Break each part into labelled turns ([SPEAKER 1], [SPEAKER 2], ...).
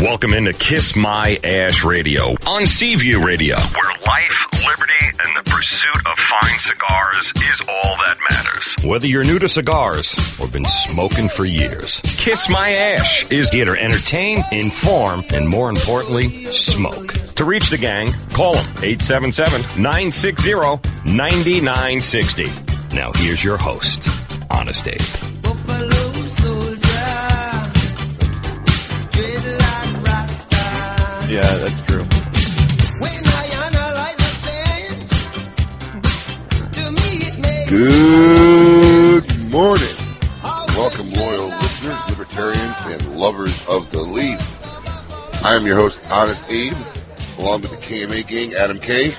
[SPEAKER 1] Welcome into Kiss My Ash Radio on Seaview Radio.
[SPEAKER 2] where life, liberty, and the pursuit of fine cigars is all that matters.
[SPEAKER 1] Whether you're new to cigars or been smoking for years, Kiss My Ash is here to entertain, inform, and more importantly, smoke. To reach the gang, call them 877 960 9960. Now, here's your host, Honest Abe.
[SPEAKER 3] Yeah, that's true.
[SPEAKER 4] Good morning. Welcome, loyal listeners, libertarians, and lovers of the leaf. I am your host, Honest Abe, along with the KMA gang, Adam K,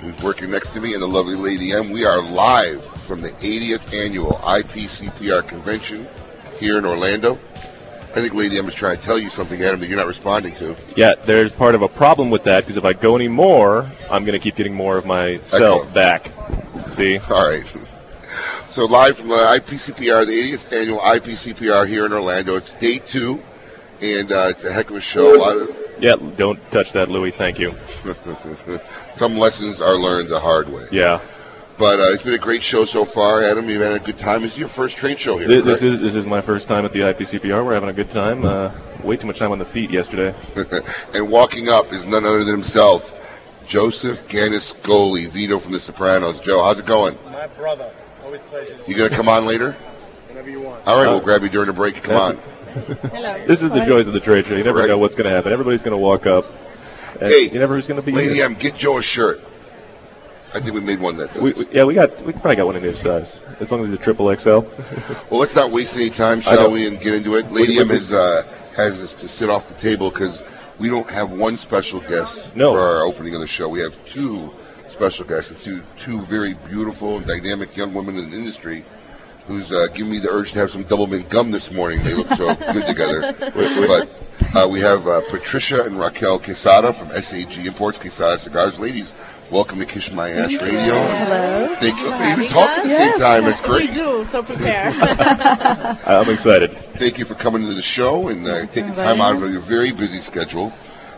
[SPEAKER 4] who's working next to me, and the lovely Lady M. We are live from the 80th annual IPCPR convention here in Orlando. I think Lady M is trying to tell you something, Adam, that you're not responding to.
[SPEAKER 3] Yeah, there's part of a problem with that because if I go any more, I'm going to keep getting more of my cell
[SPEAKER 4] Echo.
[SPEAKER 3] back. See?
[SPEAKER 4] All right. So live from uh, the IPCPR, the 80th annual IPCPR here in Orlando. It's day two, and uh, it's a heck of a show. A lot of
[SPEAKER 3] Yeah, don't touch that, Louis. Thank you.
[SPEAKER 4] some lessons are learned the hard way.
[SPEAKER 3] Yeah,
[SPEAKER 4] But uh, it's been a great show so far, Adam. You've had a good time. This is your first train show here.
[SPEAKER 3] this, this
[SPEAKER 4] correct?
[SPEAKER 3] is this is my first time at the IPCPR. We're having a good time. Uh, way too much time on the feet yesterday.
[SPEAKER 4] and walking up is none other than himself, Joseph Ganniscoli, Vito from The Sopranos. Joe, how's it going?
[SPEAKER 5] My brother. Always pleasure.
[SPEAKER 4] You gonna come on later?
[SPEAKER 5] Whenever you want.
[SPEAKER 4] All right, we'll grab you during the break. Come on.
[SPEAKER 3] Uh, That's- This is the joys of the trade show. You never
[SPEAKER 4] Right.
[SPEAKER 3] know what's going to happen. Everybody's going to walk up. And
[SPEAKER 4] Hey,
[SPEAKER 3] you never who's going to be.
[SPEAKER 4] Lady
[SPEAKER 3] here.
[SPEAKER 4] M, get Joe a shirt. I think we made one that size.
[SPEAKER 3] We, we- yeah, we got we probably got one in his size as long as it's a triple XL.
[SPEAKER 4] Well, let's not waste any time,
[SPEAKER 3] I
[SPEAKER 4] shall
[SPEAKER 3] don't-
[SPEAKER 4] we, and get into it. Lady
[SPEAKER 3] Wait,
[SPEAKER 4] M
[SPEAKER 3] wait,
[SPEAKER 4] has, uh, has us to sit off the table because we don't have one special guest
[SPEAKER 3] No.
[SPEAKER 4] for our opening of the show. We have two special guests, two, two very beautiful and dynamic young women in the industry who's uh, giving me the urge to have some double mint gum this morning. They look so good together. But uh, we have uh, Patricia and Raquel Quesada from SAG Imports Quesada Cigars. Ladies, welcome to Kiss My Ash Radio. Hello. Thank you. They even talk at the same time. It's great.
[SPEAKER 6] We do, so prepare.
[SPEAKER 3] I- I'm excited.
[SPEAKER 4] Thank you for coming to the show and uh, taking time out of your very busy schedule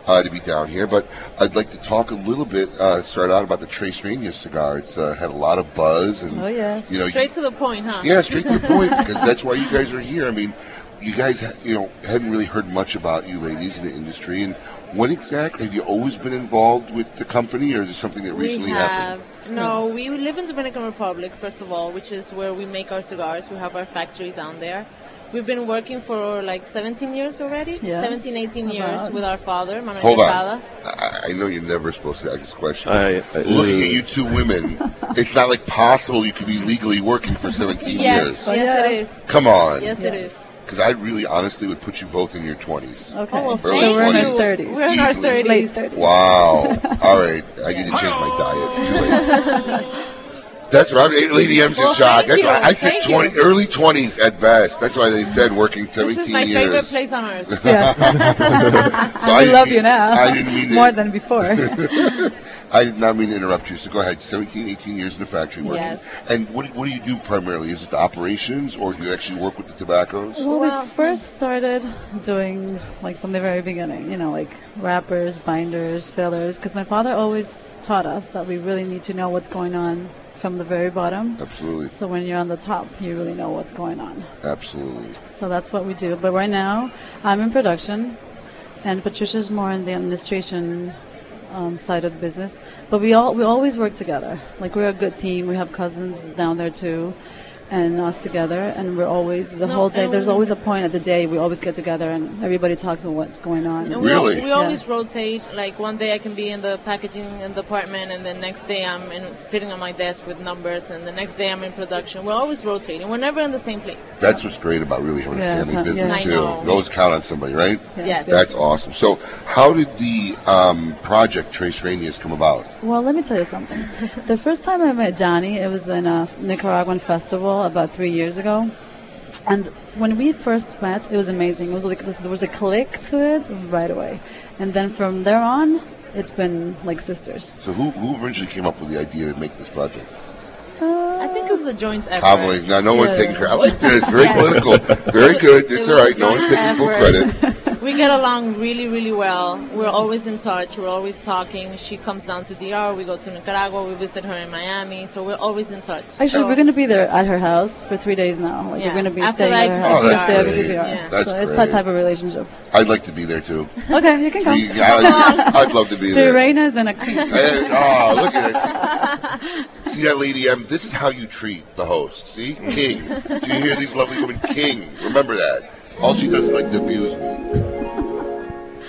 [SPEAKER 4] uh, to be down here. But I'd like to talk a little bit, uh, start out about the Trace Mania cigar. It's uh, had a lot of buzz, and
[SPEAKER 7] Oh, yes.
[SPEAKER 4] you know,
[SPEAKER 6] Straight to the point, huh?
[SPEAKER 4] yeah, straight to the point because that's why you guys are here. I mean, you guys, ha- you know, hadn't really heard much about you ladies in the industry. And when exactly have you always been involved with the company, or is it something that
[SPEAKER 6] We
[SPEAKER 4] recently
[SPEAKER 6] have
[SPEAKER 4] happened?
[SPEAKER 6] no. We live in Dominican Republic, first of all, which is where we make our cigars. We have our factory down there. We've been working for like 17 years already.
[SPEAKER 7] Yes,
[SPEAKER 6] Seventeen, eighteen 17, 18 years
[SPEAKER 7] about.
[SPEAKER 6] with our father, Manuel
[SPEAKER 4] Hold
[SPEAKER 6] Quesada.
[SPEAKER 4] on, I-, I know you're never supposed to ask this question.
[SPEAKER 3] I, I-
[SPEAKER 4] looking at you two women, it's not like possible you could be legally working for 17
[SPEAKER 6] Yes,
[SPEAKER 4] years.
[SPEAKER 7] Oh,
[SPEAKER 6] yes, it
[SPEAKER 7] yes.
[SPEAKER 6] is.
[SPEAKER 4] Come on.
[SPEAKER 6] Yes, it
[SPEAKER 7] Yeah.
[SPEAKER 6] is.
[SPEAKER 4] Because I really honestly would put you both in your 20s.
[SPEAKER 7] Okay.
[SPEAKER 6] Oh, well,
[SPEAKER 4] Early
[SPEAKER 6] thank
[SPEAKER 7] so we're in our
[SPEAKER 6] you.
[SPEAKER 7] 30s.
[SPEAKER 6] We're in our
[SPEAKER 4] Easily.
[SPEAKER 6] 30s.
[SPEAKER 7] Late 30s.
[SPEAKER 4] Wow. All right. I need to change my diet. Too late. That's what I'm. eh, Lady M's in
[SPEAKER 6] Well,
[SPEAKER 4] shock. That's
[SPEAKER 6] thank
[SPEAKER 4] why
[SPEAKER 6] you.
[SPEAKER 4] I said
[SPEAKER 6] Thank
[SPEAKER 4] 20,
[SPEAKER 6] you.
[SPEAKER 4] early 20s at best. That's why they said working 17
[SPEAKER 6] This is my
[SPEAKER 4] years.
[SPEAKER 6] favorite place on earth.
[SPEAKER 7] Yes.
[SPEAKER 4] So
[SPEAKER 7] I
[SPEAKER 4] didn't
[SPEAKER 7] love
[SPEAKER 4] mean-
[SPEAKER 7] you now.
[SPEAKER 4] I didn't mean to-
[SPEAKER 7] More than before.
[SPEAKER 4] I did not mean to interrupt you. So go ahead. 17, 18 years in the factory working.
[SPEAKER 6] Yes.
[SPEAKER 4] And what, what do you do primarily? Is it the operations, or do you actually work with the tobaccos?
[SPEAKER 7] Well,
[SPEAKER 6] Well-
[SPEAKER 7] we first started doing like from the very beginning, you know, like wrappers, binders, fillers, because my father always taught us that we really need to know what's going on from the very bottom.
[SPEAKER 4] Absolutely.
[SPEAKER 7] So when you're on the top, you really know what's going on.
[SPEAKER 4] Absolutely.
[SPEAKER 7] So that's what we do. But right now, I'm in production, and Patricia's more in the administration um, side of the business. But we all we always work together. Like we're a good team. We have cousins down there too, and us together. And we're always the
[SPEAKER 6] No,
[SPEAKER 7] whole day.
[SPEAKER 6] and-
[SPEAKER 7] There's always a point at the day we always get together and everybody talks on what's going on.
[SPEAKER 6] And we
[SPEAKER 4] Really?
[SPEAKER 6] al- We, always rotate. Like one day I can be in the packaging department, and the next day I'm in, sitting on my desk with numbers, and the next day I'm in production. We're always rotating. We're never in the same place.
[SPEAKER 4] That's what's great about really having a
[SPEAKER 7] Yeah, it's
[SPEAKER 4] family
[SPEAKER 7] not-
[SPEAKER 4] business
[SPEAKER 7] yeah.
[SPEAKER 4] too.
[SPEAKER 6] I know.
[SPEAKER 4] You always count on somebody, right?
[SPEAKER 6] Yes.
[SPEAKER 4] That's awesome. So, how did the um, project Trace Rainiers come about?
[SPEAKER 7] Well, let me tell you something. the first time I met Johnny, it was in a Nicaraguan festival about three years ago. And when we first met, it was amazing. It was like this, there was a click to it right away. And then from there on, it's been like sisters.
[SPEAKER 4] So, who, who originally came up with the idea to make this project?
[SPEAKER 6] I think it was a joint effort.
[SPEAKER 4] Probably. Now, no one's
[SPEAKER 7] Yeah.
[SPEAKER 4] taking credit. I like this. Very political. Very good.
[SPEAKER 6] It
[SPEAKER 4] It's
[SPEAKER 6] was
[SPEAKER 4] all right.
[SPEAKER 6] a
[SPEAKER 4] No one's
[SPEAKER 6] joint
[SPEAKER 4] taking full
[SPEAKER 6] effort.
[SPEAKER 4] credit.
[SPEAKER 6] We we get along really, really well. We're always in touch. We're always talking. She comes down to DR. We go to Nicaragua. We visit her in Miami. So we're always in touch.
[SPEAKER 8] Actually,
[SPEAKER 6] So-
[SPEAKER 8] we're going to be there at her house for three days now. Like,
[SPEAKER 6] Yeah.
[SPEAKER 8] We're going to be
[SPEAKER 6] After
[SPEAKER 8] staying at
[SPEAKER 6] I
[SPEAKER 8] her
[SPEAKER 6] visit
[SPEAKER 8] house.
[SPEAKER 4] Oh, that's
[SPEAKER 8] after I visit
[SPEAKER 4] great.
[SPEAKER 8] VR.
[SPEAKER 6] Yeah.
[SPEAKER 4] That's
[SPEAKER 8] so it's that
[SPEAKER 4] great.
[SPEAKER 8] type of relationship.
[SPEAKER 4] I'd like to be there too.
[SPEAKER 8] Okay, you can come.
[SPEAKER 4] You- I, I'd love to be
[SPEAKER 8] The
[SPEAKER 4] there.
[SPEAKER 8] arenas and a creek.
[SPEAKER 4] Hey, oh, look at it. See that lady? Um, this is how you treat the host. See? King. Do you hear these lovely women? King. Remember that. All she does is like to abuse me.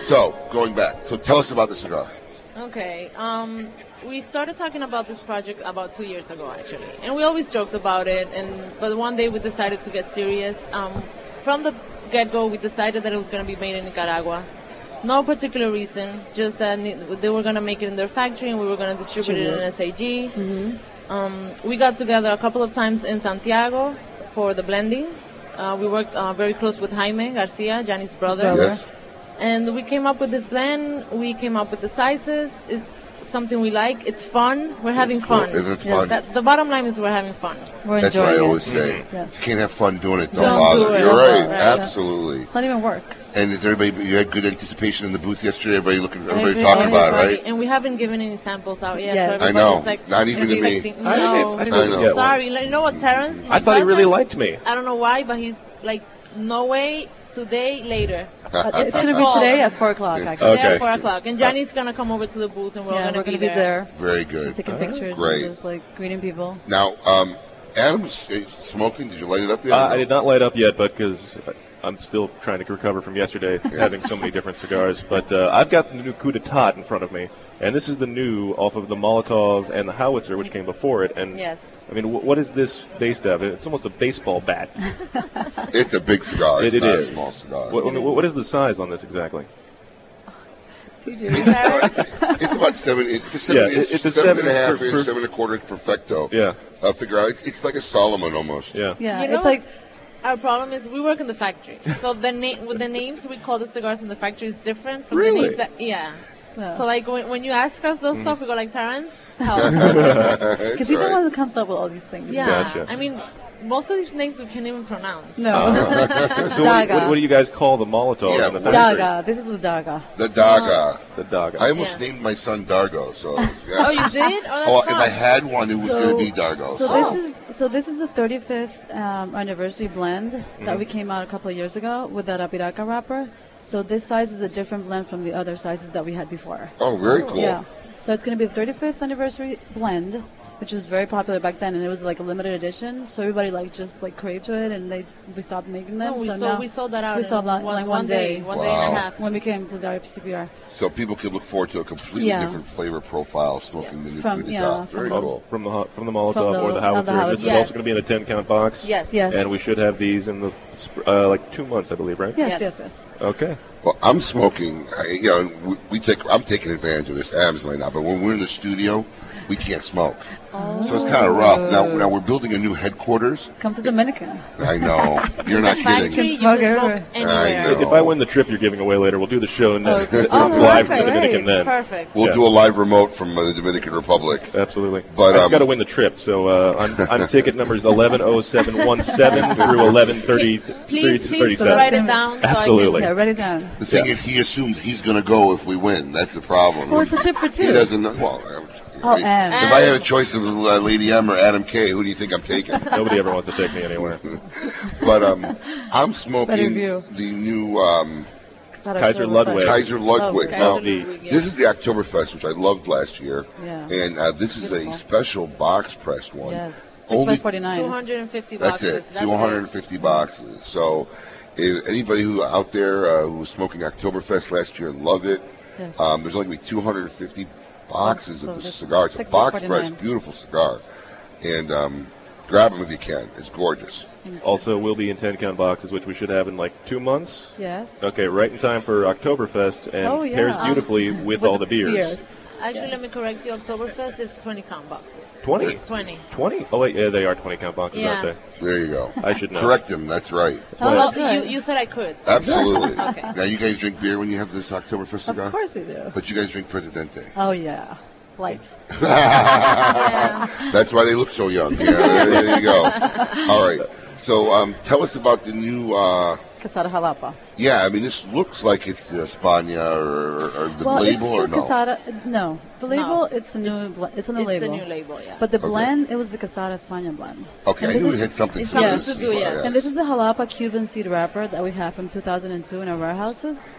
[SPEAKER 4] So, going back. So, tell us about the cigar.
[SPEAKER 6] Okay. Um, we started talking about this project about two years ago, actually, and we always joked about it. And but one day we decided to get serious. Um, from the get-go, we decided that it was going to be made in Nicaragua. No particular reason, just that ni- they were going to make it in their factory, and we were going to distribute it in SAG. Um, we got together a couple of times in Santiago for the blending. Uh, we worked uh, very close with Jaime Garcia, Johnny's brother.
[SPEAKER 8] Brother.
[SPEAKER 4] Yes.
[SPEAKER 6] And we came up with this blend. We came up with the sizes. It's something we like. It's fun. We're having
[SPEAKER 4] cool.
[SPEAKER 6] fun.
[SPEAKER 4] Isn't it Yes. fun?
[SPEAKER 6] That's the bottom line is we're having fun.
[SPEAKER 8] We're enjoying
[SPEAKER 4] That's what I
[SPEAKER 8] it. Mm.
[SPEAKER 4] always say.
[SPEAKER 8] Yes.
[SPEAKER 4] You can't have fun doing it. Don't,
[SPEAKER 6] Don't
[SPEAKER 4] bother.
[SPEAKER 6] do it.
[SPEAKER 4] You're
[SPEAKER 6] Don't
[SPEAKER 4] right.
[SPEAKER 6] bother, yeah.
[SPEAKER 4] Absolutely.
[SPEAKER 8] It's not even work.
[SPEAKER 4] And is everybody? You had good anticipation in the booth yesterday. Everybody looking. Everybody
[SPEAKER 6] Every-
[SPEAKER 8] Oh,
[SPEAKER 4] talking about it,
[SPEAKER 6] everybody-
[SPEAKER 4] right?
[SPEAKER 6] And we haven't given any samples out yet.
[SPEAKER 8] Yeah.
[SPEAKER 6] So
[SPEAKER 8] I
[SPEAKER 6] everybody's
[SPEAKER 4] know.
[SPEAKER 6] Like,
[SPEAKER 4] Not even to me.
[SPEAKER 6] expecting-
[SPEAKER 3] I didn't-
[SPEAKER 6] No.
[SPEAKER 3] I didn't
[SPEAKER 4] even I know. get one.
[SPEAKER 6] Sorry. Like, You know what, Terrence? My
[SPEAKER 3] I thought he really
[SPEAKER 6] cousin,
[SPEAKER 3] liked me.
[SPEAKER 6] I don't know why, but he's like, no way. Today, later.
[SPEAKER 8] But it's going to be
[SPEAKER 6] Well-
[SPEAKER 8] today at 4 o'clock, actually.
[SPEAKER 6] Today
[SPEAKER 3] Okay.
[SPEAKER 6] at four o'clock. And Johnny's gonna come over to the booth, and we're
[SPEAKER 8] Yeah,
[SPEAKER 6] all gonna
[SPEAKER 8] we're
[SPEAKER 6] be
[SPEAKER 8] going to be there,
[SPEAKER 4] Very good.
[SPEAKER 8] taking pictures
[SPEAKER 4] Great.
[SPEAKER 8] and just like greeting people.
[SPEAKER 4] Now, um, Adam's uh, smoking. Did you light it up yet?
[SPEAKER 3] Uh, I did not light up yet, but because I'm still trying to recover from yesterday, having so many different cigars. But uh, I've got the new coup d'etat in front of me, and this is the new off of the Molotov and the Howitzer, which came before it. And
[SPEAKER 6] Yes.
[SPEAKER 3] I mean, wh- what is this based of? It's almost a baseball bat.
[SPEAKER 4] It's a big cigar. It's
[SPEAKER 3] It- it
[SPEAKER 4] not
[SPEAKER 3] is.
[SPEAKER 4] a small cigar.
[SPEAKER 3] What, I mean, what is the size on this exactly?
[SPEAKER 8] TJ.
[SPEAKER 4] It's about seven. It's a seven.
[SPEAKER 3] Yeah,
[SPEAKER 4] inch,
[SPEAKER 3] it's a
[SPEAKER 4] seven and a
[SPEAKER 3] seven
[SPEAKER 4] half
[SPEAKER 3] per-
[SPEAKER 4] inch,
[SPEAKER 3] per-
[SPEAKER 4] seven and a quarter inch perfecto.
[SPEAKER 3] Yeah.
[SPEAKER 4] Uh, figure out. It's, it's like a Solomon almost.
[SPEAKER 3] Yeah.
[SPEAKER 8] Yeah,
[SPEAKER 6] You know
[SPEAKER 8] it's like
[SPEAKER 6] Our problem is we work in the factory, so the name with the names we call the cigars in the factory is different from
[SPEAKER 3] Really? Mm.
[SPEAKER 6] the names that yeah.
[SPEAKER 8] Yeah.
[SPEAKER 6] So like when, when you ask us those stuff, we go like Terrence, help.
[SPEAKER 8] because he's the one who comes up with all these things.
[SPEAKER 6] yeah,
[SPEAKER 3] Gotcha.
[SPEAKER 6] I mean most of these names we can't even pronounce.
[SPEAKER 8] No.
[SPEAKER 3] Uh, So what, do you-
[SPEAKER 8] Daga.
[SPEAKER 3] what, what do you guys call the Molotov
[SPEAKER 4] Yeah,
[SPEAKER 3] and the
[SPEAKER 4] what-
[SPEAKER 3] factory?
[SPEAKER 8] Daga. This is the Daga.
[SPEAKER 4] The Daga.
[SPEAKER 3] The Daga.
[SPEAKER 4] I almost
[SPEAKER 6] Yeah.
[SPEAKER 4] named my son Dargo. So. Yeah.
[SPEAKER 6] Oh, you did?
[SPEAKER 4] Oh,
[SPEAKER 6] Oh, that's
[SPEAKER 4] if I
[SPEAKER 6] fun.
[SPEAKER 4] had one, it was going to be Dargo. Oh.
[SPEAKER 8] So this is so this is the 35th um, anniversary blend that we
[SPEAKER 4] Mm-hmm.
[SPEAKER 8] came out a couple of years ago with that Apiraca wrapper. So this size is a different blend from the other sizes that we had before.
[SPEAKER 4] oh, very cool.
[SPEAKER 8] Yeah. So it's going to be the 35th anniversary blend, which was very popular back then, and it was like a limited edition. So everybody like just like craved to it, and they we stopped making them.
[SPEAKER 6] No, Oh, we,
[SPEAKER 8] so
[SPEAKER 6] sold,
[SPEAKER 8] now
[SPEAKER 6] we sold that out.
[SPEAKER 8] We
[SPEAKER 6] in
[SPEAKER 8] sold that
[SPEAKER 6] one,
[SPEAKER 8] like
[SPEAKER 6] one day, one day and
[SPEAKER 4] Wow.
[SPEAKER 6] a half.
[SPEAKER 8] when we came to the RPCPR.
[SPEAKER 4] So people can look forward to a completely
[SPEAKER 8] Yeah.
[SPEAKER 4] different flavor profile smoking the new
[SPEAKER 8] From-
[SPEAKER 4] coup d'etat.
[SPEAKER 8] yeah,
[SPEAKER 4] very
[SPEAKER 3] From-
[SPEAKER 4] cool.
[SPEAKER 3] From the ho- from the Molotov
[SPEAKER 8] From the-
[SPEAKER 3] or
[SPEAKER 8] of
[SPEAKER 3] the
[SPEAKER 8] the
[SPEAKER 3] howitzer. This
[SPEAKER 8] howitzer.
[SPEAKER 3] is
[SPEAKER 6] Yes.
[SPEAKER 3] also going to be in a ten count box.
[SPEAKER 6] Yes.
[SPEAKER 8] Yes.
[SPEAKER 3] And we should have these in the sp- uh, like two months, I believe, right?
[SPEAKER 8] Yes,
[SPEAKER 6] Yes.
[SPEAKER 8] yes, yes.
[SPEAKER 3] Okay.
[SPEAKER 4] Well, I'm smoking. I, you know, we, we take. I'm taking advantage of this. Adams might not, but when we're in the studio, we can't smoke.
[SPEAKER 6] Oh.
[SPEAKER 4] So it's kind of rough. Now, now we're building a new headquarters.
[SPEAKER 8] Come to Dominican.
[SPEAKER 4] I know you're not
[SPEAKER 6] Factory,
[SPEAKER 4] kidding.
[SPEAKER 6] you
[SPEAKER 8] Smoke
[SPEAKER 6] can smoke
[SPEAKER 8] everywhere.
[SPEAKER 4] I
[SPEAKER 6] anywhere.
[SPEAKER 4] know.
[SPEAKER 3] If I win the trip you're giving away later, we'll do the show and then
[SPEAKER 8] Okay.
[SPEAKER 3] we'll
[SPEAKER 8] Oh,
[SPEAKER 3] live from
[SPEAKER 8] perfect.
[SPEAKER 3] the Dominican then.
[SPEAKER 6] Perfect.
[SPEAKER 4] We'll
[SPEAKER 3] Yeah.
[SPEAKER 4] do a live remote from uh, the Dominican Republic.
[SPEAKER 3] Absolutely.
[SPEAKER 4] But,
[SPEAKER 3] I just
[SPEAKER 4] um,
[SPEAKER 3] got to win the trip, so uh, I'm, I'm ticket numbers 110717 through 1130
[SPEAKER 6] Please, please
[SPEAKER 8] 37.
[SPEAKER 6] write it down.
[SPEAKER 3] Absolutely.
[SPEAKER 6] So
[SPEAKER 8] Yeah,
[SPEAKER 6] I can,
[SPEAKER 8] write it down.
[SPEAKER 4] The thing
[SPEAKER 3] Yeah.
[SPEAKER 4] is, he assumes he's going to go if we win. That's the problem.
[SPEAKER 8] Well, it's a chip for two.
[SPEAKER 4] he doesn't know. Well,
[SPEAKER 8] Oh,
[SPEAKER 4] if
[SPEAKER 8] and-
[SPEAKER 4] I had a choice of uh, Lady M or Adam K, who do you think I'm taking?
[SPEAKER 3] Nobody ever wants to take me anywhere.
[SPEAKER 4] but um, I'm
[SPEAKER 8] Better
[SPEAKER 4] smoking
[SPEAKER 8] view.
[SPEAKER 4] the new um,
[SPEAKER 3] Kaiser Ludwig. Oh.
[SPEAKER 4] Kaiser
[SPEAKER 8] Oh,
[SPEAKER 4] Ludwig.
[SPEAKER 8] okay.
[SPEAKER 4] Now,
[SPEAKER 6] Kaiser Ludwig, yeah.
[SPEAKER 4] This is the Oktoberfest, which I loved last year.
[SPEAKER 8] Yeah.
[SPEAKER 4] And uh, this is a
[SPEAKER 8] Beautiful.
[SPEAKER 4] special box pressed one.
[SPEAKER 8] Yes. Six by
[SPEAKER 4] Only,
[SPEAKER 8] forty-nine.
[SPEAKER 6] 250
[SPEAKER 4] that's
[SPEAKER 6] boxes.
[SPEAKER 4] it. 250 boxes. So, if anybody who out there uh, who was smoking Oktoberfest last year and loved it,
[SPEAKER 8] Yes.
[SPEAKER 4] um, there's only gonna be 250 boxes
[SPEAKER 8] So
[SPEAKER 4] of this
[SPEAKER 8] that's
[SPEAKER 4] cigar. It's a
[SPEAKER 8] six by
[SPEAKER 4] box pressed,
[SPEAKER 8] 49.
[SPEAKER 4] beautiful cigar. And um, grab them if you can. It's gorgeous.
[SPEAKER 3] Also, will be in 10 count boxes, which we should have in like two months.
[SPEAKER 8] Yes.
[SPEAKER 3] Okay, right in time for Oktoberfest and
[SPEAKER 8] Oh, yeah.
[SPEAKER 3] pairs
[SPEAKER 8] Um,
[SPEAKER 3] beautifully with, all the beers.
[SPEAKER 6] Actually, let me correct you. Oktoberfest is 20 count boxes.
[SPEAKER 3] 20?
[SPEAKER 6] 20.
[SPEAKER 3] 20? Oh, wait, yeah, they are 20 count boxes,
[SPEAKER 6] Yeah.
[SPEAKER 3] aren't
[SPEAKER 4] There you go.
[SPEAKER 3] they? I should know.
[SPEAKER 4] Correct them. That's right.
[SPEAKER 8] Oh,
[SPEAKER 6] Well,
[SPEAKER 8] that's good.
[SPEAKER 6] you, you said I could. so-
[SPEAKER 4] Absolutely.
[SPEAKER 6] Okay.
[SPEAKER 4] Now, you guys drink beer when you have this Oktoberfest cigar?
[SPEAKER 8] of course we do.
[SPEAKER 4] But you guys drink Presidente.
[SPEAKER 8] Oh yeah, lights.
[SPEAKER 6] Yeah.
[SPEAKER 4] That's why they look so young. Yeah, there you go. All right. So um, tell us about the new uh,
[SPEAKER 8] Casada Jalapa.
[SPEAKER 4] Yeah, I mean, this looks like it's uh, España or, or, or the
[SPEAKER 8] well,
[SPEAKER 4] label
[SPEAKER 8] it's
[SPEAKER 4] or
[SPEAKER 8] the
[SPEAKER 4] no?
[SPEAKER 8] Casada. No, the label. It's a new.
[SPEAKER 6] It's-
[SPEAKER 8] bl- it's a new
[SPEAKER 6] it's
[SPEAKER 8] label.
[SPEAKER 6] a new label, yeah.
[SPEAKER 8] But the blend, it was the Casada España blend.
[SPEAKER 4] Okay,
[SPEAKER 8] And
[SPEAKER 4] I
[SPEAKER 8] this
[SPEAKER 4] knew
[SPEAKER 8] is-
[SPEAKER 4] it had Oh, something
[SPEAKER 6] it's
[SPEAKER 4] to do
[SPEAKER 6] something
[SPEAKER 4] with
[SPEAKER 6] to do,
[SPEAKER 4] España,
[SPEAKER 6] yes.
[SPEAKER 8] And this is the Jalapa Cuban seed wrapper that we have from 2002 in our warehouses,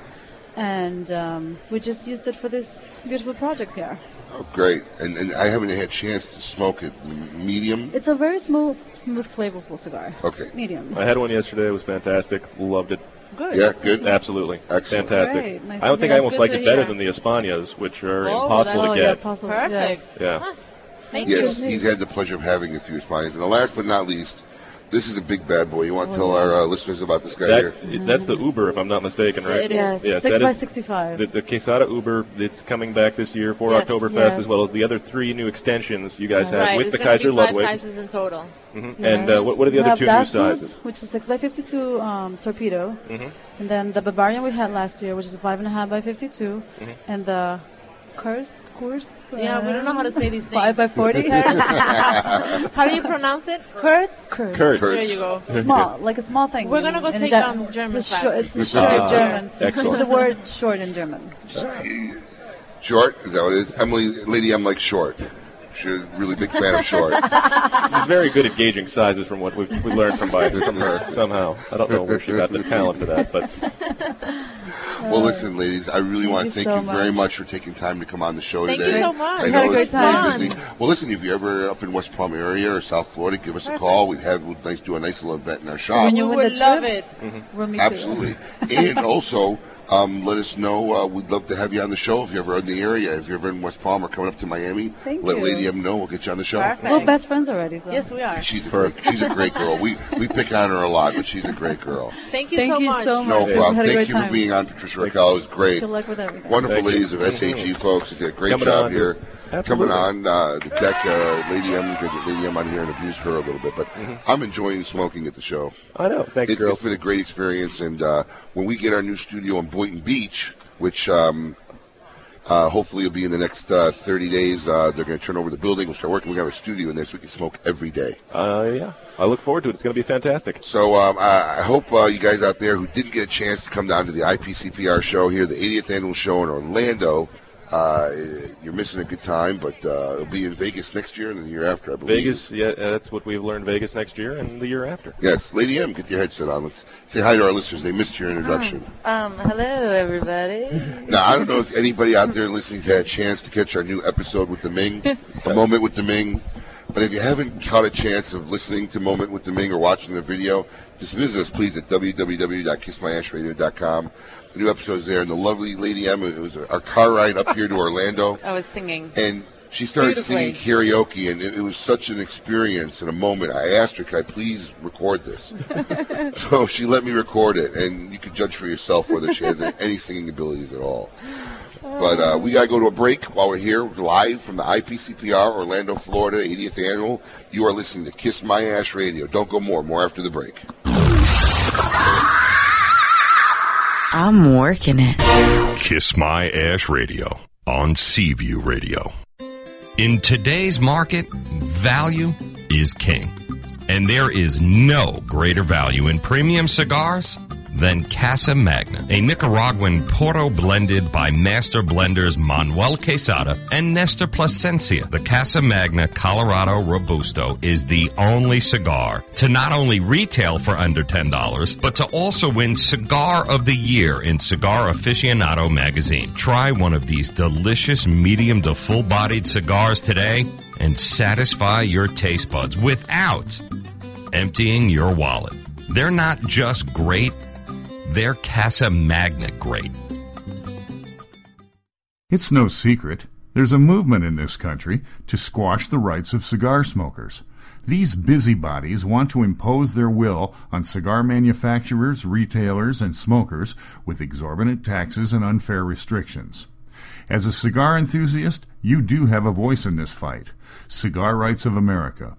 [SPEAKER 8] and um, we just used it for this beautiful project here.
[SPEAKER 4] Oh, great. And, and I haven't had a chance to smoke it. Medium?
[SPEAKER 8] It's a very smooth, smooth, flavorful cigar.
[SPEAKER 4] Okay.
[SPEAKER 8] It's medium.
[SPEAKER 3] I had one yesterday. It was fantastic. Loved it.
[SPEAKER 6] Good.
[SPEAKER 4] Yeah, good.
[SPEAKER 3] Absolutely.
[SPEAKER 4] Excellent.
[SPEAKER 3] Fantastic.
[SPEAKER 8] Great. Nice
[SPEAKER 3] I
[SPEAKER 8] to
[SPEAKER 3] don't think
[SPEAKER 8] hear.
[SPEAKER 3] I
[SPEAKER 8] That's
[SPEAKER 3] almost
[SPEAKER 6] good
[SPEAKER 3] liked
[SPEAKER 6] to
[SPEAKER 3] it better
[SPEAKER 6] hear.
[SPEAKER 3] than the Españas, which are
[SPEAKER 6] Oh,
[SPEAKER 3] impossible
[SPEAKER 6] that's-
[SPEAKER 8] oh
[SPEAKER 3] to
[SPEAKER 8] yeah,
[SPEAKER 3] get.
[SPEAKER 8] possible.
[SPEAKER 6] Perfect.
[SPEAKER 8] Yes.
[SPEAKER 3] yeah.
[SPEAKER 6] Uh-huh. Thank
[SPEAKER 4] Yes,
[SPEAKER 6] you.
[SPEAKER 4] he's had the pleasure of having a few Españas. And the last but not least, this is a big bad boy. You want to tell our uh, listeners about this guy here?
[SPEAKER 3] That, that's the Uber, if I'm not mistaken, right?
[SPEAKER 6] It is.
[SPEAKER 8] Yes.
[SPEAKER 3] Yes,
[SPEAKER 8] Six
[SPEAKER 3] that
[SPEAKER 8] by
[SPEAKER 3] is-
[SPEAKER 8] sixty-five.
[SPEAKER 3] The, the Quesada Uber that's coming back this year for
[SPEAKER 6] Yes.
[SPEAKER 3] Oktoberfest,
[SPEAKER 8] Yes.
[SPEAKER 3] as well as the other three new extensions you guys have
[SPEAKER 6] Right,
[SPEAKER 3] with the
[SPEAKER 6] it's gonna
[SPEAKER 3] Kaiser
[SPEAKER 6] be five
[SPEAKER 3] Ludwig.
[SPEAKER 6] sizes in total.
[SPEAKER 3] Mhm. And uh, what, what are the
[SPEAKER 8] we
[SPEAKER 3] other
[SPEAKER 8] have
[SPEAKER 3] two new
[SPEAKER 8] Das Boot,
[SPEAKER 3] sizes? Mm-hmm.
[SPEAKER 8] which is six by fifty-two um, torpedo, and then the Bavarian we had last year, which is five and a half by 52
[SPEAKER 3] Mm-hmm.
[SPEAKER 8] and the cursed course.
[SPEAKER 6] Yeah, we don't know how to say these
[SPEAKER 8] Five by
[SPEAKER 6] things.
[SPEAKER 8] forty.
[SPEAKER 6] How do you pronounce it? Kurtz?
[SPEAKER 8] Kurz.
[SPEAKER 3] Kurt.
[SPEAKER 6] There you go.
[SPEAKER 8] Small, like a small thing.
[SPEAKER 6] We're gonna go
[SPEAKER 8] in
[SPEAKER 6] take,
[SPEAKER 8] Ger-
[SPEAKER 6] um, German
[SPEAKER 8] It's,
[SPEAKER 6] class.
[SPEAKER 8] short, it's a short
[SPEAKER 3] Ah,
[SPEAKER 8] German.
[SPEAKER 3] excellent.
[SPEAKER 8] It's the word short in German.
[SPEAKER 4] Short? Is that what it is? Emily, Lady I'm like Short. She's a really big fan of Short.
[SPEAKER 3] She's very good at gauging sizes from what we've, we learned from, by, from her somehow. I don't know where she got the talent for that, but
[SPEAKER 4] well, listen, ladies, I really
[SPEAKER 8] Thank
[SPEAKER 4] want
[SPEAKER 8] you
[SPEAKER 4] to thank
[SPEAKER 8] so
[SPEAKER 4] you very
[SPEAKER 8] much.
[SPEAKER 4] much for taking time to come on the show
[SPEAKER 6] Thank
[SPEAKER 4] today.
[SPEAKER 6] you so much.
[SPEAKER 4] I
[SPEAKER 6] We
[SPEAKER 4] know
[SPEAKER 8] had a great
[SPEAKER 4] it's very
[SPEAKER 8] time.
[SPEAKER 4] busy. Well, listen, if you're ever up in West Palm area or South Florida, give us a call. We'd have we'd nice do a nice little event in our shop.
[SPEAKER 8] when
[SPEAKER 6] We
[SPEAKER 8] You win
[SPEAKER 6] would
[SPEAKER 8] the
[SPEAKER 6] love
[SPEAKER 8] trip?
[SPEAKER 6] it.
[SPEAKER 8] We'll meet you.
[SPEAKER 4] Absolutely. and also, um, let us know. Uh, we'd love to have you on the show if you're ever in the area. If you're ever in West Palm or coming up to Miami,
[SPEAKER 8] Thank
[SPEAKER 4] let
[SPEAKER 8] you.
[SPEAKER 4] Lady M know. We'll get you on the show.
[SPEAKER 6] Perfect.
[SPEAKER 8] We're best friends already. So.
[SPEAKER 6] Yes, we are.
[SPEAKER 4] She's a great, she's a great girl. We we pick on her a lot, but she's a great girl.
[SPEAKER 6] Thank you
[SPEAKER 8] Thank
[SPEAKER 6] so
[SPEAKER 8] you
[SPEAKER 6] much.
[SPEAKER 8] so much.
[SPEAKER 4] No
[SPEAKER 8] We
[SPEAKER 4] problem.
[SPEAKER 8] had a
[SPEAKER 4] Thank
[SPEAKER 8] great
[SPEAKER 4] you
[SPEAKER 8] time.
[SPEAKER 4] for being on, Patricia Raquel. It was great.
[SPEAKER 8] Good luck with everything.
[SPEAKER 4] Wonderful
[SPEAKER 3] Thank you.
[SPEAKER 4] ladies of SAG folks. They did a E great
[SPEAKER 3] Coming
[SPEAKER 4] job
[SPEAKER 3] on,
[SPEAKER 4] here.
[SPEAKER 3] dude. Absolutely.
[SPEAKER 4] Coming on uh, the deck, uh, Lady M. Good that Lady M on here and abuse her a little bit, but
[SPEAKER 3] Mm-hmm.
[SPEAKER 4] I'm enjoying smoking at the show.
[SPEAKER 3] I know. Thanks,
[SPEAKER 4] It's,
[SPEAKER 3] girls.
[SPEAKER 4] it's been a great experience, and uh, when we get our new studio in Boynton Beach, which um, uh, hopefully will be in the next uh, 30 days, uh, they're going to turn over the building. We'll start working. We're going to have a studio in there so we can smoke every day.
[SPEAKER 3] Uh, yeah, I look forward to it. It's going to be fantastic.
[SPEAKER 4] So um, I, I hope uh, you guys out there who didn't get a chance to come down to the IPCPR show here, the 80th annual show in Orlando, uh, you're missing a good time, but uh, it'll be in Vegas next year and the year after, I believe.
[SPEAKER 3] Vegas, yeah, that's what we've learned. Vegas next year and the year after.
[SPEAKER 4] Yes, Lady M, get your headset on. Let's say hi to our listeners. They missed your introduction.
[SPEAKER 9] Um, hello, everybody.
[SPEAKER 4] Now, I don't know if anybody out there listening's had a chance to catch our new episode with the Ming, a moment with the Ming. But if you haven't caught a chance of listening to Moment with the Ming or watching the video, just visit us, please, at www.kissmyashradio.com. The new episode is there, and the lovely Lady M, it was our car ride up here to Orlando,
[SPEAKER 9] I was singing.
[SPEAKER 4] and she started singing karaoke, and it, it was such an experience and a moment. I asked her, can I please record this? so she let me record it, and you can judge for yourself whether she has any singing abilities at all. But uh, we got to go to a break while we're here live from the IPCPR, Orlando, Florida, 80th annual. You are listening to Kiss My Ash Radio. Don't go more. More after the break.
[SPEAKER 10] I'm working it.
[SPEAKER 1] Kiss My Ash Radio on Seaview Radio. In today's market, value is king. And there is no greater value in premium cigars than Casa Magna, a Nicaraguan Porto blended by master blenders Manuel Quesada and Nestor Plasencia. The Casa Magna Colorado Robusto is the only cigar to not only retail for under $10, but to also win Cigar of the Year in Cigar Aficionado magazine. Try one of these delicious medium to full bodied cigars today and satisfy your taste buds without emptying your wallet. They're not just great, they're Casa Magna great.
[SPEAKER 11] It's no secret there's a movement in this country to squash the rights of cigar smokers. These busybodies want to impose their will on cigar manufacturers, retailers, and smokers with exorbitant taxes and unfair restrictions. As a cigar enthusiast, you do have a voice in this fight. Cigar Rights of America.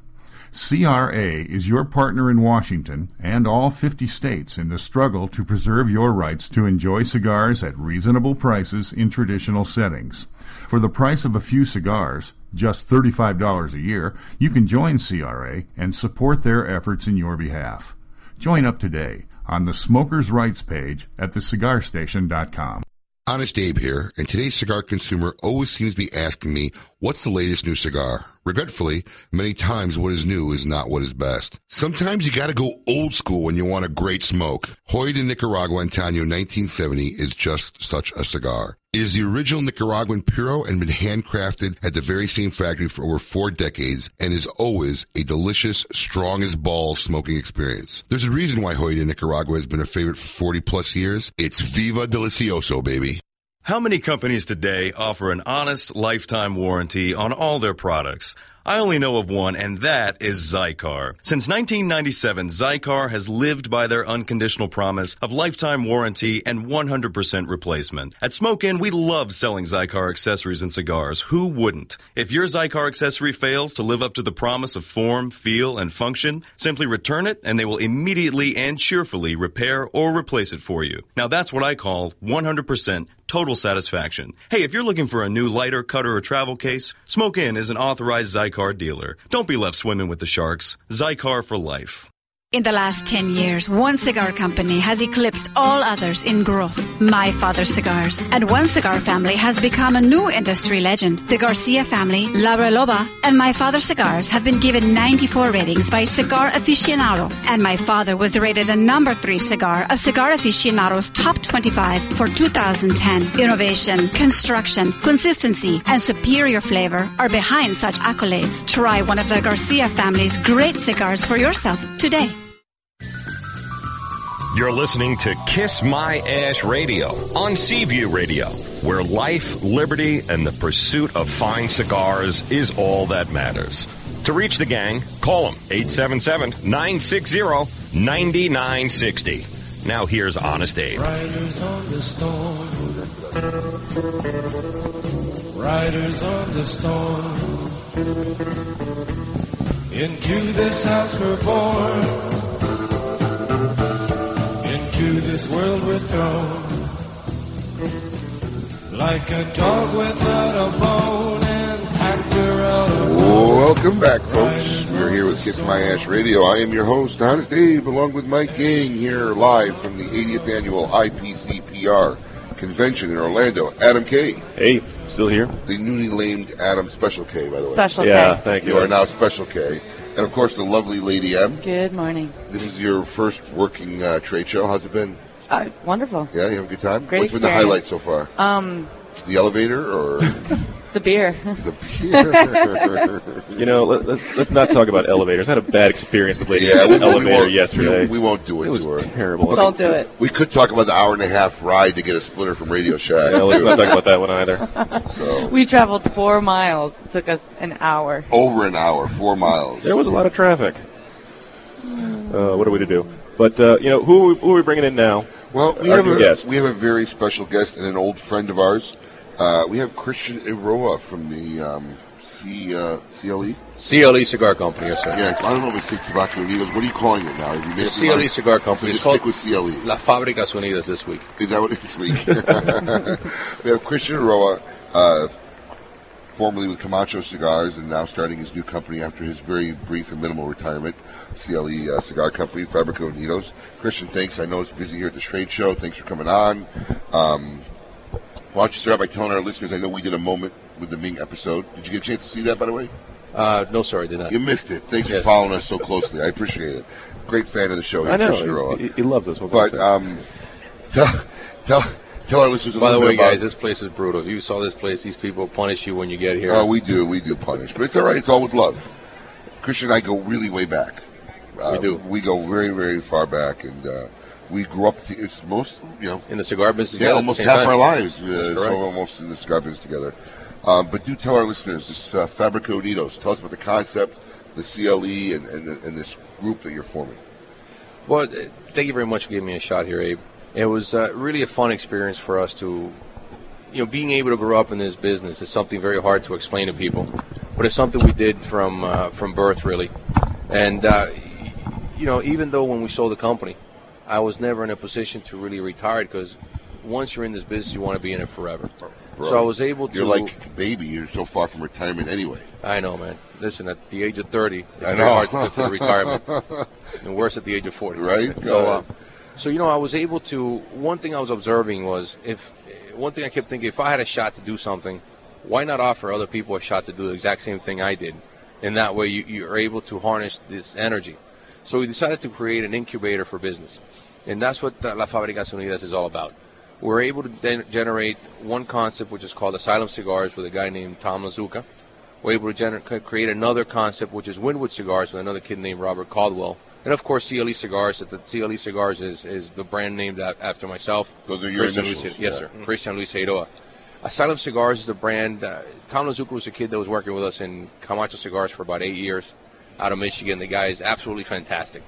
[SPEAKER 11] CRA is your partner in Washington and all 50 states in the struggle to preserve your rights to enjoy cigars at reasonable prices in traditional settings. For the price of a few cigars, just $35 a year, you can join CRA and support their efforts in your behalf. Join up today. on the smokers' rights page at thecigarstation.com.
[SPEAKER 4] Honest Abe here, and today's cigar consumer always seems to be asking me, what's the latest new cigar? Regretfully, many times what is new is not what is best. Sometimes you gotta go old school when you want a great smoke. Hoy de Nicaragua Antonio 1970 is just such a cigar. It is the original Nicaraguan Puro and been handcrafted at the very same factory for over four decades and is always a delicious, strong as balls smoking experience. There's a reason why Hoy de Nicaragua has been a favorite for 40 plus years. It's Viva Delicioso, baby.
[SPEAKER 12] How many companies today offer an honest lifetime warranty on all their products? I only know of one, and that is Zycar. Since 1997, Zycar has lived by their unconditional promise of lifetime warranty and 100% replacement. At Smoke Inn, we love selling Zycar accessories and cigars. Who wouldn't? If your Zycar accessory fails to live up to the promise of form, feel, and function, simply return it, and they will immediately and cheerfully repair or replace it for you. Now that's what I call 100% total satisfaction. Hey, if you're looking for a new lighter, cutter, or travel case, Smoke Inn is an authorized Zycar dealer. Don't be left swimming with the sharks. Zycar for life.
[SPEAKER 13] In the last 10 years, one cigar company has eclipsed all others in growth. My Father Cigars. And one cigar family has become a new industry legend. The Garcia family, La Reloba, and My Father Cigars have been given 94 ratings by Cigar Aficionado. And My Father was rated the number three cigar of Cigar Aficionado's top 25 for 2010. Innovation, construction, consistency, and superior flavor are behind such accolades. Try one of the Garcia family's great cigars for yourself today.
[SPEAKER 1] You're listening to Kiss My Ash Radio on Seaview Radio, where life, liberty, and the pursuit of fine cigars is all that matters. To reach the gang, call them 877 960 9960. Now here's Honest Abe.
[SPEAKER 14] Riders on the storm. Riders on the storm. Into this house we're born. Into this world we're thrown. Like a dog without a bone, and packed we're out of
[SPEAKER 4] Welcome back, folks. We're here with Kiss My Ash Radio. I am your host, Honest Abe, along with Mike Gang here live from the 80th annual IPCPR convention in Orlando. Adam K.
[SPEAKER 3] Hey, still here?
[SPEAKER 4] The newly lamed Adam Special K, by the way.
[SPEAKER 9] Special K.
[SPEAKER 3] Yeah, thank you.
[SPEAKER 4] You are now Special K. And of course, the lovely Lady M.
[SPEAKER 9] Good morning.
[SPEAKER 4] This is your first working uh, trade show. How's it been?
[SPEAKER 9] Uh, wonderful.
[SPEAKER 4] Yeah, you have a good time?
[SPEAKER 9] Great
[SPEAKER 4] What's been the
[SPEAKER 9] experience.
[SPEAKER 4] highlight so far?
[SPEAKER 9] Um,
[SPEAKER 4] The elevator or
[SPEAKER 9] the beer.
[SPEAKER 4] The beer.
[SPEAKER 3] You know, let, us let's not talk about elevators. I had a bad experience with Lady
[SPEAKER 4] Yeah,
[SPEAKER 3] in
[SPEAKER 4] we-
[SPEAKER 3] an
[SPEAKER 4] we
[SPEAKER 3] elevator
[SPEAKER 4] won't-
[SPEAKER 3] yesterday.
[SPEAKER 4] we won't do it.
[SPEAKER 3] It was terrible.
[SPEAKER 9] Don't do it.
[SPEAKER 4] We could talk about the hour and a half ride to get a splitter from Radio Shack.
[SPEAKER 3] Yeah, let's
[SPEAKER 4] too.
[SPEAKER 3] not talk about that one either.
[SPEAKER 9] We traveled four miles. It took us an hour.
[SPEAKER 4] Over an hour, four miles.
[SPEAKER 3] There was a lot of traffic. Uh, what are we to do? But uh, you know, who are we, who are we bringing in now?
[SPEAKER 4] Well, we
[SPEAKER 3] Our
[SPEAKER 4] have,
[SPEAKER 3] new
[SPEAKER 4] a,
[SPEAKER 3] guest.
[SPEAKER 4] we have a very special guest and an old friend of ours. Uh, we have Christian Iroa from the um, C, uh, CLE.
[SPEAKER 15] CLE E Cigar Company, yes, sir.
[SPEAKER 4] Yeah, I don't know if it's Tobacco Unidos. What are you calling it now? Have
[SPEAKER 15] The
[SPEAKER 4] you made up your
[SPEAKER 15] CLE
[SPEAKER 4] mind?
[SPEAKER 15] Cigar Company.
[SPEAKER 4] So
[SPEAKER 15] It's
[SPEAKER 4] just stick
[SPEAKER 15] called
[SPEAKER 4] with CLE.
[SPEAKER 15] La Fábricas Unidas this week.
[SPEAKER 4] Is that what it is week? we have Christian Roa, uh, formerly with Camacho Cigars, and now starting his new company after his very brief and minimal retirement, CLE uh, Cigar Company, Fabrico Unidos. Christian, thanks. I know it's busy here at the trade show. Thanks for coming on. Um, why don't you start out by telling our listeners? I know we did a moment with the Ming episode. Did you get a chance to see that, by the way?
[SPEAKER 15] Uh, no, sorry, did not.
[SPEAKER 4] You missed it. Thanks
[SPEAKER 15] Yes.
[SPEAKER 4] for following us so closely. I appreciate it. Great fan of the show.
[SPEAKER 15] I know.
[SPEAKER 4] Christian Roa.
[SPEAKER 3] He, he loves us. What can I
[SPEAKER 4] But
[SPEAKER 3] say?
[SPEAKER 4] um, tell tell tell our listeners a
[SPEAKER 15] By the
[SPEAKER 4] little
[SPEAKER 15] way,
[SPEAKER 4] bit about.
[SPEAKER 15] guys, this place is brutal. You saw this place. These people punish you when you get here.
[SPEAKER 4] Oh, we do, we do punish, but it's all right. It's all with love. Christian and I go really way back. Uh,
[SPEAKER 15] We do.
[SPEAKER 4] We go very, very far back, and uh, we grew up. To, it's most you know
[SPEAKER 15] in the cigar business.
[SPEAKER 4] Yeah,
[SPEAKER 15] together at
[SPEAKER 4] almost
[SPEAKER 15] the same
[SPEAKER 4] half
[SPEAKER 15] time.
[SPEAKER 4] our lives. Uh,
[SPEAKER 15] That's
[SPEAKER 4] so
[SPEAKER 15] correct.
[SPEAKER 4] almost in the cigar business together. Um, but do tell our listeners this uh, Fabrico Unidos. Tell us about the concept, the CLE, and and, the, and this group that you're forming.
[SPEAKER 15] Well, th- thank you very much for giving me a shot here, Abe. It was uh, really a fun experience for us to, you know, being able to grow up in this business is something very hard to explain to people, but it's something we did from uh, from birth, really. And uh, y- you know, even though when we sold the company, I was never in a position to really retire because once you're in this business, you want to be in it forever. So I was able to.
[SPEAKER 4] You're like baby. You're so far from retirement anyway.
[SPEAKER 15] I know, man. Listen, at the age of 30, it's
[SPEAKER 4] I
[SPEAKER 15] very
[SPEAKER 4] know.
[SPEAKER 15] hard to consider retirement. and worse at the age of 40.
[SPEAKER 4] Right?
[SPEAKER 15] So, uh, So you know, I was able to. One thing I was observing was if one thing I kept thinking, if I had a shot to do something, why not offer other people a shot to do the exact same thing I did? And that way, you, you are able to harness this energy. So we decided to create an incubator for business, and that's what uh, La Fabricación Unidas is all about. We're able to de- generate one concept, which is called Asylum Cigars, with a guy named Tom Lazuka. We're able to gener- c- create another concept, which is Winwood Cigars, with another kid named Robert Caldwell. And of course, CLE Cigars. That the CLE Cigars is, is the brand named a- after myself.
[SPEAKER 4] Those are your
[SPEAKER 15] Christian
[SPEAKER 4] initials,
[SPEAKER 15] Luis,
[SPEAKER 4] yeah.
[SPEAKER 15] Yes, sir. Christian Luis Heiroa. Asylum Cigars is a brand. Uh, Tom Lazuka was a kid that was working with us in Camacho Cigars for about eight years out of Michigan. The guy is absolutely fantastic.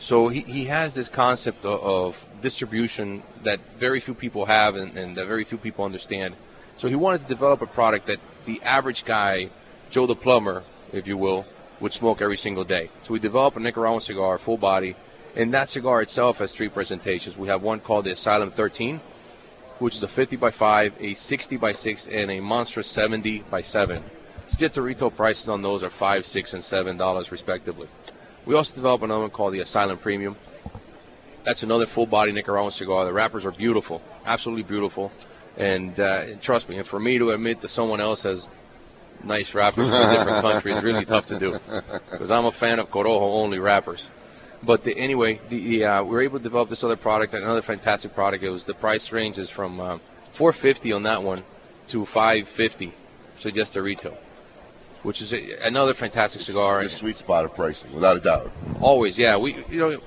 [SPEAKER 15] So he, he has this concept of, of distribution that very few people have and, and that very few people understand. So he wanted to develop a product that the average guy, Joe the plumber, if you will, would smoke every single day. So we developed a Nicaraguan cigar, full body, and that cigar itself has three presentations. We have one called the Asylum 13, which is a 50 by 5, a 60 by 6, and a monstrous 70 by 7. Suggested retail prices on those are five, six, and seven dollars respectively. We also developed another one called the Asylum Premium. That's another full-body Nicaraguan cigar. The wrappers are beautiful, absolutely beautiful, and uh, trust me. And for me to admit to someone else has nice wrappers from a different country is really tough to do because I'm a fan of Corojo only wrappers. But the, anyway, the, the, uh, we were able to develop this other product, another fantastic product. It was the price range is from uh, 450 on that one to 550, so just the retail, which is a, another fantastic cigar.
[SPEAKER 4] The sweet spot of pricing, without a doubt.
[SPEAKER 15] Always, yeah. We, you know, we-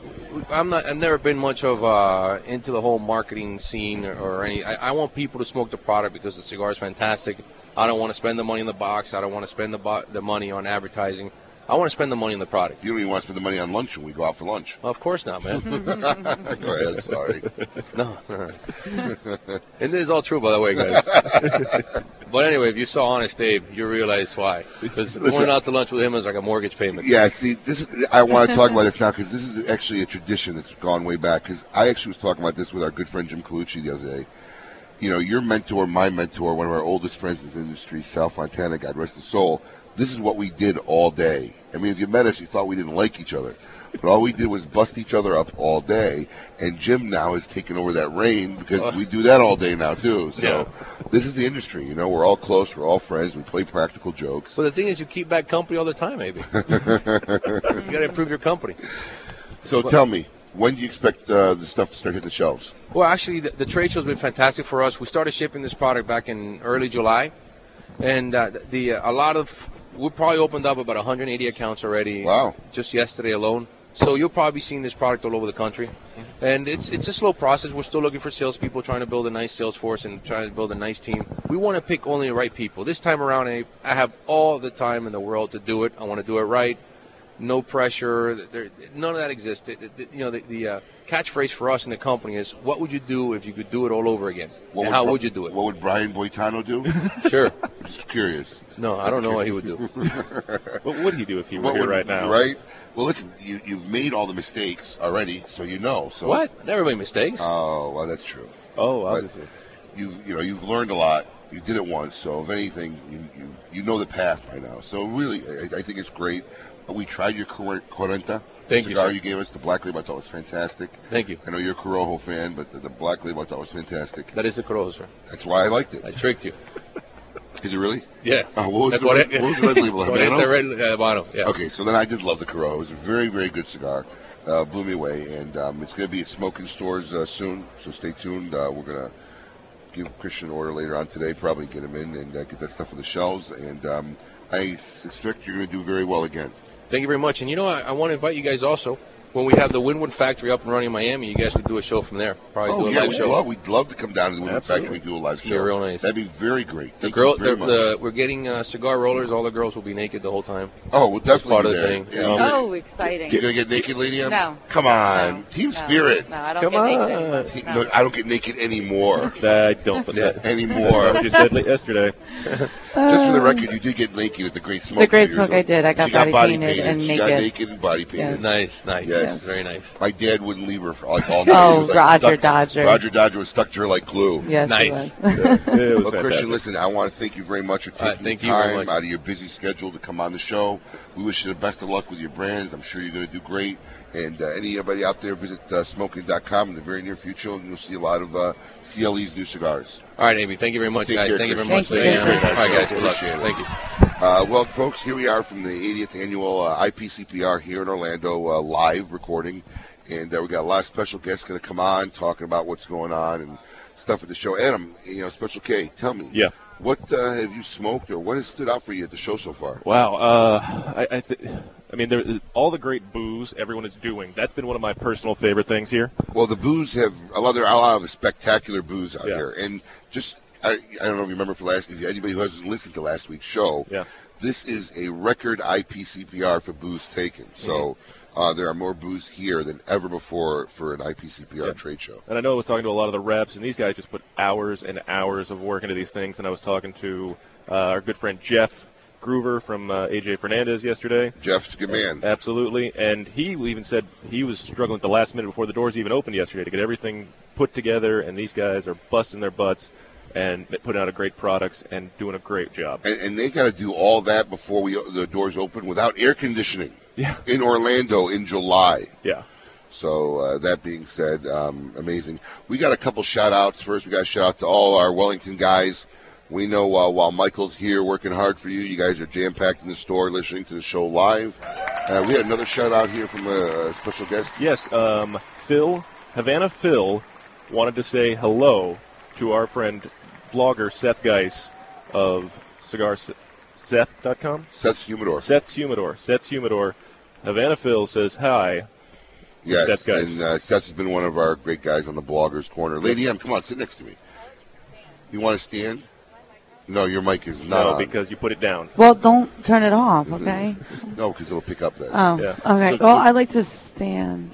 [SPEAKER 15] I'm not. I've never been much of uh, into the whole marketing scene or, or any. I, I want people to smoke the product because the cigar is fantastic. I don't want to spend the money in the box. I don't want to spend the bo- the money on advertising. I want to spend the money on the product.
[SPEAKER 4] You don't even want to spend the money on lunch when we go out for lunch.
[SPEAKER 15] Of course not, man.
[SPEAKER 4] Go ahead, sorry.
[SPEAKER 15] No. and this is all true, by the way, guys. but anyway, if you saw Honest Abe, you realize why. Because going out to lunch with him is like a mortgage payment.
[SPEAKER 4] Yeah, see, this is, I want to talk about this now because this is actually a tradition that's gone way back. Because I actually was talking about this with our good friend Jim Colucci the other day. You know, your mentor, my mentor, one of our oldest friends in this industry, Sal Fontana, God rest his soul. This is what we did all day. I mean, if you met us, you thought we didn't like each other. But all we did was bust each other up all day. And Jim now has taken over that reign because we do that all day now, too. So this is the industry. You know, we're all close. We're all friends. We play practical jokes.
[SPEAKER 15] But the thing is, you keep bad company all the time, maybe. you got to improve your company.
[SPEAKER 4] So tell me, when do you expect uh, the stuff to start hitting the shelves?
[SPEAKER 15] Well, actually, the, the trade show's been fantastic for us. We started shipping this product back in early July, and uh, the uh, a lot of we probably opened up about 180 accounts already. Wow! Just yesterday alone. So you'll probably be seeing this product all over the country,
[SPEAKER 4] Mm-hmm.
[SPEAKER 15] and it's it's a slow process. We're still looking for salespeople, trying to build a nice sales force and trying to build a nice team. We want to pick only the right people. This time around, I, I have all the time in the world to do it. I want to do it right no pressure. There, none of that exists. The- the- you know, the, the uh, catchphrase for us in the company is, "What would you do if you could do it all over again?
[SPEAKER 4] What
[SPEAKER 15] and
[SPEAKER 4] would
[SPEAKER 15] how
[SPEAKER 4] Bri-
[SPEAKER 15] would you do it?"
[SPEAKER 4] What would Brian Boitano do?
[SPEAKER 15] Sure.
[SPEAKER 4] Just curious.
[SPEAKER 15] No, I don't know what he would do.
[SPEAKER 4] what
[SPEAKER 3] would he do if he were here right now?
[SPEAKER 4] Right. Well, listen, you, you've made all the mistakes already, so you know. So
[SPEAKER 15] What? Never made mistakes.
[SPEAKER 4] Oh, well, that's true.
[SPEAKER 3] Oh,
[SPEAKER 4] obviously. You've you know you've learned a lot. You did it once, so if anything, you you, you know the path by now. So really, I, I think it's great. We tried your Cor- Corenta
[SPEAKER 15] Thank you,
[SPEAKER 4] cigar
[SPEAKER 15] sir.
[SPEAKER 4] you gave us. The black label I thought was fantastic.
[SPEAKER 15] Thank you.
[SPEAKER 4] I know you're a Corojo fan, but the, the black label I thought was fantastic.
[SPEAKER 15] That is the Corojo, sir.
[SPEAKER 4] That's why I liked it.
[SPEAKER 15] I tricked you.
[SPEAKER 4] Is it really?
[SPEAKER 15] Yeah.
[SPEAKER 4] Uh, what, was
[SPEAKER 15] That's
[SPEAKER 4] the
[SPEAKER 15] what
[SPEAKER 4] red,
[SPEAKER 15] it-
[SPEAKER 4] what was the red label?
[SPEAKER 15] What is
[SPEAKER 4] Habano?
[SPEAKER 15] the red- uh, Habano, yeah.
[SPEAKER 4] Okay, so then I did love the Corojo. It was a very, very good cigar. Uh, blew me away, and um, it's going to be at smoking stores uh, soon. So stay tuned. Uh, we're going to give Christian an order later on today. Probably get him in and uh, get that stuff on the shelves. And um, I suspect you're going to do very well again.
[SPEAKER 15] Thank you very much. And you know, I, I want to invite you guys also when we have the Winwood Factory up and running in Miami. You guys could do a show from there. Probably
[SPEAKER 4] oh
[SPEAKER 15] do a
[SPEAKER 4] yeah,
[SPEAKER 15] live
[SPEAKER 4] we'd
[SPEAKER 15] show.
[SPEAKER 4] love, we'd love to come down to the Women's Factory and do a live
[SPEAKER 15] It'd be
[SPEAKER 4] show.
[SPEAKER 15] real nice.
[SPEAKER 4] That'd be very great.
[SPEAKER 15] The
[SPEAKER 4] Thank
[SPEAKER 15] girl,
[SPEAKER 4] you very
[SPEAKER 15] the,
[SPEAKER 4] much.
[SPEAKER 15] the, we're getting uh, cigar rollers. All the girls will be naked the whole time.
[SPEAKER 4] Oh, we'll
[SPEAKER 15] That's
[SPEAKER 4] definitely
[SPEAKER 15] part
[SPEAKER 4] be
[SPEAKER 15] of the
[SPEAKER 4] there.
[SPEAKER 15] thing.
[SPEAKER 4] Yeah. Oh,
[SPEAKER 8] Oh, exciting.
[SPEAKER 4] You're gonna get naked, lady? M?
[SPEAKER 8] No.
[SPEAKER 4] Come on, team
[SPEAKER 8] no,
[SPEAKER 4] spirit.
[SPEAKER 8] no, I don't Come get naked on. anymore.
[SPEAKER 4] Te-
[SPEAKER 8] No.
[SPEAKER 4] no, I don't get naked anymore.
[SPEAKER 3] I don't, but that-
[SPEAKER 4] anymore.
[SPEAKER 3] that's what you said late- yesterday. Uh,
[SPEAKER 4] Just for the record, you did get naked at the Great Smoke.
[SPEAKER 9] The Great
[SPEAKER 4] two years
[SPEAKER 9] Smoke,
[SPEAKER 4] ago.
[SPEAKER 9] I did. I got
[SPEAKER 4] she got
[SPEAKER 9] body painted
[SPEAKER 4] painted
[SPEAKER 9] and
[SPEAKER 4] she Got
[SPEAKER 9] naked.
[SPEAKER 4] naked and body painted.
[SPEAKER 15] Nice, nice.
[SPEAKER 4] Yeah,
[SPEAKER 15] Yes, very nice.
[SPEAKER 4] My dad wouldn't leave her for like all night.
[SPEAKER 9] Oh,
[SPEAKER 4] He was, like,
[SPEAKER 9] Roger
[SPEAKER 4] stuck-
[SPEAKER 9] Dodger.
[SPEAKER 4] Roger Dodger was stuck to her like glue.
[SPEAKER 9] Yes, he Nice. was.
[SPEAKER 4] Yeah.
[SPEAKER 9] Yeah, it was
[SPEAKER 4] well,
[SPEAKER 9] fantastic.
[SPEAKER 4] Christian, listen, I want to thank you very much for taking
[SPEAKER 15] Uh, thank
[SPEAKER 4] the
[SPEAKER 15] you very
[SPEAKER 4] time
[SPEAKER 15] much.
[SPEAKER 4] out of your busy schedule to come on the show. We wish you the best of luck with your brands. I'm sure you're going to do great. And uh, anybody out there, visit uh, smoking.com in the very near future, and you'll see a lot of uh, CLE's new cigars.
[SPEAKER 15] All right, Amy. Thank you very much,
[SPEAKER 4] Take
[SPEAKER 15] guys.
[SPEAKER 4] care,
[SPEAKER 15] thank you very much.
[SPEAKER 4] Christian.
[SPEAKER 15] for the- All right, guys. Good luck.
[SPEAKER 4] Appreciate it.
[SPEAKER 15] Thank you.
[SPEAKER 4] Uh, well, folks, here we are from the 80th annual uh, IPCPR here in Orlando, uh, live recording, and uh, we got a lot of special guests going to come on talking about what's going on and stuff at the show. Adam, you know, Special K, tell me,
[SPEAKER 3] Yeah.
[SPEAKER 4] what uh, have you smoked or what has stood out for you at the show so far?
[SPEAKER 3] Wow. Uh, I, I, th- I mean, there, all the great booze everyone is doing. That's been one of my personal favorite things here.
[SPEAKER 4] Well, the booze have a lot. There are a lot of spectacular booze out here, and just I, I don't know if you remember for last if anybody who hasn't listened to last week's show.
[SPEAKER 3] Yeah.
[SPEAKER 4] This is a record IPCPR for booze taken. So uh, there are more booze here than ever before for an IPCPR trade show.
[SPEAKER 3] And I know I was talking to a lot of the reps, and these guys just put hours and hours of work into these things. And I was talking to uh, our good friend Jeff Groover from uh, AJ Fernandez yesterday.
[SPEAKER 4] Jeff's a good man.
[SPEAKER 3] Absolutely. And he even said he was struggling at the last minute before the doors even opened yesterday to get everything put together. And these guys are busting their butts and putting out a great products and doing a great job.
[SPEAKER 4] And, and they got to do all that before we the doors open without air conditioning. Yeah. In Orlando in July.
[SPEAKER 3] Yeah.
[SPEAKER 4] So uh, that being said, um, amazing. We got a couple shout outs. First, we got a shout out to all our Wellington guys. We know uh, while Michael's here working hard for you, you guys are jam packed in the store listening to the show live. Uh, we had another shout out here from a, a special guest.
[SPEAKER 3] Yes, um, Phil, Havana Phil, wanted to say hello to our friend blogger Seth Geis of Cigar Seth.com?
[SPEAKER 4] Seth's Humidor.
[SPEAKER 3] Seth's Humidor. Seth's Humidor. Havana Phil says hi.
[SPEAKER 4] Yes,
[SPEAKER 3] Seth Geis.
[SPEAKER 4] and uh, Seth has been one of our great guys on the Bloggers Corner. Lady M, come on, sit next to me. You want to stand? No, your mic is not.
[SPEAKER 3] No,
[SPEAKER 4] on.
[SPEAKER 3] because you put it down.
[SPEAKER 9] Well, don't turn it off, okay?
[SPEAKER 4] No, because it'll pick up then.
[SPEAKER 9] Oh, okay. well, I like to stand.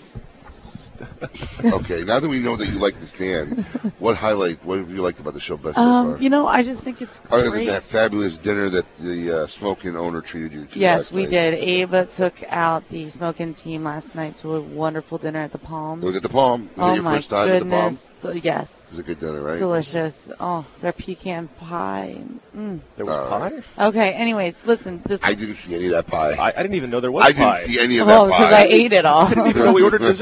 [SPEAKER 4] okay, now that we know that you like to stand, what highlight, what have you liked about the show best
[SPEAKER 9] Um,
[SPEAKER 4] so
[SPEAKER 9] you know, I just think it's
[SPEAKER 4] far? Other than
[SPEAKER 9] great.
[SPEAKER 4] that fabulous dinner that the uh, smoking owner treated you to.
[SPEAKER 9] Yes,
[SPEAKER 4] last
[SPEAKER 9] we
[SPEAKER 4] night.
[SPEAKER 9] did. Ava took out the smoking team last night to a wonderful dinner at the Palm.
[SPEAKER 4] Was it the Palm? Was
[SPEAKER 9] oh
[SPEAKER 4] it your
[SPEAKER 9] my
[SPEAKER 4] first time at the Palm?
[SPEAKER 9] goodness! So- yes.
[SPEAKER 4] It was a good dinner, right?
[SPEAKER 9] Delicious. Oh, their pecan pie. Mm.
[SPEAKER 3] There was pie?
[SPEAKER 9] Okay. Anyways, listen. This.
[SPEAKER 4] Uh, I didn't see any of that pie.
[SPEAKER 3] I, I didn't even know there was
[SPEAKER 4] I didn't
[SPEAKER 3] pie.
[SPEAKER 4] see any of that
[SPEAKER 9] Well,
[SPEAKER 4] pie.
[SPEAKER 9] because I ate it all.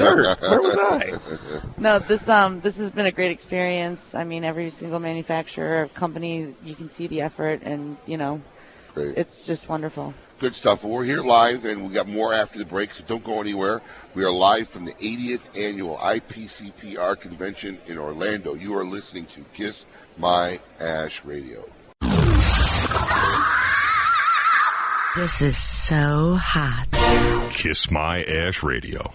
[SPEAKER 4] I?
[SPEAKER 9] No, this um this has been a great experience. I mean, every single manufacturer company, you can see the effort, and you know,
[SPEAKER 4] Great.
[SPEAKER 9] it's just wonderful.
[SPEAKER 4] Good stuff. Well, we're here live, and we got more after the break, so don't go anywhere. We are live from the 80th annual IPCPR convention in Orlando. You are listening to Kiss My Ash Radio.
[SPEAKER 10] This is so hot.
[SPEAKER 1] Kiss My Ash Radio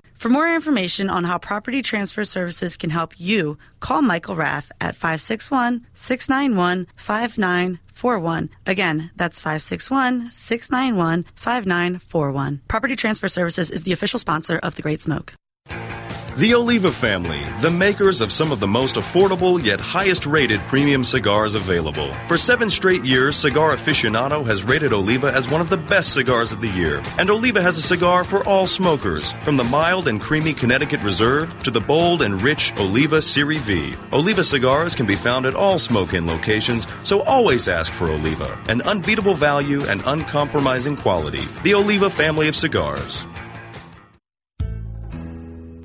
[SPEAKER 10] For more information on how property transfer services can help you, call Michael Raff at 561 691 5941. Again, that's 561 691 5941. Property Transfer Services is the official sponsor of The Great Smoke.
[SPEAKER 12] The Oliva family, the makers of some of the most affordable yet highest rated premium cigars available. For seven straight years, Cigar Aficionado has rated Oliva as one of the best cigars of the year. And Oliva has a cigar for all smokers, from the mild and creamy Connecticut Reserve to the bold and rich Oliva Siri V. Oliva cigars can be found at all smoke in locations, so always ask for Oliva. An unbeatable value and uncompromising quality. The Oliva family of cigars.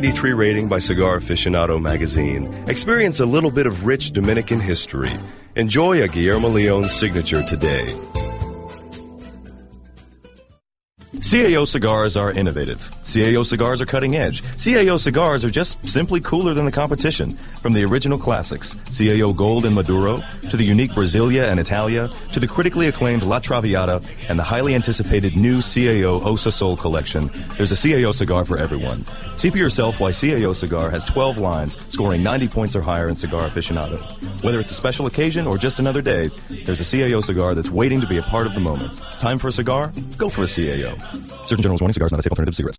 [SPEAKER 12] 93 rating by Cigar Aficionado magazine. Experience a little bit of rich Dominican history. Enjoy a Guillermo Leone signature today. CAO cigars are innovative. CAO cigars are cutting edge. CAO cigars are just simply cooler than the competition. From the original classics, CAO Gold and Maduro, to the unique Brasilia and Italia, to the critically acclaimed La Traviata, and the highly anticipated new CAO Osa Sol collection, there's a CAO cigar for everyone. See for yourself why CAO Cigar has 12 lines, scoring 90 points or higher in Cigar Aficionado. Whether it's a special occasion or just another day, there's a CAO cigar that's waiting to be a part of the moment. Time for a cigar? Go for a CAO. Surgeon General's warning cigars not a safe alternative to cigarettes.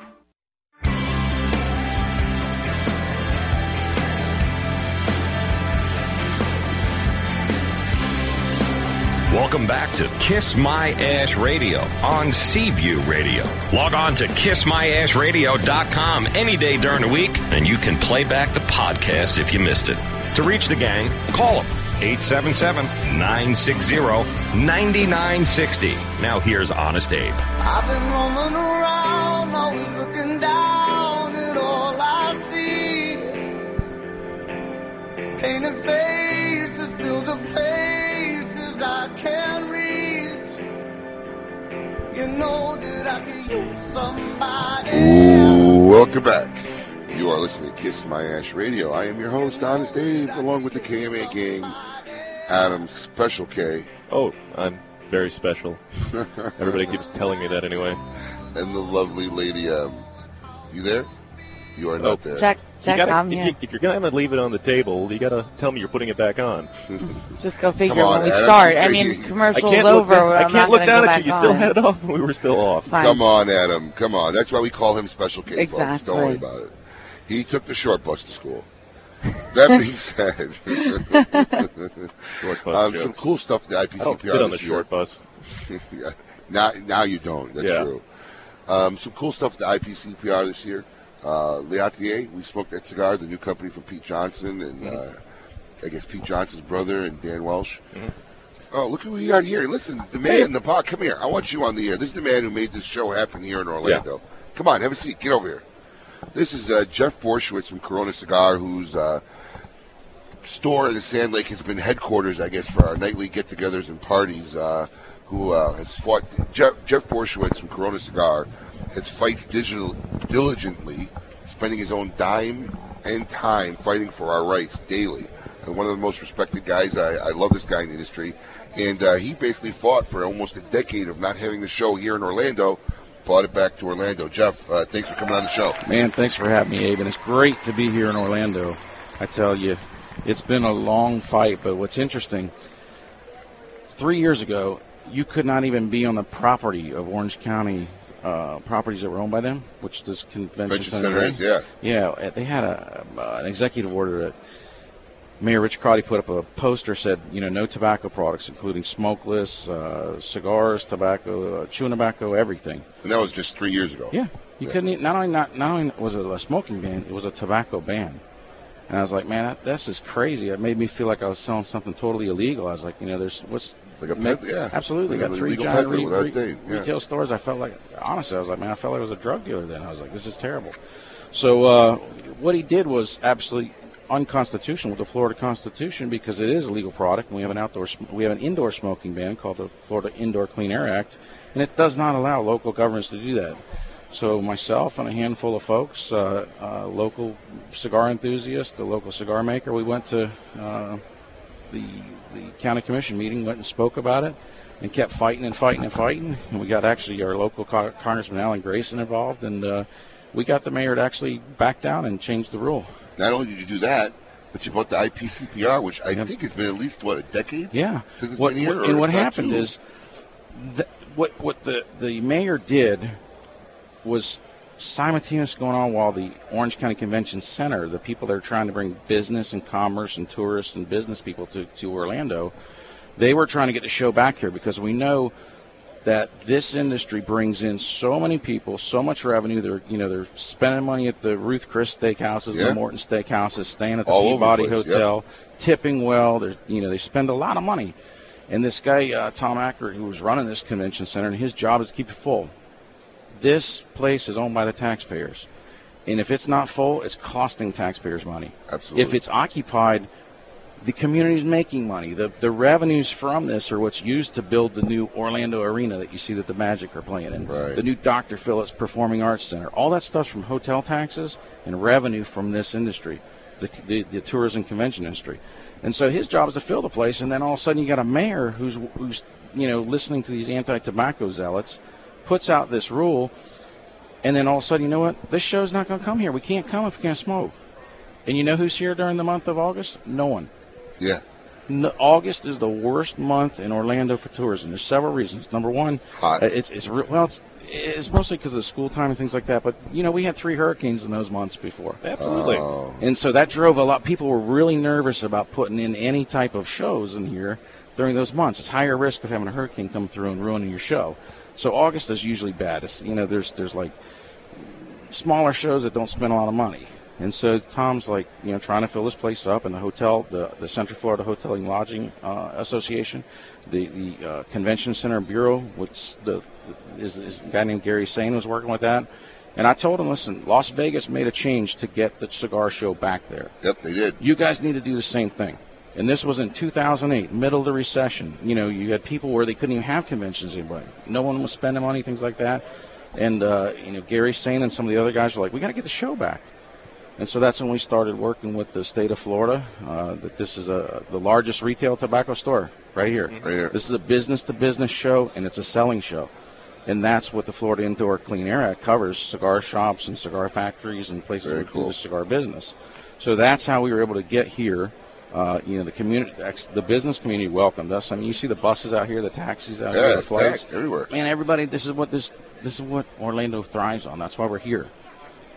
[SPEAKER 1] Welcome back to Kiss My Ash Radio on Seaview Radio. Log on to kissmyashradio.com any day during the week, and you can play back the podcast if you missed it. To reach the gang, call them 877 960 9960. Now here's Honest Abe.
[SPEAKER 14] I've been roaming around, always looking down at all I see. Painted faces fill the places I can't reach. You know that I could use somebody.
[SPEAKER 4] Welcome back. You are listening to Kiss My Ash Radio. I am your host, Honest Dave, along with the KMA gang, Adam Special K.
[SPEAKER 3] Oh, I'm very special. Everybody keeps telling me that anyway.
[SPEAKER 4] And the lovely lady, um, you there? You are not there.
[SPEAKER 9] Check, check,
[SPEAKER 3] Oh, you gotta,
[SPEAKER 9] I'm
[SPEAKER 3] if
[SPEAKER 9] here.
[SPEAKER 3] You, if you're gonna leave it on the table, you gotta tell me you're putting it back on.
[SPEAKER 9] Just go figure when we start. I mean, commercial's over.
[SPEAKER 3] I
[SPEAKER 9] I'm
[SPEAKER 3] can't
[SPEAKER 9] not
[SPEAKER 3] look
[SPEAKER 9] gonna
[SPEAKER 3] down
[SPEAKER 9] go
[SPEAKER 3] at
[SPEAKER 9] back
[SPEAKER 3] you. You still
[SPEAKER 9] on.
[SPEAKER 3] had it off when we were still off.
[SPEAKER 9] fine.
[SPEAKER 4] Come on, Adam. Come on. That's why we call him Special K. Folks.
[SPEAKER 9] Exactly.
[SPEAKER 4] Don't worry about it. He took the short bus to school. That being said,
[SPEAKER 3] Short bus
[SPEAKER 4] um, some
[SPEAKER 3] jokes.
[SPEAKER 4] cool stuff. The IPCPR
[SPEAKER 3] I don't fit on the
[SPEAKER 4] this year.
[SPEAKER 3] short bus.
[SPEAKER 4] yeah. Now, now you don't. That's
[SPEAKER 3] Yeah.
[SPEAKER 4] true. Um, some cool stuff at the IPCPR this year. Uh, Leotier, we smoked that cigar, the new company from Pete Johnson and
[SPEAKER 9] Mm-hmm.
[SPEAKER 4] uh, I guess Pete Johnson's brother and Dan Welsh.
[SPEAKER 3] Mm-hmm.
[SPEAKER 4] Oh, look who we got here. Listen, the man in the pot. Come here. I want you on the air. This is the man who made this show happen here in Orlando. Come on, have a seat. Get over here. This is uh, Jeff Borschwitz from Corona Cigar, whose uh, store in Sand Lake has been headquarters, I guess, for our nightly get togethers and parties. Uh, who uh, has fought Jeff, Jeff Borschwitz from Corona Cigar has fights digital diligently, spending his own dime and time fighting for our rights daily. And one of the most respected guys. I, I love this guy in the industry, and uh, he basically fought for almost a decade of not having the show here in Orlando. Brought it back to Orlando. Jeff, uh, thanks for coming on the show.
[SPEAKER 16] Man, thanks for having me, Abe, and it's great to be here in Orlando. I tell you, it's been a long fight, but what's interesting, three years ago, you could not even be on the property of Orange County uh, properties that were owned by them, which this convention,
[SPEAKER 4] Convention center is,
[SPEAKER 16] yeah. Yeah, they had a, uh, an executive order that Mayor Rich Crotty put up a poster said, you know, no tobacco products, including smokeless, uh, cigars, tobacco, uh, chewing tobacco, everything.
[SPEAKER 4] And that was just three years ago.
[SPEAKER 16] Yeah, you couldn't. eat- Not only not not only was it a smoking ban, it was a tobacco ban. And I was like, man, that, this is crazy. It made me feel like I was selling something totally illegal. I was like, you know, there's what's
[SPEAKER 4] like a
[SPEAKER 16] pet,
[SPEAKER 4] yeah,
[SPEAKER 16] absolutely.
[SPEAKER 4] like
[SPEAKER 16] got
[SPEAKER 4] an
[SPEAKER 16] three
[SPEAKER 4] illegal
[SPEAKER 16] giant
[SPEAKER 4] pet
[SPEAKER 16] re-
[SPEAKER 4] without
[SPEAKER 16] re-
[SPEAKER 4] date, yeah.
[SPEAKER 16] retail stores. I felt like, honestly, I was like, man, I felt like I was a drug dealer then. I was like, this is terrible. So uh, what he did was absolutely unconstitutional with the Florida Constitution because it is a legal product. And we have an outdoor, sm- we have an indoor smoking ban called the Florida Indoor Clean Air Act, and it does not allow local governments to do that. So myself and a handful of folks, uh, uh, local cigar enthusiast, the local cigar maker, we went to uh, the the county commission meeting, went and spoke about it, and kept fighting and fighting and fighting. And we got actually our local co- congressman Alan Grayson involved, and uh, we got the mayor to actually back down and change the rule.
[SPEAKER 4] Not only did you do that, but you bought the IPCPR, which I think has been at least what a decade.
[SPEAKER 16] Yeah.
[SPEAKER 4] Since it's
[SPEAKER 16] What,
[SPEAKER 4] been here,
[SPEAKER 16] what-
[SPEAKER 4] or
[SPEAKER 16] and what
[SPEAKER 4] if not
[SPEAKER 16] happened
[SPEAKER 4] two.
[SPEAKER 16] is, the, what what the the mayor did was simultaneous going on while the Orange County Convention Center, the people that are trying to bring business and commerce and tourists and business people to, to Orlando, they were trying to get the show back here because we know that this industry brings in so many people, so much revenue. They're you know they're spending money at the Ruth Chris steakhouses,
[SPEAKER 4] Yeah.
[SPEAKER 16] the Morton steakhouses, staying at the
[SPEAKER 4] All over the
[SPEAKER 16] Peabody
[SPEAKER 4] place, yeah.
[SPEAKER 16] Hotel, tipping well. They're you know they spend a lot of money. And this guy uh, Tom Acker, who was running this convention center, and his job is to keep it full. This place is owned by the taxpayers, and if it's not full, it's costing taxpayers money.
[SPEAKER 4] Absolutely.
[SPEAKER 16] If it's occupied, the community's making money. The the revenues from this are what's used to build the new Orlando arena that you see that the Magic are playing in. Right. The new Dr. Phillips Performing Arts Center. All that stuff's from hotel taxes and revenue from this industry, the the, the tourism convention industry. And so his job is to fill the place, and then all of a sudden you got a mayor who's who's you know listening to these anti-tobacco zealots, puts out this rule, and then all of a sudden you know what? This show's not going to come here. We can't come if we can't smoke. And you know who's here during the month of August? No one.
[SPEAKER 4] Yeah.
[SPEAKER 16] No, August is the worst month in Orlando for tourism. There's several reasons. Number one, uh, it's it's re- well, it's it's mostly because of school time and things like that. But you know, we had three hurricanes in those months before.
[SPEAKER 4] Absolutely. Oh.
[SPEAKER 16] And so that drove a lot. People were really nervous about putting in any type of shows in here during those months. It's higher risk of having a hurricane come through and ruining your show. So August is usually bad. It's, you know, there's there's like smaller shows that don't spend a lot of money. And so Tom's like, you know, trying to fill this place up, and the hotel, the, the Central Florida Hotel and Lodging uh, Association, the the uh, Convention Center Bureau, which the, the is, is a guy named Gary Sane was working with that. And I told him, listen, Las Vegas made a change to get the cigar show back there.
[SPEAKER 4] Yep, they did.
[SPEAKER 16] You guys need to do the same thing. And this was in 2008, middle of the recession. You know, you had people where they couldn't even have conventions anymore. No one was spending money, things like that. And uh, you know, Gary Sane and some of the other guys were like, "We got to get the show back." And so that's when we started working with the state of Florida. Uh, that this is a, the largest retail tobacco store right here. Right here. This is a business-to-business show, and it's a selling show. And that's what the Florida Indoor Clean Air Act covers: cigar shops and cigar factories and places that do the cigar business. So that's how we were able to get here. Uh, you know, the community, the business community welcomed us. I mean, you see the buses out here, the taxis out
[SPEAKER 4] Yeah,
[SPEAKER 16] here, the
[SPEAKER 4] it's
[SPEAKER 16] flights
[SPEAKER 4] packed everywhere.
[SPEAKER 16] man, everybody, this is what this this is what Orlando thrives on. That's why we're here.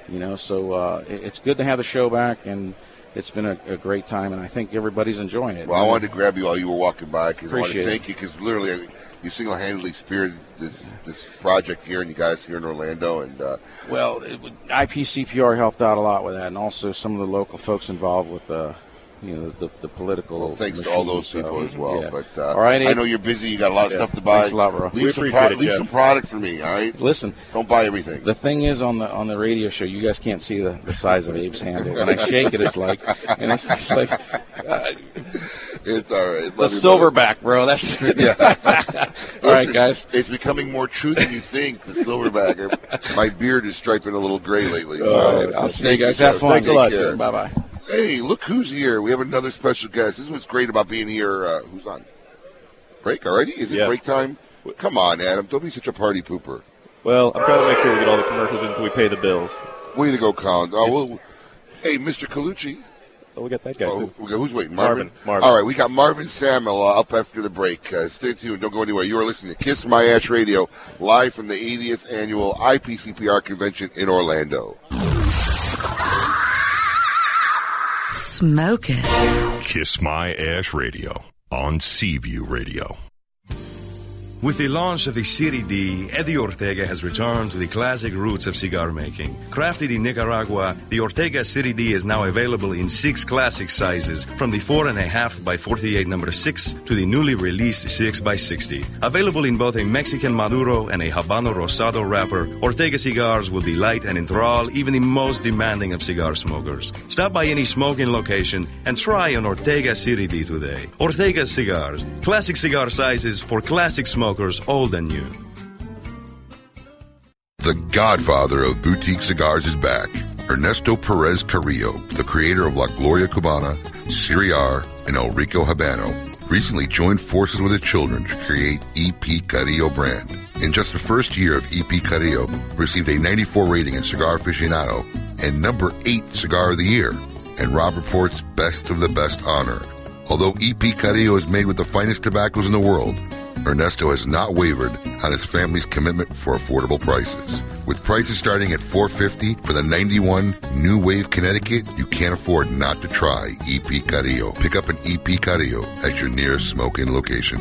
[SPEAKER 16] You know, so uh, it, it's good to have the show back, and it's been a, a great time, and I think everybody's enjoying it.
[SPEAKER 4] Well, I wanted to grab you while you were walking by because I want
[SPEAKER 16] Appreciate
[SPEAKER 4] to
[SPEAKER 16] it.
[SPEAKER 4] thank you because literally I mean, you single-handedly spearheaded this this project here and you guys here in Orlando and uh,
[SPEAKER 16] Well, it, would- IPCPR helped out a lot with that, and also some of the local folks involved with the, you know, the, the political.
[SPEAKER 4] well, thanks to all
[SPEAKER 16] machine,
[SPEAKER 4] those
[SPEAKER 16] so,
[SPEAKER 4] people as well.
[SPEAKER 16] yeah.
[SPEAKER 4] But uh,
[SPEAKER 16] all right,
[SPEAKER 4] I
[SPEAKER 16] Abe.
[SPEAKER 4] know you're busy. You got a lot of
[SPEAKER 16] Yeah.
[SPEAKER 4] stuff to buy.
[SPEAKER 16] Thanks a lot, bro.
[SPEAKER 4] Leave, some, pro- leave some product for me. All right.
[SPEAKER 16] Listen,
[SPEAKER 4] don't buy everything.
[SPEAKER 16] The thing is, on the on the radio show, you guys can't see the, the size of Abe's hand. But when I shake it, it's like, and it's just like
[SPEAKER 4] It's all right.
[SPEAKER 16] the silverback, bro. That's
[SPEAKER 4] yeah.
[SPEAKER 16] all right,
[SPEAKER 4] Listen,
[SPEAKER 16] guys.
[SPEAKER 4] It's becoming more true than you think. The silverback. My beard is striping a little gray lately. So
[SPEAKER 16] All right, I'll see you
[SPEAKER 4] thank
[SPEAKER 16] guys. Have
[SPEAKER 4] sir.
[SPEAKER 16] fun.
[SPEAKER 4] Take
[SPEAKER 16] Thanks a lot.
[SPEAKER 4] care.
[SPEAKER 16] Bye-bye.
[SPEAKER 4] Hey, look who's here. We have another special guest. This is what's great about being here. Uh, who's on? Break already? Is it
[SPEAKER 3] Yeah.
[SPEAKER 4] break time? Come on, Adam. Don't be such a party pooper.
[SPEAKER 3] Well, I'm trying to make sure we get all the commercials in so we pay the bills.
[SPEAKER 4] Way to go, Colin. Oh, well, hey, Mr. Colucci.
[SPEAKER 3] Oh, we got that guy.
[SPEAKER 4] Oh,
[SPEAKER 3] too.
[SPEAKER 4] we got- who's waiting? Marvin.
[SPEAKER 3] Marvin. Marvin.
[SPEAKER 4] All right, we got Marvin Samuel uh, up after the break. Uh, stay tuned. Don't go anywhere. You are listening to Kiss My Ash Radio, live from the 80th annual IPCPR convention in Orlando.
[SPEAKER 10] Smoke it.
[SPEAKER 1] Kiss My Ash Radio on Seaview Radio.
[SPEAKER 12] With the launch of the Serie D, Eddie Ortega has returned to the classic roots of cigar making. Crafted in Nicaragua, the Ortega Serie D is now available in six classic sizes, from the 4.5 by 48 number 6 to the newly released 6 by 60. Available in both a Mexican Maduro and a Habano Rosado wrapper, Ortega cigars will delight and enthrall even the most demanding of cigar smokers. Stop by any smoking location and try an Ortega Serie D today. Ortega Cigars, classic cigar sizes for classic smokers old and new.
[SPEAKER 4] The godfather of boutique cigars is back. Ernesto Perez Carrillo, the creator of La Gloria Cubana, Siriar, and El Rico Habano, recently joined forces with his children to create EP Carrillo brand. In just the first year of EP Carrillo, received a 94 rating in Cigar Aficionado and number 8 Cigar of the Year, and Rob reports Best of the Best honor. Although EP Carrillo is made with the finest tobaccos in the world, Ernesto has not wavered on his family's commitment for affordable prices. With prices starting at 450 for the 91 New Wave Connecticut, you can't afford not to try E Picarillo. Pick up an E Picarillo at your nearest smoking location.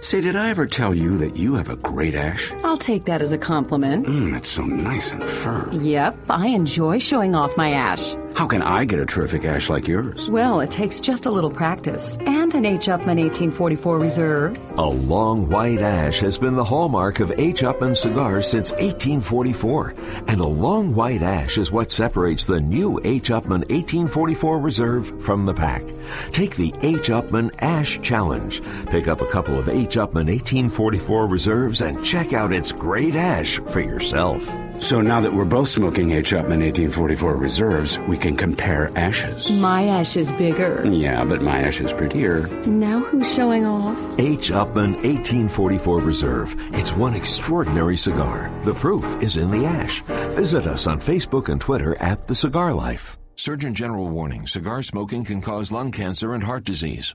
[SPEAKER 17] Say, did I ever tell you that you have a great ash?
[SPEAKER 18] I'll take that as a compliment.
[SPEAKER 17] Mmm, it's so nice and firm.
[SPEAKER 18] Yep, I enjoy showing off my ash.
[SPEAKER 17] How can I get a terrific ash like yours?
[SPEAKER 18] Well, it takes just a little practice and an H Upman 1844 Reserve.
[SPEAKER 19] A long white ash has been the hallmark of H. Upman cigars since 1844. And a long white ash is what separates the new H. Upman 1844 Reserve from the pack. Take the H. Upman Ash Challenge. Pick up a couple of H. Upman 1844 Reserves and check out its great ash for yourself.
[SPEAKER 17] So now that we're both smoking H. Upman 1844 Reserves, we can compare ashes.
[SPEAKER 18] My ash is bigger.
[SPEAKER 17] Yeah, but my ash is prettier.
[SPEAKER 18] Now who's showing off?
[SPEAKER 19] H. Upman 1844 Reserve. It's one extraordinary cigar. The proof is in the ash. Visit us on Facebook and Twitter at The Cigar Life.
[SPEAKER 20] Surgeon General warning cigar smoking can cause lung cancer and heart disease.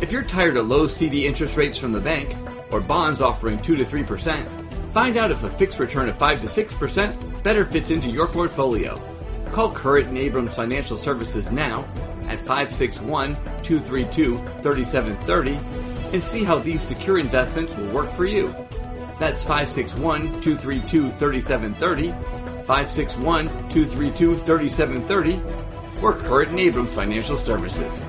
[SPEAKER 21] If you're tired of low CD interest rates from the bank or bonds offering 2 to 3%, find out if a fixed return of 5 to 6% better fits into your portfolio. Call Current and Abrams Financial Services now at 561 232 3730 and see how these secure investments will work for you. That's 561 232 3730, 561 232 3730, or Current and Abrams Financial Services.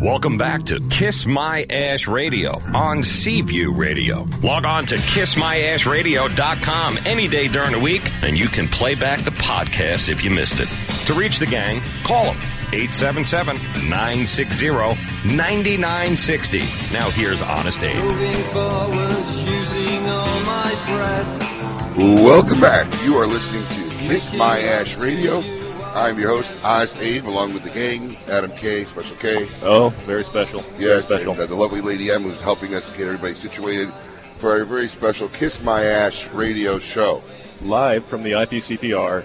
[SPEAKER 1] Welcome back to Kiss My Ash Radio on Seaview Radio. Log on to kissmyashradio.com any day during the week, and you can play back the podcast if you missed it. To reach the gang, call them 877 960 9960. Now here's Honest Abe.
[SPEAKER 5] Moving forwards, using all my breath.
[SPEAKER 4] Welcome back. You are listening to Kiss My Ash Radio. I'm your host, Honest Abe, along with the gang, Adam K, Special K.
[SPEAKER 3] Oh, very special.
[SPEAKER 4] Yes,
[SPEAKER 3] very special.
[SPEAKER 4] and, uh, the lovely Lady M who's helping us get everybody situated for our very special Kiss My Ash radio show.
[SPEAKER 3] Live from the IPCPR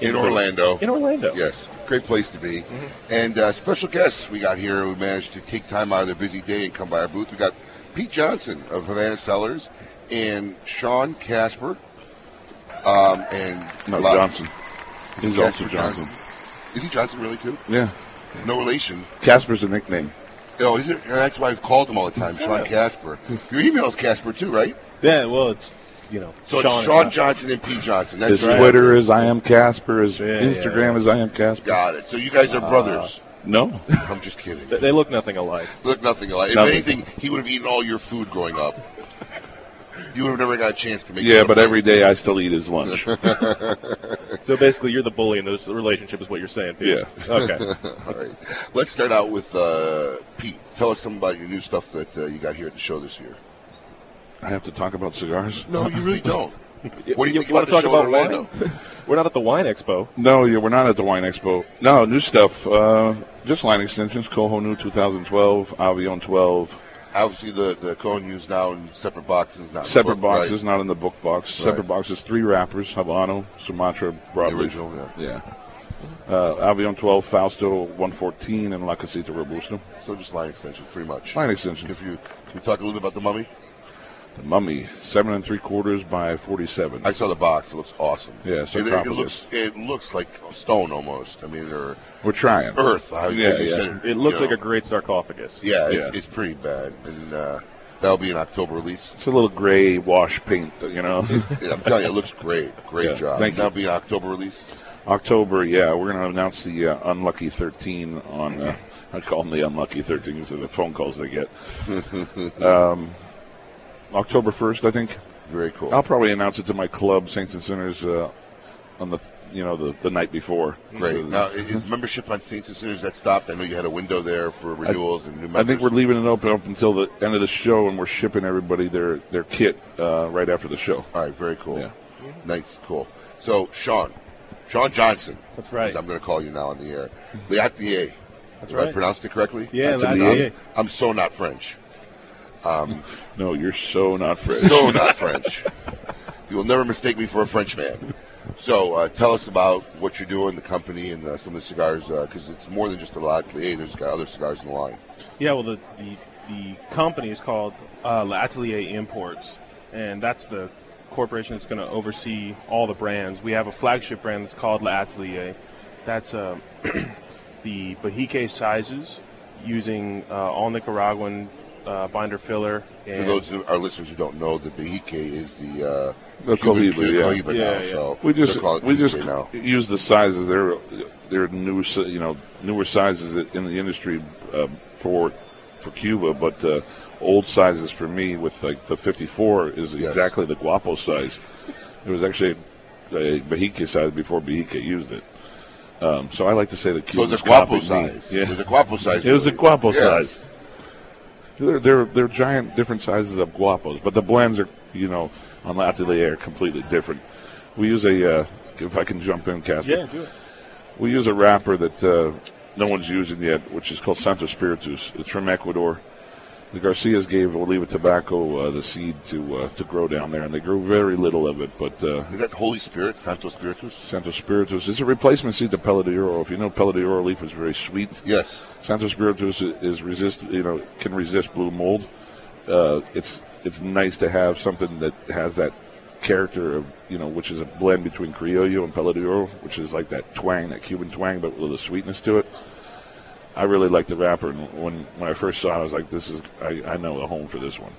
[SPEAKER 4] in,
[SPEAKER 3] In
[SPEAKER 4] Orlando.
[SPEAKER 3] In Orlando. Mm-hmm.
[SPEAKER 4] Yes, great place to be. And uh, special guests we got here who managed to take time out of their busy day and come by our booth. We got Pete Johnson of Havana Cellars and Sean Casper. Um, and
[SPEAKER 22] No,
[SPEAKER 4] Lo-
[SPEAKER 22] Johnson.
[SPEAKER 4] Is
[SPEAKER 22] He's
[SPEAKER 4] it
[SPEAKER 22] also
[SPEAKER 4] Casper
[SPEAKER 22] Johnson.
[SPEAKER 4] Is he Johnson really too?
[SPEAKER 22] Yeah.
[SPEAKER 4] No relation.
[SPEAKER 22] Casper's a nickname.
[SPEAKER 4] Oh, is it? That's why I've called him all the time, Sean Casper. Your email is Casper too, right?
[SPEAKER 3] Yeah, well, it's, you know,
[SPEAKER 4] So it's
[SPEAKER 3] Sean-
[SPEAKER 4] Sean Johnson and P. Johnson. That's
[SPEAKER 22] His
[SPEAKER 4] right.
[SPEAKER 22] Twitter is I am Casper. His Instagram
[SPEAKER 4] yeah.
[SPEAKER 22] is I am Casper.
[SPEAKER 4] Got it. So you guys are brothers.
[SPEAKER 22] No.
[SPEAKER 4] I'm just kidding.
[SPEAKER 3] Uh, They- They look nothing alike.
[SPEAKER 4] Look, nothing alike. If
[SPEAKER 22] Nothing.
[SPEAKER 4] anything, he would have eaten all your food growing up. You would have never got a chance to make.
[SPEAKER 22] Yeah,
[SPEAKER 4] your
[SPEAKER 22] but
[SPEAKER 4] own
[SPEAKER 22] every day I still eat his lunch.
[SPEAKER 3] so basically, you're the bully in this relationship, is what you're saying. Pete.
[SPEAKER 4] plate.
[SPEAKER 3] Okay.
[SPEAKER 4] all right. Let's start out with uh, Pete. Tell us some about your new stuff that uh, you got here at the show this year.
[SPEAKER 22] I have to talk about cigars.
[SPEAKER 4] No, you really don't. What do you,
[SPEAKER 3] You-
[SPEAKER 4] think
[SPEAKER 3] you
[SPEAKER 4] about
[SPEAKER 3] wanna
[SPEAKER 4] the
[SPEAKER 3] talk
[SPEAKER 4] show in
[SPEAKER 3] about wine?
[SPEAKER 4] Orlando?
[SPEAKER 3] We're not at the Wine Expo.
[SPEAKER 22] No, yeah, we're not at the Wine Expo. No, new stuff. Uh, just line extensions. Coho New 2012, Avion 12.
[SPEAKER 4] Obviously, the the cone used now in separate boxes. Not in the
[SPEAKER 22] Separate
[SPEAKER 4] book, right?
[SPEAKER 22] boxes, not in the book box.
[SPEAKER 4] Right.
[SPEAKER 22] Separate boxes, three wrappers, Habano, Sumatra, Broadleaf.
[SPEAKER 4] original,
[SPEAKER 22] yeah. Uh, Avion 12, Fausto 114, and La Casita Robusto.
[SPEAKER 4] So just line extensions, pretty much.
[SPEAKER 22] Line extension.
[SPEAKER 4] If you can you talk a little bit about the mummy?
[SPEAKER 22] The Mummy, seven and three quarters by 47.
[SPEAKER 4] I saw the box. It looks awesome.
[SPEAKER 22] Yeah, so
[SPEAKER 4] it, it
[SPEAKER 22] proper
[SPEAKER 4] looks it looks like stone almost. I mean, or
[SPEAKER 22] We're trying.
[SPEAKER 4] earth. I,
[SPEAKER 22] yeah,
[SPEAKER 4] as you
[SPEAKER 22] yeah.
[SPEAKER 4] said,
[SPEAKER 3] It looks
[SPEAKER 4] you
[SPEAKER 3] like a great sarcophagus.
[SPEAKER 4] Yeah, it's, it's pretty bad, and uh, that'll be an October release.
[SPEAKER 22] It's a little gray wash paint, you know.
[SPEAKER 4] Yeah, I'm telling you, it looks great. Great
[SPEAKER 22] Yeah,
[SPEAKER 4] job.
[SPEAKER 22] thank you.
[SPEAKER 4] that'll be an October release.
[SPEAKER 22] October, yeah, we're going to announce the uh, unlucky 13 on. Uh, I call them the unlucky 13 because of the phone calls they get. um, October 1st, I think.
[SPEAKER 4] Very cool.
[SPEAKER 22] I'll probably announce it to my club, Saints and Sinners, uh, on the you know the, the night before. The-
[SPEAKER 4] Great. Now, i- is membership on Saints and Sinners that stopped? I know you had a window there for
[SPEAKER 22] I-
[SPEAKER 4] renewals and new members.
[SPEAKER 22] I think we're leaving it open up until the end of the show, and we're shipping everybody their their kit uh, right after the show.
[SPEAKER 4] All right, very cool. Nice, cool. So, Sean, Sean Johnson. That's right. I'm going to call you now on the air. Leatier.
[SPEAKER 22] That's
[SPEAKER 4] if I
[SPEAKER 22] right.
[SPEAKER 4] pronounced it correctly?
[SPEAKER 22] Yeah,
[SPEAKER 4] That's a-
[SPEAKER 22] Leatier.
[SPEAKER 4] I'm, I'm so not French. Um,
[SPEAKER 22] no, you're so not French.
[SPEAKER 4] So not French. you will never mistake me for a Frenchman. So, uh, tell us about what you're doing, the company, and uh, some of the cigars, because it's more than just a Leatier. There's got other cigars in the line.
[SPEAKER 23] Yeah, well, the the, the company is called uh, L'Atelier Imports, and that's the corporation that's going to oversee all the brands. We have a flagship brand that's called L'Atelier. That's uh, the Bahique sizes using uh, all Nicaraguan uh, binder filler. And
[SPEAKER 4] For those of our listeners who don't know, the Bahique is the uh,
[SPEAKER 22] The
[SPEAKER 4] Cuban-
[SPEAKER 22] Cohiba, yeah.
[SPEAKER 4] Cohiba now, so
[SPEAKER 22] we just
[SPEAKER 4] they're calling it
[SPEAKER 22] we just
[SPEAKER 4] Bahique now.
[SPEAKER 22] use the sizes. They're they're new, si- you know, newer sizes in the industry uh, for for Cuba, but uh, old sizes for me with like the 54 is
[SPEAKER 4] Yes.
[SPEAKER 22] exactly the Guapo size. It was actually a Bahique size before Bahique used it. Um, so I like to say that
[SPEAKER 4] So
[SPEAKER 22] Cuba.
[SPEAKER 4] it's a Guapo size.
[SPEAKER 22] Yeah.
[SPEAKER 4] It was a Guapo size.
[SPEAKER 22] It was a
[SPEAKER 4] really.
[SPEAKER 22] Guapo
[SPEAKER 4] Yes.
[SPEAKER 22] size. They're, they're they're giant, different sizes of guapos, but the blends are you know on Latelier are completely different. We use a uh, if I can jump in, Casper.
[SPEAKER 23] Yeah, do it.
[SPEAKER 22] We use a wrapper that uh, no one's using yet, which is called Santo Spiritus. It's from Ecuador. The Garcias gave Oliva Tobacco uh, the seed to uh, to grow down there, and they grew very little of it. But uh,
[SPEAKER 4] Is that Holy Spirit, Santo Spiritus?
[SPEAKER 22] Santo Spiritus is a replacement seed to Palo de Oro. If you know Palo de Oro leaf is very sweet.
[SPEAKER 4] Yes.
[SPEAKER 22] Santo Spiritus i- is resist, you know, can resist blue mold. Uh, it's it's nice to have something that has that character of you know, which is a blend between Criollo and Palo de Oro, which is like that twang, that Cuban twang, but with a little sweetness to it. I really like the wrapper, and when when I first saw it, I was like, this is I, I know a home for this one.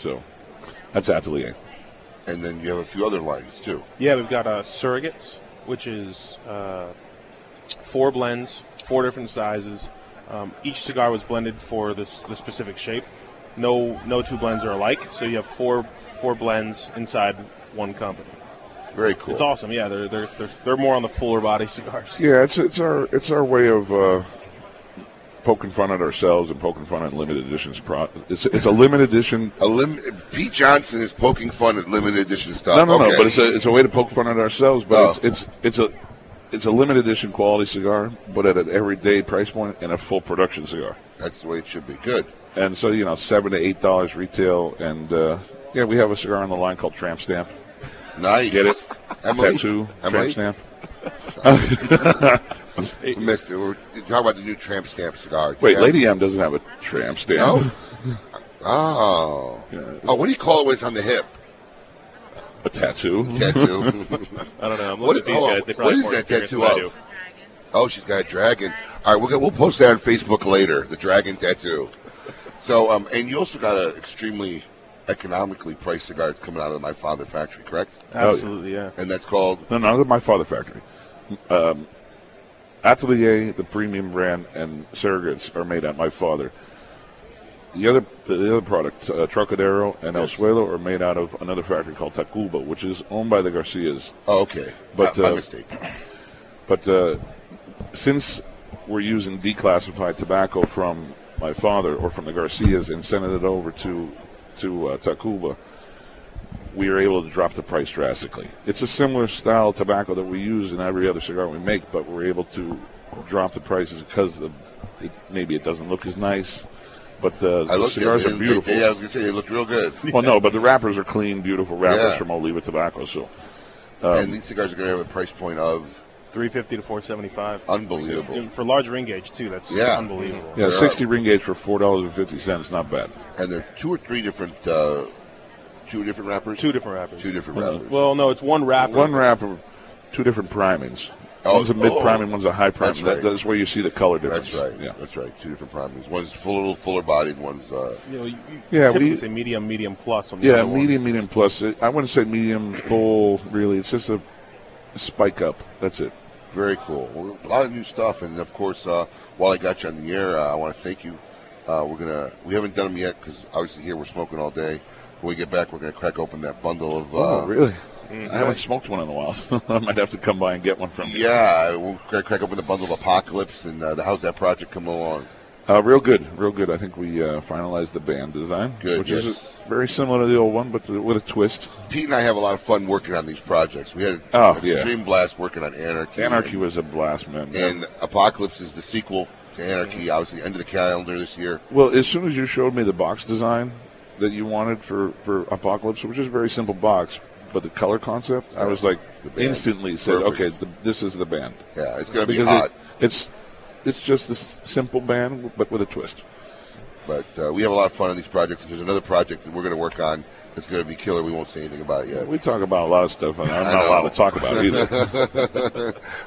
[SPEAKER 22] So that's Atelier.
[SPEAKER 4] And then you have a few other lines too.
[SPEAKER 23] Yeah, we've got uh, surrogates, which is uh, four blends, four different sizes. Um, each cigar was blended for this the specific shape. No, no two blends are alike. So you have four four blends inside one company.
[SPEAKER 4] Very cool.
[SPEAKER 23] It's awesome. Yeah, they're they're they're, they're more on the fuller body cigars.
[SPEAKER 22] Yeah, it's it's our it's our way of uh, poking fun at ourselves and poking fun at limited editions. Pro- it's it's a limited edition.
[SPEAKER 4] A lim- Pete Johnson is poking fun at limited edition stuff.
[SPEAKER 22] No, no,
[SPEAKER 4] okay.
[SPEAKER 22] no. But it's a it's a way to poke fun at ourselves. But
[SPEAKER 4] Oh.
[SPEAKER 22] it's, it's it's a it's a limited edition quality cigar, but at an everyday price point and a full production cigar.
[SPEAKER 4] That's the way it should be. Good.
[SPEAKER 22] And so you know, seven to eight dollars retail, and uh, yeah, we have a cigar on the line called Tramp Stamp.
[SPEAKER 4] Nice.
[SPEAKER 22] Get it?
[SPEAKER 4] Emily?
[SPEAKER 22] Tattoo.
[SPEAKER 4] Emily?
[SPEAKER 22] Tramp
[SPEAKER 4] Sorry.
[SPEAKER 22] Stamp.
[SPEAKER 4] we missed it. We're talking about the new tramp stamp cigar. Do you
[SPEAKER 22] Wait,
[SPEAKER 4] have-
[SPEAKER 22] Lady M doesn't have a tramp stamp.
[SPEAKER 4] No? Oh. Oh, what do you call it when it's on the hip?
[SPEAKER 22] A tattoo.
[SPEAKER 4] Tattoo.
[SPEAKER 23] I don't know. I'm looking
[SPEAKER 4] What-
[SPEAKER 23] at these
[SPEAKER 4] oh,
[SPEAKER 23] guys. They probably
[SPEAKER 4] what is
[SPEAKER 23] have more
[SPEAKER 4] that
[SPEAKER 23] experience
[SPEAKER 4] tattoo
[SPEAKER 23] than I
[SPEAKER 4] of?
[SPEAKER 23] do.
[SPEAKER 4] Oh, she's got a dragon. All right, we'll get, we'll post that on Facebook later. The dragon tattoo. So, um, and you also got an extremely economically priced cigar that's coming out of my father factory, correct?
[SPEAKER 22] Oh,
[SPEAKER 23] Absolutely, yeah.
[SPEAKER 4] And that's called
[SPEAKER 22] No, no, that's my father factory. Um, Atelier, the premium brand, and surrogates are made at my father. The other, the other product, uh, Trocadero and El Suelo, are made out of another factory called Tacuba, which is owned by the Garcias.
[SPEAKER 4] Oh, okay.
[SPEAKER 22] But
[SPEAKER 4] My- my
[SPEAKER 22] uh,
[SPEAKER 4] mistake.
[SPEAKER 22] But uh, since we're using declassified tobacco from my father or from the Garcias and sending it over to to uh, Tacuba, we are able to drop the price drastically. It's a similar style tobacco that we use in every other cigar we make, but we're able to drop the prices because of it, maybe it doesn't look as nice, but uh,
[SPEAKER 4] I
[SPEAKER 22] the
[SPEAKER 4] looked
[SPEAKER 22] cigars
[SPEAKER 4] at
[SPEAKER 22] are
[SPEAKER 4] it.
[SPEAKER 22] beautiful.
[SPEAKER 4] They, they, I was gonna say they looked real good.
[SPEAKER 22] Well, no, but the wrappers are clean, beautiful wrappers
[SPEAKER 4] Yeah.
[SPEAKER 22] from Oliva Tobacco. So, um,
[SPEAKER 4] and these cigars are gonna have a price point of
[SPEAKER 23] 350 to 475.
[SPEAKER 4] Unbelievable.
[SPEAKER 23] And for large ring gauge too. That's
[SPEAKER 4] Yeah.
[SPEAKER 23] unbelievable.
[SPEAKER 4] uh,
[SPEAKER 22] yeah, sixty ring gauge for four dollars and fifty cents, not bad.
[SPEAKER 4] and they're two or three different, uh, two different wrappers.
[SPEAKER 23] Two different wrappers.
[SPEAKER 4] Two different
[SPEAKER 22] Mhm.
[SPEAKER 4] wrappers.
[SPEAKER 23] Well, no, it's one wrapper.
[SPEAKER 22] One wrapper, two different primings.
[SPEAKER 4] Oh,
[SPEAKER 22] one's a mid prime
[SPEAKER 4] oh.
[SPEAKER 22] and one's a high prime.
[SPEAKER 4] That's
[SPEAKER 22] That's,
[SPEAKER 4] right.
[SPEAKER 22] that, that's where you see the color difference.
[SPEAKER 4] That's right. That's right. Two different primers. One's full, a little fuller bodied. One's uh,
[SPEAKER 23] You know, you, you
[SPEAKER 22] Yeah,
[SPEAKER 23] typically
[SPEAKER 22] we-
[SPEAKER 23] say medium, medium plus. On the
[SPEAKER 22] Yeah,
[SPEAKER 23] other one.
[SPEAKER 22] medium, medium plus. It- I wouldn't say medium full, really. It's just a spike up. That's it.
[SPEAKER 4] Very cool. Well, a lot of new stuff, and of course, uh, while I got you on the air, uh, I want to thank you. Uh, we're gonna we haven't done them yet because obviously here we're smoking all day. When we get back, we're gonna crack open that bundle of uh,
[SPEAKER 22] Oh, really? I haven't smoked one in a while, so I might have to come by and get one from you.
[SPEAKER 4] Yeah, we'll crack, crack open the bundle of apocalypse and uh, how's that project coming along?
[SPEAKER 22] Uh, real good, real good. I think we uh, finalized the band design,
[SPEAKER 4] Good,
[SPEAKER 22] which
[SPEAKER 4] yes.
[SPEAKER 22] is very similar to the old one, but with a twist.
[SPEAKER 4] Pete and I have a lot of fun working on these projects. We had
[SPEAKER 22] Oh,
[SPEAKER 4] an
[SPEAKER 22] yeah.
[SPEAKER 4] extreme blast working on Anarchy.
[SPEAKER 22] Anarchy was a blast, man.
[SPEAKER 4] And Apocalypse is the sequel to Anarchy, obviously, end of the calendar this year.
[SPEAKER 22] Well, as soon as you showed me the box design that you wanted for, for Apocalypse, which is a very simple box, but the color concept, I was like
[SPEAKER 4] band.
[SPEAKER 22] instantly said,
[SPEAKER 4] Perfect.
[SPEAKER 22] okay, th this is the band.
[SPEAKER 4] Yeah, it's gonna be
[SPEAKER 22] Because
[SPEAKER 4] hot.
[SPEAKER 22] It, it's it's just this simple band, w- but with a twist.
[SPEAKER 4] But uh, we have a lot of fun on these projects. There's another project that we're going to work on that's going to be killer. We won't say anything about it yet.
[SPEAKER 22] We talk about a lot of stuff, and I'm
[SPEAKER 4] I
[SPEAKER 22] not
[SPEAKER 4] know.
[SPEAKER 22] allowed to talk about it either.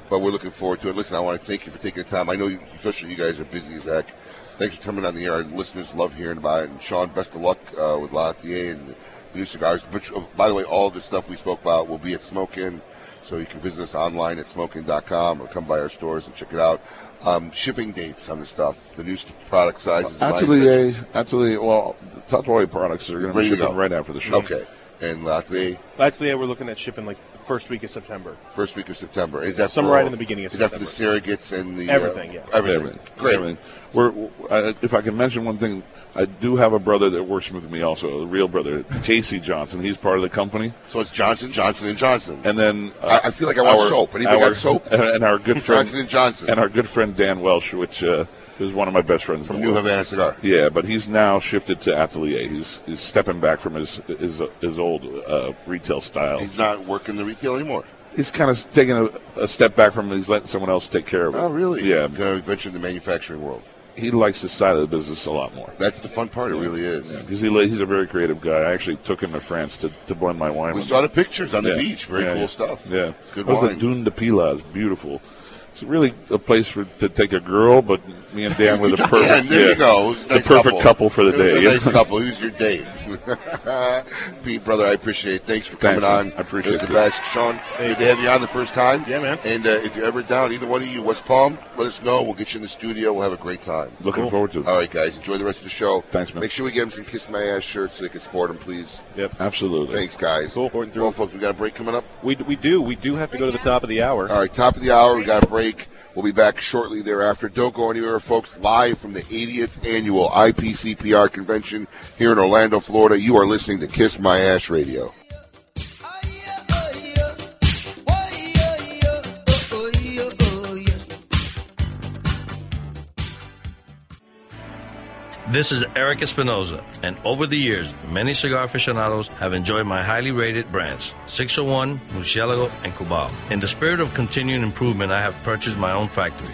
[SPEAKER 4] but we're looking forward to it. Listen, I want to thank you for taking the time. I know, you, especially you guys are busy as heck. Thanks for coming on the air. Our listeners love hearing about it. And Sean, best of luck uh, with Latier and the new cigars. But uh, by the way, all the stuff we spoke about will be at Smokin', so you can visit us online at smokin.com or come by our stores and check it out. Um, shipping dates on the stuff, the new st- product sizes. and
[SPEAKER 22] Actually,
[SPEAKER 4] lines.
[SPEAKER 22] uh, actually, well, the Tatuari products are going to be
[SPEAKER 4] Ready to
[SPEAKER 22] shipping
[SPEAKER 4] go.
[SPEAKER 22] right after the show.
[SPEAKER 4] Okay. And Latier,
[SPEAKER 23] Actually, yeah, we're looking at shipping like the first week of September.
[SPEAKER 4] first week of September. Is that
[SPEAKER 23] Somewhere
[SPEAKER 4] for,
[SPEAKER 23] right in the beginning of
[SPEAKER 4] Is that for the surrogates and the uh,
[SPEAKER 23] Everything, yeah.
[SPEAKER 4] everything. Great.
[SPEAKER 22] Everything. We're, I, if I can mention one thing, I do have a brother that works with me also, a real brother, Casey Johnson. He's part of the company.
[SPEAKER 4] So it's Johnson, Johnson, and Johnson.
[SPEAKER 22] And then uh,
[SPEAKER 4] I- I feel like I want soap. Anybody got soap?
[SPEAKER 22] And, and our good friend
[SPEAKER 4] Johnson and Johnson.
[SPEAKER 22] and our good friend Dan Welsh, which uh, is one of my best friends
[SPEAKER 4] From
[SPEAKER 22] in the
[SPEAKER 4] New
[SPEAKER 22] world.
[SPEAKER 4] Havana Cigar.
[SPEAKER 22] Yeah, but he's now shifted to Atelier. He's, he's stepping back from his his, his old uh, retail style.
[SPEAKER 4] He's not working the retail anymore.
[SPEAKER 22] He's kind of taking a, a step back from it. He's letting someone else take care of it.
[SPEAKER 4] Oh, really?
[SPEAKER 22] Yeah.
[SPEAKER 4] Going to venture in the manufacturing world.
[SPEAKER 22] He likes his side of the business a lot more.
[SPEAKER 4] That's the fun part. It really is.
[SPEAKER 22] Because he, li- he's a very creative guy. I actually took him to France to, to blend my wine.
[SPEAKER 4] We
[SPEAKER 22] with
[SPEAKER 4] saw
[SPEAKER 22] him.
[SPEAKER 4] the pictures on the beach. Very
[SPEAKER 22] yeah,
[SPEAKER 4] cool
[SPEAKER 22] yeah.
[SPEAKER 4] stuff.
[SPEAKER 22] Yeah.
[SPEAKER 4] Good
[SPEAKER 22] That was
[SPEAKER 4] wine.
[SPEAKER 22] the Dune de Pilas. Beautiful. It's really a place for to take a girl, but me and Dan were the perfect.
[SPEAKER 4] yeah, there
[SPEAKER 22] yeah,
[SPEAKER 4] you go. It was a
[SPEAKER 22] the
[SPEAKER 4] nice
[SPEAKER 22] perfect couple, for the
[SPEAKER 4] It was
[SPEAKER 22] day.
[SPEAKER 4] a
[SPEAKER 22] yeah.
[SPEAKER 4] nice couple. Who's your date? Pete, brother, I appreciate it. Thanks for coming
[SPEAKER 22] Thank you.
[SPEAKER 4] on.
[SPEAKER 22] I appreciate
[SPEAKER 4] it. Was the
[SPEAKER 22] it.
[SPEAKER 4] best. Sean, good to have you on the first time. Yeah, man. And uh, if you're ever down, either one of you, West Palm, let us know. We'll get you in the studio. We'll have a great time.
[SPEAKER 22] Looking Cool. forward to it.
[SPEAKER 4] All right, guys. Enjoy the rest of the show.
[SPEAKER 22] Thanks, man.
[SPEAKER 4] Make sure we get them some Kiss My Ass shirts so they can sport them, please.
[SPEAKER 22] Yep. Absolutely.
[SPEAKER 4] Thanks, guys. Cool. Well, folks, we got a break coming up.
[SPEAKER 24] We, we do. We do have to go to the top of the hour.
[SPEAKER 4] All right, top of the hour. We got a break. We'll be back shortly thereafter. Don't go anywhere, folks. Live from the 80th annual IPCPR convention here in Orlando, Florida. You are listening to Kiss My Ash Radio.
[SPEAKER 25] This is Eric Espinoza, and over the years, many cigar aficionados have enjoyed my highly rated brands 601, Murcielago, and Cubao. In the spirit of continuing improvement, I have purchased my own factory,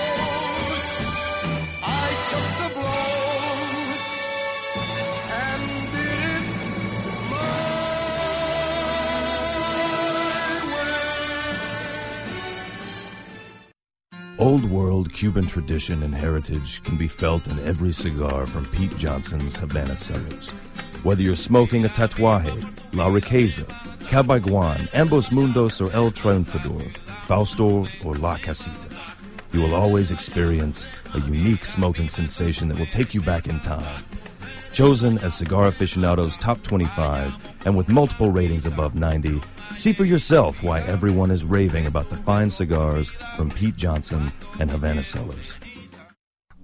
[SPEAKER 12] Old world Cuban tradition and heritage can be felt in every cigar from Pete Johnson's Habana Cellars. Whether you're smoking a tatuaje, La Riqueza, Cabaguan, Ambos Mundos, or El Triunfador, Fausto, or La Casita, you will always experience a unique smoking sensation that will take you back in time. Chosen as Cigar Aficionado's Top 25 and with multiple ratings above 90, see for yourself why everyone is raving about the fine cigars from Pete Johnson and Havana Cellars.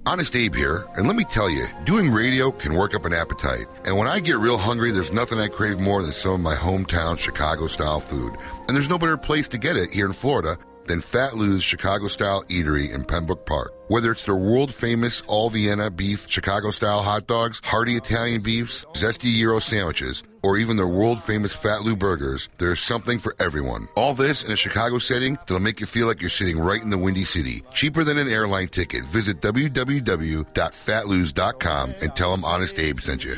[SPEAKER 4] Honest Abe here, and let me tell you, doing radio can work up an appetite. And when I get real hungry, there's nothing I crave more than some of my hometown Chicago style food. And there's no better place to get it here in Florida than Fat Lou's Chicago style eatery in Pembroke Park. Whether it's their world famous all Vienna beef, Chicago style hot dogs, hearty Italian beefs, zesty gyro sandwiches, or even their world famous Fat Lou burgers, there's something for everyone. All this in a Chicago setting that'll make you feel like you're sitting right in the Windy City. Cheaper than an airline ticket. Visit www.fatloos.com and tell them Honest Abe sent you.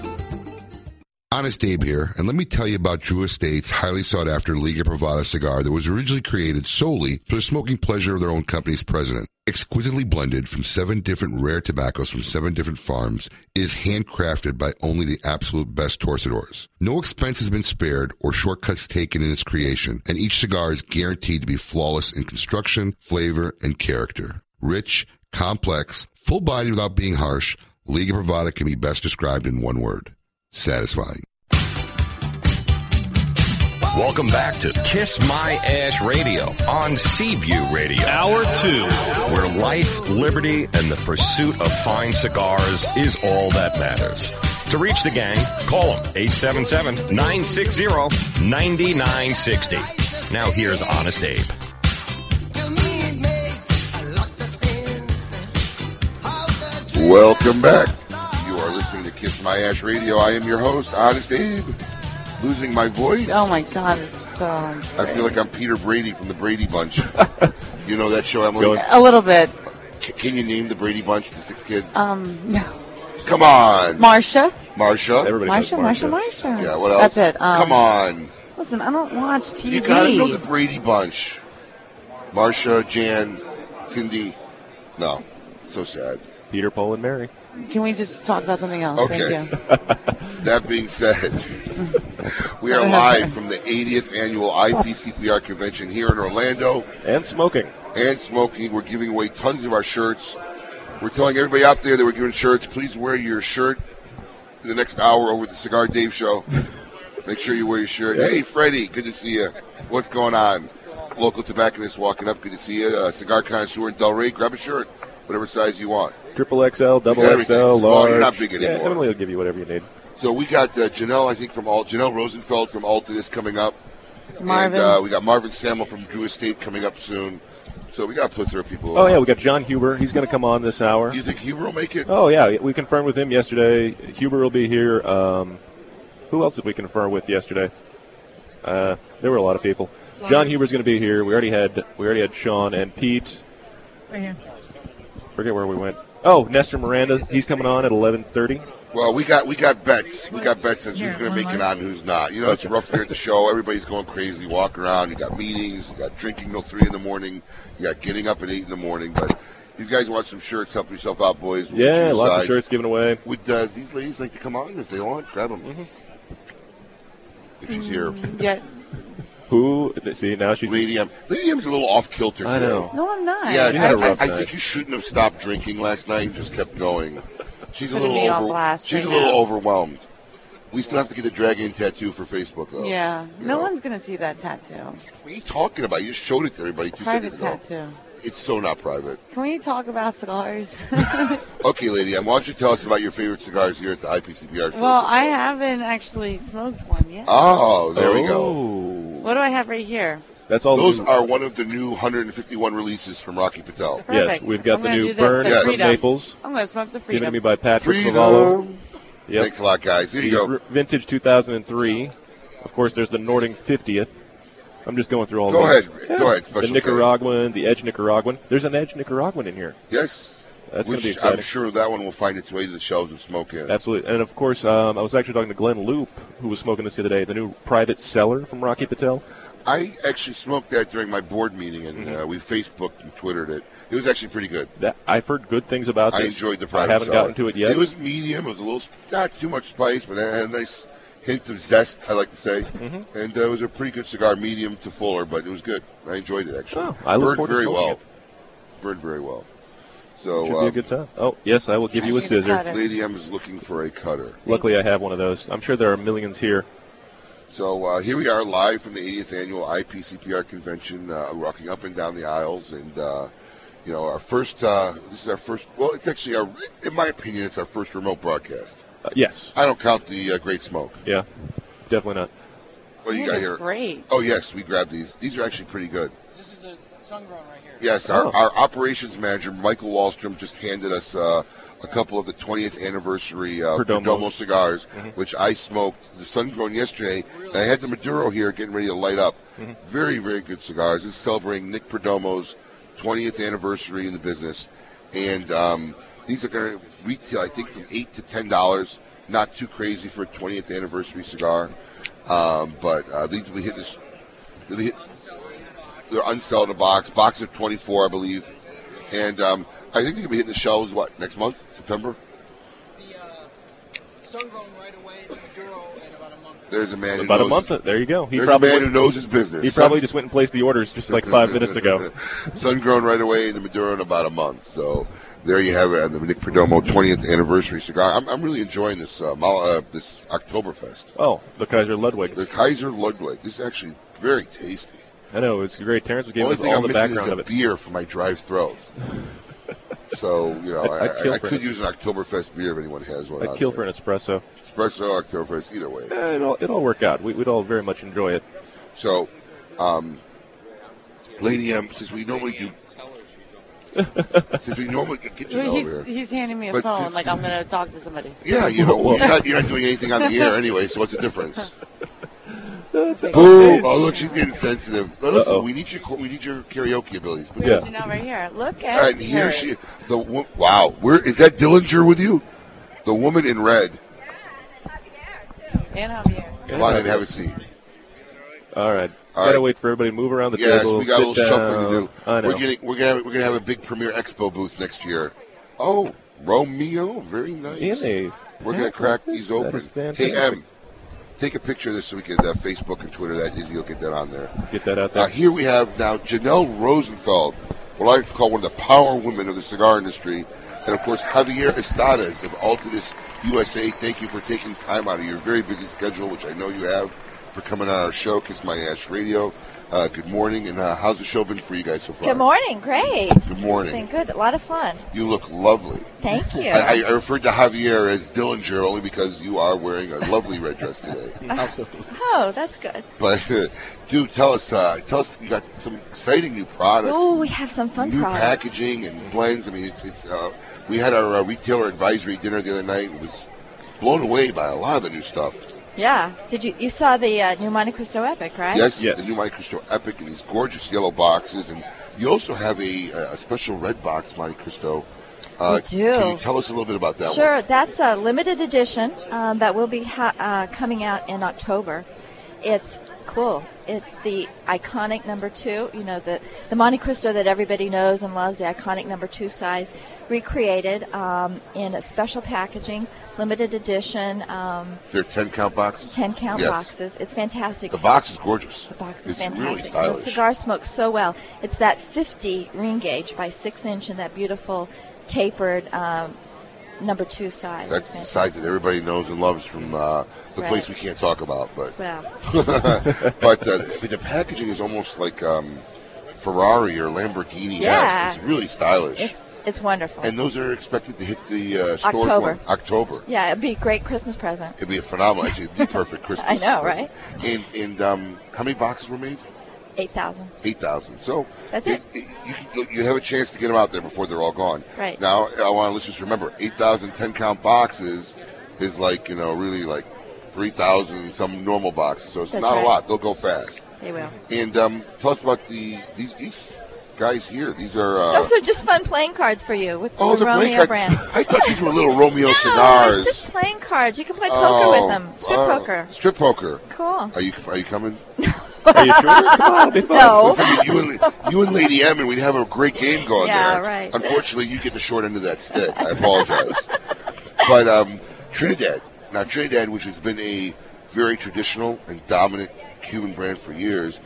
[SPEAKER 4] Honest Abe here, and let me tell you about Drew Estate's highly sought after Liga Privada cigar that was originally created solely for the smoking pleasure of their own company's president. Exquisitely blended from seven different rare tobaccos from seven different farms, it is handcrafted by only the absolute best torcedores. No expense has been spared or shortcuts taken in its creation, and each cigar is guaranteed to be flawless in construction, flavor, and character. Rich, complex, full bodied without being harsh, Liga Privada can be best described in one word satisfying.
[SPEAKER 1] Welcome back to Kiss My Ash Radio on Seaview Radio. Hour two, where life, liberty, and the pursuit of fine cigars is all that matters. To reach the gang, call them 877 960 9960. Now here's Honest Abe.
[SPEAKER 4] Welcome back. You are listening to Kiss My Ash Radio. I am your host, Honest Abe. Losing my voice.
[SPEAKER 9] Oh my God, it's so.
[SPEAKER 4] I feel like I'm Peter Brady from the Brady Bunch. you know that show, Emily?
[SPEAKER 9] A little bit.
[SPEAKER 4] C- can you name the Brady Bunch, the six kids?
[SPEAKER 9] Um,
[SPEAKER 4] Come on.
[SPEAKER 9] Marsha.
[SPEAKER 4] Marsha.
[SPEAKER 9] Everybody knows Marsha, Marsha, Marsha. Marsha.
[SPEAKER 4] Yeah, what else?
[SPEAKER 9] That's it, um,
[SPEAKER 4] Come on.
[SPEAKER 9] Listen, I don't watch TV.
[SPEAKER 4] You gotta know the Brady Bunch. Marsha, Jan, Cindy. No. So sad.
[SPEAKER 3] Peter, Paul, and Mary.
[SPEAKER 9] Can we just talk about something else?
[SPEAKER 4] Okay.
[SPEAKER 9] Thank you.
[SPEAKER 4] That being said, we are live from the 80th annual IPCPR convention here in Orlando.
[SPEAKER 3] And smoking.
[SPEAKER 4] And smoking. We're giving away tons of our shirts. We're telling everybody out there that we're giving shirts. Please wear your shirt in the next hour over at the Cigar Dave show. Make sure you wear your shirt. Hey, Freddie, good to see you. What's going on? Local tobacconist walking up. Good to see you. Uh, cigar connoisseur in Delray. Grab a shirt, whatever size you want.
[SPEAKER 3] Triple XL, double
[SPEAKER 4] Everything's small.
[SPEAKER 3] XL, large.
[SPEAKER 4] You're not big
[SPEAKER 3] Yeah,
[SPEAKER 4] anymore.
[SPEAKER 3] Emily will give you whatever you need.
[SPEAKER 4] So we got uh, Janelle, I think, from Alt. Janelle Rosenfeld from Alton is coming up.
[SPEAKER 3] Marvin.
[SPEAKER 4] And uh, we got Marvin Samuel from Drew Estate coming up soon. So we got a plethora of people.
[SPEAKER 3] Oh yeah, we got John Huber. He's going to come on this hour.
[SPEAKER 4] You think Huber will make it?
[SPEAKER 3] Oh yeah, we confirmed with him yesterday. Huber will be here. Um, who else did we confer with yesterday? Uh, there were a lot of people. John Huber's going to be here. We already had we already had Sean and Pete.
[SPEAKER 13] Right here.
[SPEAKER 3] Forget where we went. Oh, Nestor Miranda. He's coming on at eleven thirty.
[SPEAKER 4] Well, we got we got bets. We got bets on who's going to make it on, who's not. You know, it's rough here at the show. Everybody's going crazy, walking around. You got meetings. You got drinking till three in the morning. You got getting up at eight in the morning. But if you guys want some shirts, help yourself out, boys. We'll get
[SPEAKER 3] Yeah,
[SPEAKER 4] you
[SPEAKER 3] lots of
[SPEAKER 4] size.
[SPEAKER 3] shirts given away. Mm-hmm.
[SPEAKER 4] Would uh, these ladies like to come on if they want? Grab them. If she's here,
[SPEAKER 9] Yeah.
[SPEAKER 3] Who? See now she's
[SPEAKER 4] Lady M. Lady M's a little off kilter.
[SPEAKER 3] I know.
[SPEAKER 9] No, I'm not.
[SPEAKER 4] Yeah,
[SPEAKER 9] You
[SPEAKER 4] I,
[SPEAKER 9] had a
[SPEAKER 4] I, I
[SPEAKER 9] rough night.
[SPEAKER 4] think you shouldn't have stopped drinking last night and just kept going. She's a
[SPEAKER 9] Putting
[SPEAKER 4] little
[SPEAKER 9] me on
[SPEAKER 4] over,
[SPEAKER 9] blast
[SPEAKER 4] She's
[SPEAKER 9] right
[SPEAKER 4] a little
[SPEAKER 9] now.
[SPEAKER 4] overwhelmed. We still have to get the dragon tattoo for Facebook though.
[SPEAKER 9] Yeah. No one's gonna see that tattoo.
[SPEAKER 4] What are you talking about? You just showed it to everybody two
[SPEAKER 9] Private
[SPEAKER 4] seconds ago.
[SPEAKER 9] tattoo.
[SPEAKER 4] It's so not private.
[SPEAKER 9] Can we talk about cigars?
[SPEAKER 4] Okay, lady, M, why don't you tell us about your favorite cigars here at the IPCPR? show?
[SPEAKER 9] well, I haven't actually smoked one yet.
[SPEAKER 4] oh, there we go.
[SPEAKER 9] What do I have right here?
[SPEAKER 3] That's all.
[SPEAKER 4] Those
[SPEAKER 3] new-
[SPEAKER 4] are one of the new 151 releases from Rocky Patel.
[SPEAKER 9] Perfect. I'm gonna do this, freedom. I'm going to smoke the freedom.
[SPEAKER 3] Given to me by Patrick
[SPEAKER 4] Freedom.
[SPEAKER 3] Cavallo. Yep.
[SPEAKER 4] Thanks a lot, guys. Here
[SPEAKER 3] the
[SPEAKER 4] you go.
[SPEAKER 3] r- Vintage 2003. Of course, there's the Nording 50th. I'm just going through all
[SPEAKER 4] Go
[SPEAKER 3] these.
[SPEAKER 4] ahead. Go ahead, special
[SPEAKER 3] the Nicaraguan, the Edge Nicaraguan. There's an Edge Nicaraguan in here.
[SPEAKER 4] Yes.
[SPEAKER 3] That's going
[SPEAKER 4] Which
[SPEAKER 3] to be
[SPEAKER 4] I'm
[SPEAKER 3] exciting.
[SPEAKER 4] sure that one will find its way to the shelves and smoke in.
[SPEAKER 3] Absolutely. And of course, um, I was actually talking to Glenn Loop, who was smoking this the other day, the new private seller from Rocky Patel.
[SPEAKER 4] I actually smoked that during my board meeting, and
[SPEAKER 3] Mm-hmm.
[SPEAKER 4] uh, we Facebooked and Twittered it. It was actually pretty good.
[SPEAKER 3] That I've heard good things about
[SPEAKER 4] I
[SPEAKER 3] this.
[SPEAKER 4] enjoyed the
[SPEAKER 3] I
[SPEAKER 4] private
[SPEAKER 3] haven't
[SPEAKER 4] salad.
[SPEAKER 3] gotten to it yet.
[SPEAKER 4] It was medium. It was a little, sp- not too much spice, but it had a nice hint of zest, I like to say.
[SPEAKER 3] Mm-hmm.
[SPEAKER 4] And uh, it was a pretty good cigar, medium to fuller, but it was good. I enjoyed it, actually.
[SPEAKER 3] Oh, I
[SPEAKER 4] Burned
[SPEAKER 3] look forward to
[SPEAKER 4] very
[SPEAKER 3] smoking
[SPEAKER 4] well. Burned very well. So,
[SPEAKER 3] Should be a
[SPEAKER 4] um,
[SPEAKER 3] good time. Oh, yes, I will give you a scissor.
[SPEAKER 4] Lady M is looking for a cutter.
[SPEAKER 3] Luckily, I have one of those. I'm sure there are millions here.
[SPEAKER 4] So uh, here we are live from the 80th annual IPCPR convention, uh, rocking up and down the aisles, and uh, You know, our first. Uh, this is our first. Well, it's actually our. In my opinion, it's our first remote broadcast.
[SPEAKER 3] Uh, yes.
[SPEAKER 4] I don't count the uh, Great Smoke.
[SPEAKER 3] Yeah, definitely not.
[SPEAKER 4] What do you
[SPEAKER 3] Ooh,
[SPEAKER 4] got
[SPEAKER 3] that's
[SPEAKER 4] here?
[SPEAKER 9] great.
[SPEAKER 4] Oh yes, we grabbed these. These are actually pretty good.
[SPEAKER 5] This is the sun grown right here.
[SPEAKER 4] Yes, our,
[SPEAKER 5] Oh.
[SPEAKER 4] our operations manager Michael Wallstrom just handed us uh, a couple of the 20th anniversary uh,
[SPEAKER 3] Perdomos.
[SPEAKER 4] Perdomo cigars,
[SPEAKER 3] Mhm.
[SPEAKER 4] which I smoked the sun grown yesterday. And I had the Maduro here, getting ready to light up.
[SPEAKER 9] Mm-hmm.
[SPEAKER 3] Mhm.
[SPEAKER 4] Very, very good cigars. It's celebrating Nick Perdomo's 20th anniversary in the business, and um, these are going to retail, I think, from eight to ten dollars. Not too crazy for a 20th anniversary cigar, um, but uh, these will be hitting. this- They'll be hit, they're unselled in a box, box of 24, I believe. And um, I think they're going to be hitting the shelves, what, next month, September?
[SPEAKER 5] Sun grown right away. Maduro in about a month.
[SPEAKER 4] There's a man who
[SPEAKER 3] About
[SPEAKER 4] knows
[SPEAKER 3] a month. There you go. He
[SPEAKER 4] There's a
[SPEAKER 3] probably
[SPEAKER 4] man who
[SPEAKER 3] went-
[SPEAKER 4] knows his business.
[SPEAKER 3] He probably just went and placed the orders just like five minutes ago.
[SPEAKER 4] Sun grown right away in the Maduro in about a month. So there you have it on the Nick Perdomo 20th anniversary cigar. I'm, I'm really enjoying this uh, Mal- uh, this Oktoberfest.
[SPEAKER 3] Oh, the Kaiser Ludwig.
[SPEAKER 4] The Kaiser Ludwig. This is actually very tasty.
[SPEAKER 3] I know it's great. Terrence gave
[SPEAKER 4] Only
[SPEAKER 3] us
[SPEAKER 4] thing
[SPEAKER 3] all
[SPEAKER 4] I'm
[SPEAKER 3] the
[SPEAKER 4] missing
[SPEAKER 3] background
[SPEAKER 4] is a
[SPEAKER 3] of it.
[SPEAKER 4] beer for my drive throat. so you know, I,
[SPEAKER 3] I'd- I'd
[SPEAKER 4] I,
[SPEAKER 3] kill
[SPEAKER 4] I
[SPEAKER 3] for
[SPEAKER 4] could
[SPEAKER 3] it.
[SPEAKER 4] use an Oktoberfest beer if anyone has one.
[SPEAKER 3] I'd
[SPEAKER 4] out
[SPEAKER 3] kill
[SPEAKER 4] there.
[SPEAKER 3] for an espresso.
[SPEAKER 4] espresso Oktoberfest. Either way,
[SPEAKER 3] Eh, it'll, it'll work out. We, we'd all very much enjoy it.
[SPEAKER 4] So, um, Lady M, since we normally do, since we normally get get you
[SPEAKER 9] He's,
[SPEAKER 4] over here.
[SPEAKER 9] he's handing me a
[SPEAKER 4] But
[SPEAKER 9] phone
[SPEAKER 4] this-
[SPEAKER 9] like I'm going to talk to somebody.
[SPEAKER 4] Yeah, you know, you're not, you're not doing anything on the air anyway, so what's the difference?
[SPEAKER 3] Boom!
[SPEAKER 4] Oh, look, she's getting sensitive. Now, listen,
[SPEAKER 3] Uh-oh.
[SPEAKER 4] we need your we need your karaoke abilities.
[SPEAKER 9] We
[SPEAKER 4] Yeah.
[SPEAKER 9] need to know right here. Look at
[SPEAKER 4] And here
[SPEAKER 9] her.
[SPEAKER 4] she, the wo- wow, where is that Dillinger with you? The woman in red.
[SPEAKER 9] And Javier.
[SPEAKER 4] Come on and have a seat.
[SPEAKER 3] All right.
[SPEAKER 4] All
[SPEAKER 3] Gotta
[SPEAKER 4] right.
[SPEAKER 3] wait for everybody to move around the
[SPEAKER 4] yes,
[SPEAKER 3] table.
[SPEAKER 4] we got a
[SPEAKER 3] sit
[SPEAKER 4] little shuffling to
[SPEAKER 3] down.
[SPEAKER 4] do.
[SPEAKER 3] I know.
[SPEAKER 4] We're getting we're gonna we're gonna have a big Premier Expo booth next year. Oh, Romeo, very nice.
[SPEAKER 3] Really?
[SPEAKER 4] We're gonna
[SPEAKER 3] Yeah,
[SPEAKER 4] crack
[SPEAKER 3] that
[SPEAKER 4] these
[SPEAKER 3] is
[SPEAKER 4] open. Hey,
[SPEAKER 3] fantastic.
[SPEAKER 4] Em, take a picture of this so we can uh, Facebook and Twitter that. Izzy will get that on there.
[SPEAKER 3] Get that out there.
[SPEAKER 4] Uh, here we have now Janelle Rosenfeld, what I like to call one of the power women of the cigar industry, and of course Javier Estadas of Altadis USA. Thank you for taking time out of your very busy schedule, which I know you have, for coming on our show, Kiss My Ash Radio. Uh, good morning, and uh, how's the show been for you guys so far?
[SPEAKER 26] Good morning. Great.
[SPEAKER 4] Good morning.
[SPEAKER 26] It's been good. A lot of fun.
[SPEAKER 4] You look lovely.
[SPEAKER 26] Thank you.
[SPEAKER 4] I, I referred to Javier as Dillinger only because you are wearing a lovely red dress today.
[SPEAKER 3] Absolutely.
[SPEAKER 26] oh, that's good.
[SPEAKER 4] But uh, do tell us, uh, tell us you got some exciting new products,
[SPEAKER 26] Oh, we have some fun
[SPEAKER 4] new
[SPEAKER 26] products.
[SPEAKER 4] packaging and blends. I mean, it's it's. Uh, we had our uh, retailer advisory dinner the other night. It was blown away by a lot of the new stuff.
[SPEAKER 26] Yeah. Did you you saw the uh, new Monte Cristo Epic, right?
[SPEAKER 4] Yes, the new Monte Cristo Epic in these gorgeous yellow boxes, and you also have a, a special red box Monte Cristo. Uh,
[SPEAKER 26] We do.
[SPEAKER 4] Can you tell us a little bit about that
[SPEAKER 26] sure,
[SPEAKER 4] one?
[SPEAKER 26] that's a limited edition um, that will be ha- uh, coming out in October. It's cool. It's the iconic number two, you know, the, the Monte Cristo that everybody knows and loves, the iconic number two size, recreated um, in a special packaging, limited edition, um,
[SPEAKER 4] They're ten count boxes.
[SPEAKER 26] 10 count
[SPEAKER 4] Yes.
[SPEAKER 26] boxes. It's fantastic.
[SPEAKER 4] The box is gorgeous. The
[SPEAKER 26] box
[SPEAKER 4] it's
[SPEAKER 26] is fantastic.
[SPEAKER 4] really
[SPEAKER 26] the
[SPEAKER 4] stylish.
[SPEAKER 26] cigar smokes so well. It's that 50 ring gauge by 6 inch and that beautiful tapered um, number two size.
[SPEAKER 4] That's
[SPEAKER 26] It's
[SPEAKER 4] the size that everybody knows and loves from uh, the
[SPEAKER 26] Right.
[SPEAKER 4] place we can't talk about, but.
[SPEAKER 26] Well,
[SPEAKER 4] but uh, but the packaging is almost like um, Ferrari or Lamborghini.
[SPEAKER 26] Yeah.
[SPEAKER 4] It's really stylish.
[SPEAKER 26] it's it's wonderful.
[SPEAKER 4] and those are expected to hit the uh, stores
[SPEAKER 26] October.
[SPEAKER 4] one- October.
[SPEAKER 26] yeah, it'd be a great Christmas present.
[SPEAKER 4] It'd be a phenomenal, actually, the perfect Christmas.
[SPEAKER 26] I know, right?
[SPEAKER 4] And, and um, how many boxes were made?
[SPEAKER 26] 8,000.
[SPEAKER 4] 8,000. So
[SPEAKER 26] That's it.
[SPEAKER 4] you, can- you have a chance to get them out there before they're all gone.
[SPEAKER 26] Right.
[SPEAKER 4] Now, I want our listeners to remember 8,000 10 count boxes is like, you know, really like 3,000 some normal boxes. So it's
[SPEAKER 26] That's
[SPEAKER 4] not
[SPEAKER 26] right.
[SPEAKER 4] a lot. They'll go fast.
[SPEAKER 26] They will.
[SPEAKER 4] And um, tell us about the these, these guys here. These are. Uh,
[SPEAKER 26] Those are just fun playing cards for you with,
[SPEAKER 4] oh,
[SPEAKER 26] with
[SPEAKER 4] the
[SPEAKER 26] Romeo
[SPEAKER 4] blank
[SPEAKER 26] brand.
[SPEAKER 4] I thought these were little Romeo
[SPEAKER 26] no,
[SPEAKER 4] cigars.
[SPEAKER 26] it's just playing cards. You can play poker
[SPEAKER 4] Oh,
[SPEAKER 26] with them. Strip
[SPEAKER 4] wow.
[SPEAKER 26] poker.
[SPEAKER 4] Strip poker.
[SPEAKER 26] Cool.
[SPEAKER 4] Are you are you coming?
[SPEAKER 26] Are you sure? Come on, be fun. No.
[SPEAKER 4] If You, you and, you and Lady M, and we'd have a great game going
[SPEAKER 26] Yeah,
[SPEAKER 4] there.
[SPEAKER 26] right.
[SPEAKER 4] Unfortunately, you get the short end of that stick. I apologize. but um, Trinidad, now Trinidad, which has been a very traditional and dominant Cuban brand for years,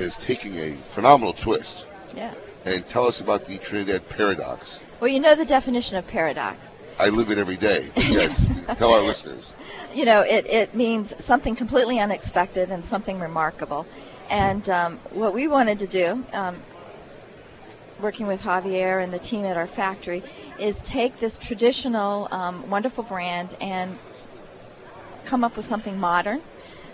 [SPEAKER 4] is taking a phenomenal twist.
[SPEAKER 26] Yeah.
[SPEAKER 4] And tell us about the Trinidad paradox.
[SPEAKER 26] Well, you know the definition of paradox.
[SPEAKER 4] I live it every day. Yes, tell our listeners.
[SPEAKER 26] you know, it, it means something completely unexpected and something remarkable. And um, what we wanted to do, um, working with Javier and the team at our factory is take this traditional, um, wonderful brand and come up with something modern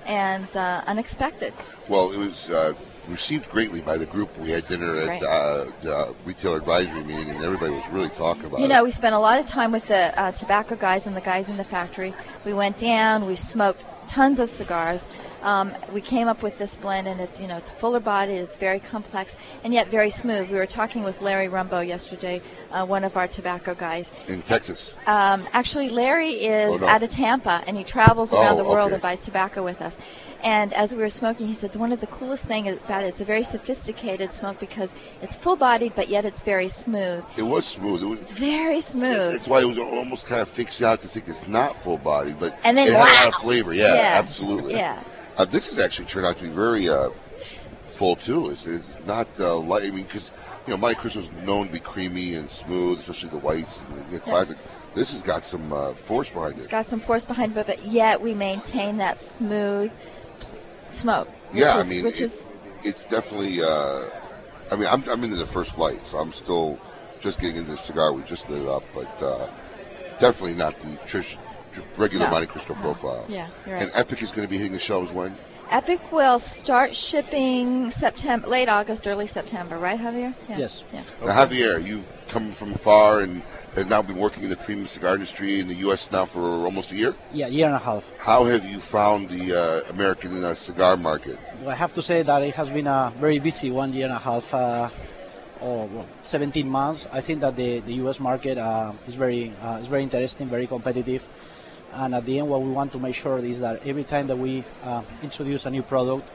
[SPEAKER 26] and uh, unexpected.
[SPEAKER 4] Well, it was uh, received greatly by the group. We had dinner
[SPEAKER 26] That's
[SPEAKER 4] at uh, the retailer advisory meeting, and everybody was really talking about
[SPEAKER 26] You
[SPEAKER 4] it.
[SPEAKER 26] know, we spent a lot of time with the uh, tobacco guys and the guys in the factory. We went down, we smoked tons of cigars. Um, we came up with this blend, and it's you know it's fuller body, it's very complex, and yet very smooth. We were talking with Larry Rumbo yesterday, uh, one of our tobacco guys.
[SPEAKER 4] in Texas.
[SPEAKER 26] Um, actually, Larry is
[SPEAKER 4] Oh, no.
[SPEAKER 26] out of Tampa, and he travels around
[SPEAKER 4] Oh,
[SPEAKER 26] the world
[SPEAKER 4] okay.
[SPEAKER 26] and buys tobacco with us. And as we were smoking, he said one of the coolest things about it, it's a very sophisticated smoke because it's full bodied, but yet it's very smooth.
[SPEAKER 4] It was smooth. It was,
[SPEAKER 26] Very smooth.
[SPEAKER 4] that's why it was almost kind of fixed out to think it's not full body, but
[SPEAKER 26] And then
[SPEAKER 4] it had a lot of
[SPEAKER 26] wow.
[SPEAKER 4] flavor. Yeah,
[SPEAKER 26] Yeah.
[SPEAKER 4] absolutely.
[SPEAKER 26] Yeah.
[SPEAKER 4] Uh, this has actually turned out to be very uh, full too. It's, it's not uh, light. I mean, because you know, Monte Cristo's known to be creamy and smooth, especially the whites and the, the classic. This has got some uh, force behind
[SPEAKER 26] It's
[SPEAKER 4] it.
[SPEAKER 26] got some force behind it, but yet we maintain that smooth smoke. which
[SPEAKER 4] yeah,
[SPEAKER 26] is-
[SPEAKER 4] I mean,
[SPEAKER 26] which
[SPEAKER 4] it-
[SPEAKER 26] is
[SPEAKER 4] it's definitely. Uh, I mean, I'm, I'm into the first light, so I'm still just getting into the cigar. We just lit it up, but uh, definitely not the trish, tr- regular
[SPEAKER 26] No.
[SPEAKER 4] Monte Cristo profile.
[SPEAKER 26] yeah, you're
[SPEAKER 4] And
[SPEAKER 26] right.
[SPEAKER 4] Epic is going to be hitting the shelves when?
[SPEAKER 26] Epic will start shipping September, late August, early September, right, Javier? Yeah.
[SPEAKER 4] Yes.
[SPEAKER 26] Yeah.
[SPEAKER 4] Now, Javier, you come from far and have now been working in the premium cigar industry in the U.S. now for almost a year.
[SPEAKER 27] Yeah, year and a half.
[SPEAKER 4] How have you found the uh, American uh, cigar market?
[SPEAKER 27] Well, I have to say that it has been a very busy one year and a half, uh, or well, 17 months. I think that the, the U.S. market uh, is very uh, is very interesting, very competitive, and at the end, what we want to make sure is that every time that we uh, introduce a new product,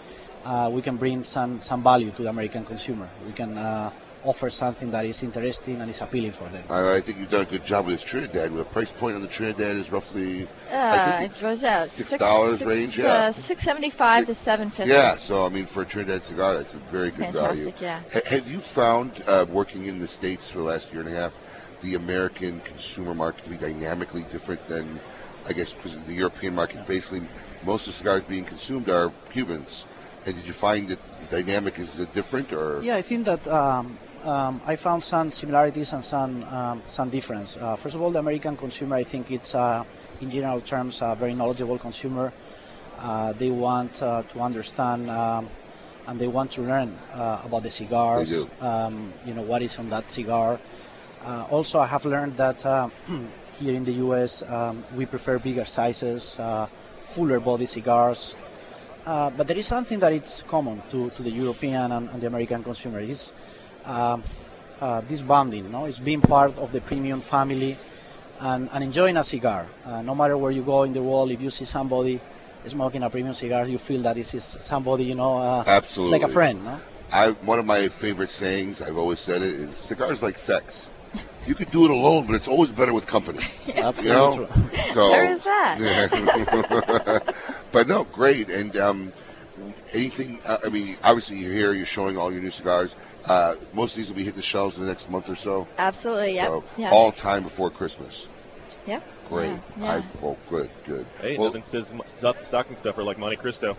[SPEAKER 27] uh, we can bring some some value to the American consumer. We can uh, offer something that is interesting and is appealing for them.
[SPEAKER 4] I, I think you've done a good job with this Trinidad. The price point on the Trinidad is roughly
[SPEAKER 26] Uh,
[SPEAKER 4] I think
[SPEAKER 26] it goes out
[SPEAKER 4] six dollars
[SPEAKER 26] six-
[SPEAKER 4] range, yeah.
[SPEAKER 26] Uh, six seventy-five to seven fifty.
[SPEAKER 4] Yeah, so I mean, for a Trinidad cigar, that's a very
[SPEAKER 26] It's
[SPEAKER 4] good
[SPEAKER 26] fantastic,
[SPEAKER 4] value.
[SPEAKER 26] yeah.
[SPEAKER 4] Ha- have you found uh, working in the states for the last year and a half the American consumer market to be dynamically different than, I guess, because the European market basically most of the cigars being consumed are Cubans. And did you find that the dynamic is uh, different, or
[SPEAKER 27] Yeah, I think that um, um, I found some similarities and some um, some difference. Uh, first of all, the American consumer, I think it's uh, in general terms a very knowledgeable consumer. Uh, they want uh, to understand um, and they want to learn uh, about the cigars.
[SPEAKER 4] They do.
[SPEAKER 27] Um, you know what is on that cigar. Uh, also, I have learned that uh, here in the U.S. Um, we prefer bigger sizes, uh, fuller body cigars. Uh, but there is something that it's common to, to the European and, and the American consumer is um, uh, this bonding. No, it's being part of the premium family and, and enjoying a cigar. Uh, no matter where you go in the world, if you see somebody smoking a premium cigar, you feel that it is somebody you know. Uh,
[SPEAKER 4] absolutely
[SPEAKER 27] it's like a friend. No?
[SPEAKER 4] I one of my favorite sayings I've always said it is cigars like sex. You could do it alone, but it's always better with company.
[SPEAKER 27] Absolutely
[SPEAKER 4] you know?
[SPEAKER 27] true.
[SPEAKER 4] So
[SPEAKER 27] There is that.
[SPEAKER 4] Yeah. but no, great. And um, anything? Uh, I mean, obviously you're here. You're showing all your new cigars. Uh, most of these will be hitting the shelves in the next month or so.
[SPEAKER 26] Absolutely. Yep.
[SPEAKER 4] So
[SPEAKER 26] yeah.
[SPEAKER 4] all time before Christmas.
[SPEAKER 26] Yep.
[SPEAKER 4] Great.
[SPEAKER 26] Yeah, yeah.
[SPEAKER 4] I, well, good, good.
[SPEAKER 3] Hey,
[SPEAKER 4] Well,
[SPEAKER 3] nothing says mo- stuff, stocking stuffer like Monte Cristo.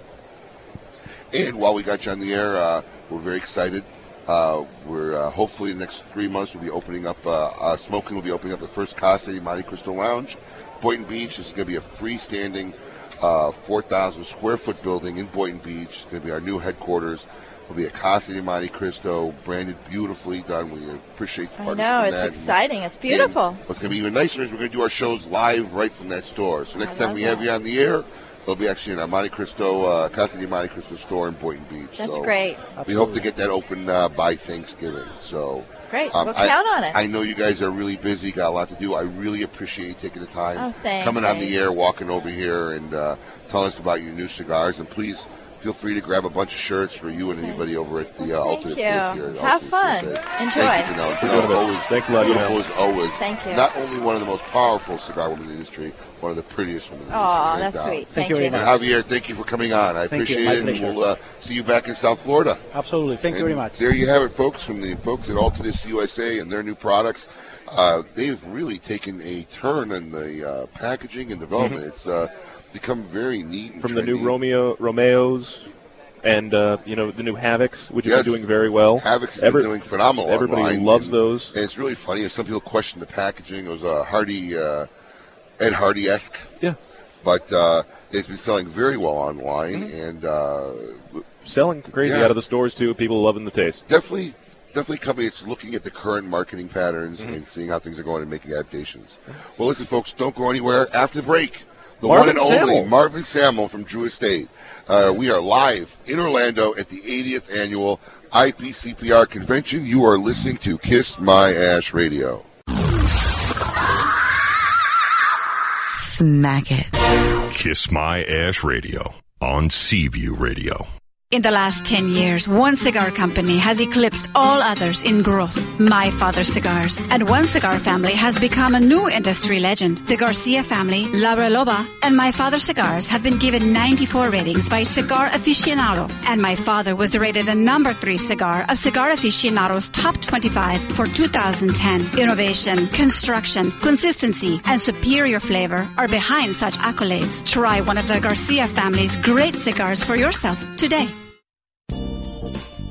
[SPEAKER 4] And while we got you on the air, uh, we're very excited. Uh, we're uh, hopefully in the next three months we'll be opening up. Uh, uh, Smoking will be opening up the first Casa de Monte Cristo Lounge, Boynton Beach. This is going to be a freestanding, uh, 4,000 square foot building in Boynton Beach. It's going to be our new headquarters. It'll be a Casa de Monte Cristo, branded beautifully done. We appreciate the
[SPEAKER 26] I
[SPEAKER 4] partnership.
[SPEAKER 26] know.
[SPEAKER 4] in
[SPEAKER 26] It's
[SPEAKER 4] that.
[SPEAKER 26] exciting. It's beautiful.
[SPEAKER 4] What's going to be even nicer is we're going to do our shows live right from that store. So next
[SPEAKER 26] I
[SPEAKER 4] time
[SPEAKER 26] love
[SPEAKER 4] we have
[SPEAKER 26] that.
[SPEAKER 4] you on the air, it'll be actually in our Monte Cristo, uh, Casa de Monte Cristo store in Boynton Beach.
[SPEAKER 26] That's
[SPEAKER 4] So
[SPEAKER 26] great.
[SPEAKER 4] We hope to get that open uh, by Thanksgiving. So
[SPEAKER 26] Great.
[SPEAKER 4] um,
[SPEAKER 26] we'll
[SPEAKER 4] I,
[SPEAKER 26] count on it.
[SPEAKER 4] I know you guys are really busy, got a lot to do. I really appreciate you taking the time,
[SPEAKER 26] Oh, thanks,
[SPEAKER 4] coming on the
[SPEAKER 26] Abe.
[SPEAKER 4] air, walking over here, and uh, telling us about your new cigars. And please feel free to grab a bunch of shirts for you and anybody over at the uh,
[SPEAKER 26] Thank
[SPEAKER 4] Alternate Booth here.
[SPEAKER 26] you.
[SPEAKER 4] at
[SPEAKER 26] Have
[SPEAKER 4] Alternate
[SPEAKER 26] fun. Enjoy.
[SPEAKER 4] Thank you, Janelle. Janelle, always
[SPEAKER 3] Thanks a lot,
[SPEAKER 4] beautiful
[SPEAKER 3] Janelle.
[SPEAKER 4] as always.
[SPEAKER 26] Thank you.
[SPEAKER 4] Not only one of the most powerful cigar women in the industry, one of the prettiest women in the
[SPEAKER 26] Aw,
[SPEAKER 4] industry. hands
[SPEAKER 26] that's
[SPEAKER 4] down.
[SPEAKER 26] sweet. Thank Thank you you. very
[SPEAKER 4] And Javier, thank you for coming on. I
[SPEAKER 27] Thank you.
[SPEAKER 4] appreciate
[SPEAKER 27] My
[SPEAKER 4] it.
[SPEAKER 27] pleasure.
[SPEAKER 4] And we'll uh, see you back in South Florida.
[SPEAKER 27] Absolutely. Thank you very
[SPEAKER 4] And
[SPEAKER 27] much.
[SPEAKER 4] There you have it, folks, from the folks at Altadis USA and their new products. Uh, they've really taken a turn in the uh, packaging and development. It's uh, become very neat and
[SPEAKER 3] From the new
[SPEAKER 4] trendy.
[SPEAKER 3] Romeo Romeos and uh, you know the new Havocs, which
[SPEAKER 4] Yes.
[SPEAKER 3] is doing very well.
[SPEAKER 4] Havoc's been
[SPEAKER 3] Every-
[SPEAKER 4] doing phenomenal.
[SPEAKER 3] Everybody
[SPEAKER 4] online.
[SPEAKER 3] loves
[SPEAKER 4] And-
[SPEAKER 3] those.
[SPEAKER 4] And it's really funny. And some people question the packaging. It was uh, Hardy, uh, Ed Hardy esque.
[SPEAKER 3] Yeah.
[SPEAKER 4] But uh, it's been selling very well online, and uh,
[SPEAKER 3] Mm-hmm. Selling crazy
[SPEAKER 4] Yeah.
[SPEAKER 3] out of the stores too. People loving the taste.
[SPEAKER 4] definitely, definitely, company that's looking at the current marketing patterns
[SPEAKER 3] Mm-hmm.
[SPEAKER 4] and seeing how things are going and making adaptations. Well, listen, folks, don't go anywhere. After the break, the
[SPEAKER 2] Marvin
[SPEAKER 4] one and only
[SPEAKER 2] Samuel.
[SPEAKER 4] Marvin Samuel from Drew Estate. Uh, we are live in Orlando at the 80th annual IPCPR convention. You are listening to Kiss My Ash Radio.
[SPEAKER 13] Smack it.
[SPEAKER 1] Kiss My Ash Radio on Seaview Radio.
[SPEAKER 13] In the last 10 years, one cigar company has eclipsed all others in growth. My Father Cigars. And one cigar family has become a new industry legend. The Garcia family, La Reloba, and My Father Cigars have been given 94 ratings by Cigar Aficionado. And My Father was rated the number three cigar of Cigar Aficionado's top 25 for 2010. Innovation, construction, consistency, and superior flavor are behind such accolades. Try one of the Garcia family's great cigars for yourself today.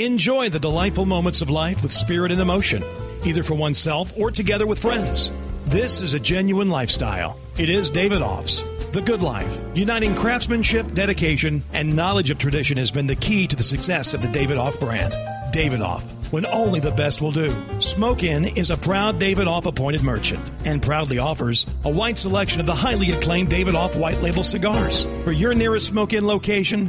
[SPEAKER 28] Enjoy the delightful moments of life with spirit and emotion, either for oneself or together with friends. This is a genuine lifestyle. It is Davidoff's. The Good Life. Uniting craftsmanship, dedication, and knowledge of tradition has been the key to the success of the Davidoff brand. Davidoff, when only the best will do. Smoke Inn is a proud Davidoff appointed merchant and proudly offers a wide selection of the highly acclaimed Davidoff white label cigars. For your nearest Smoke Inn location,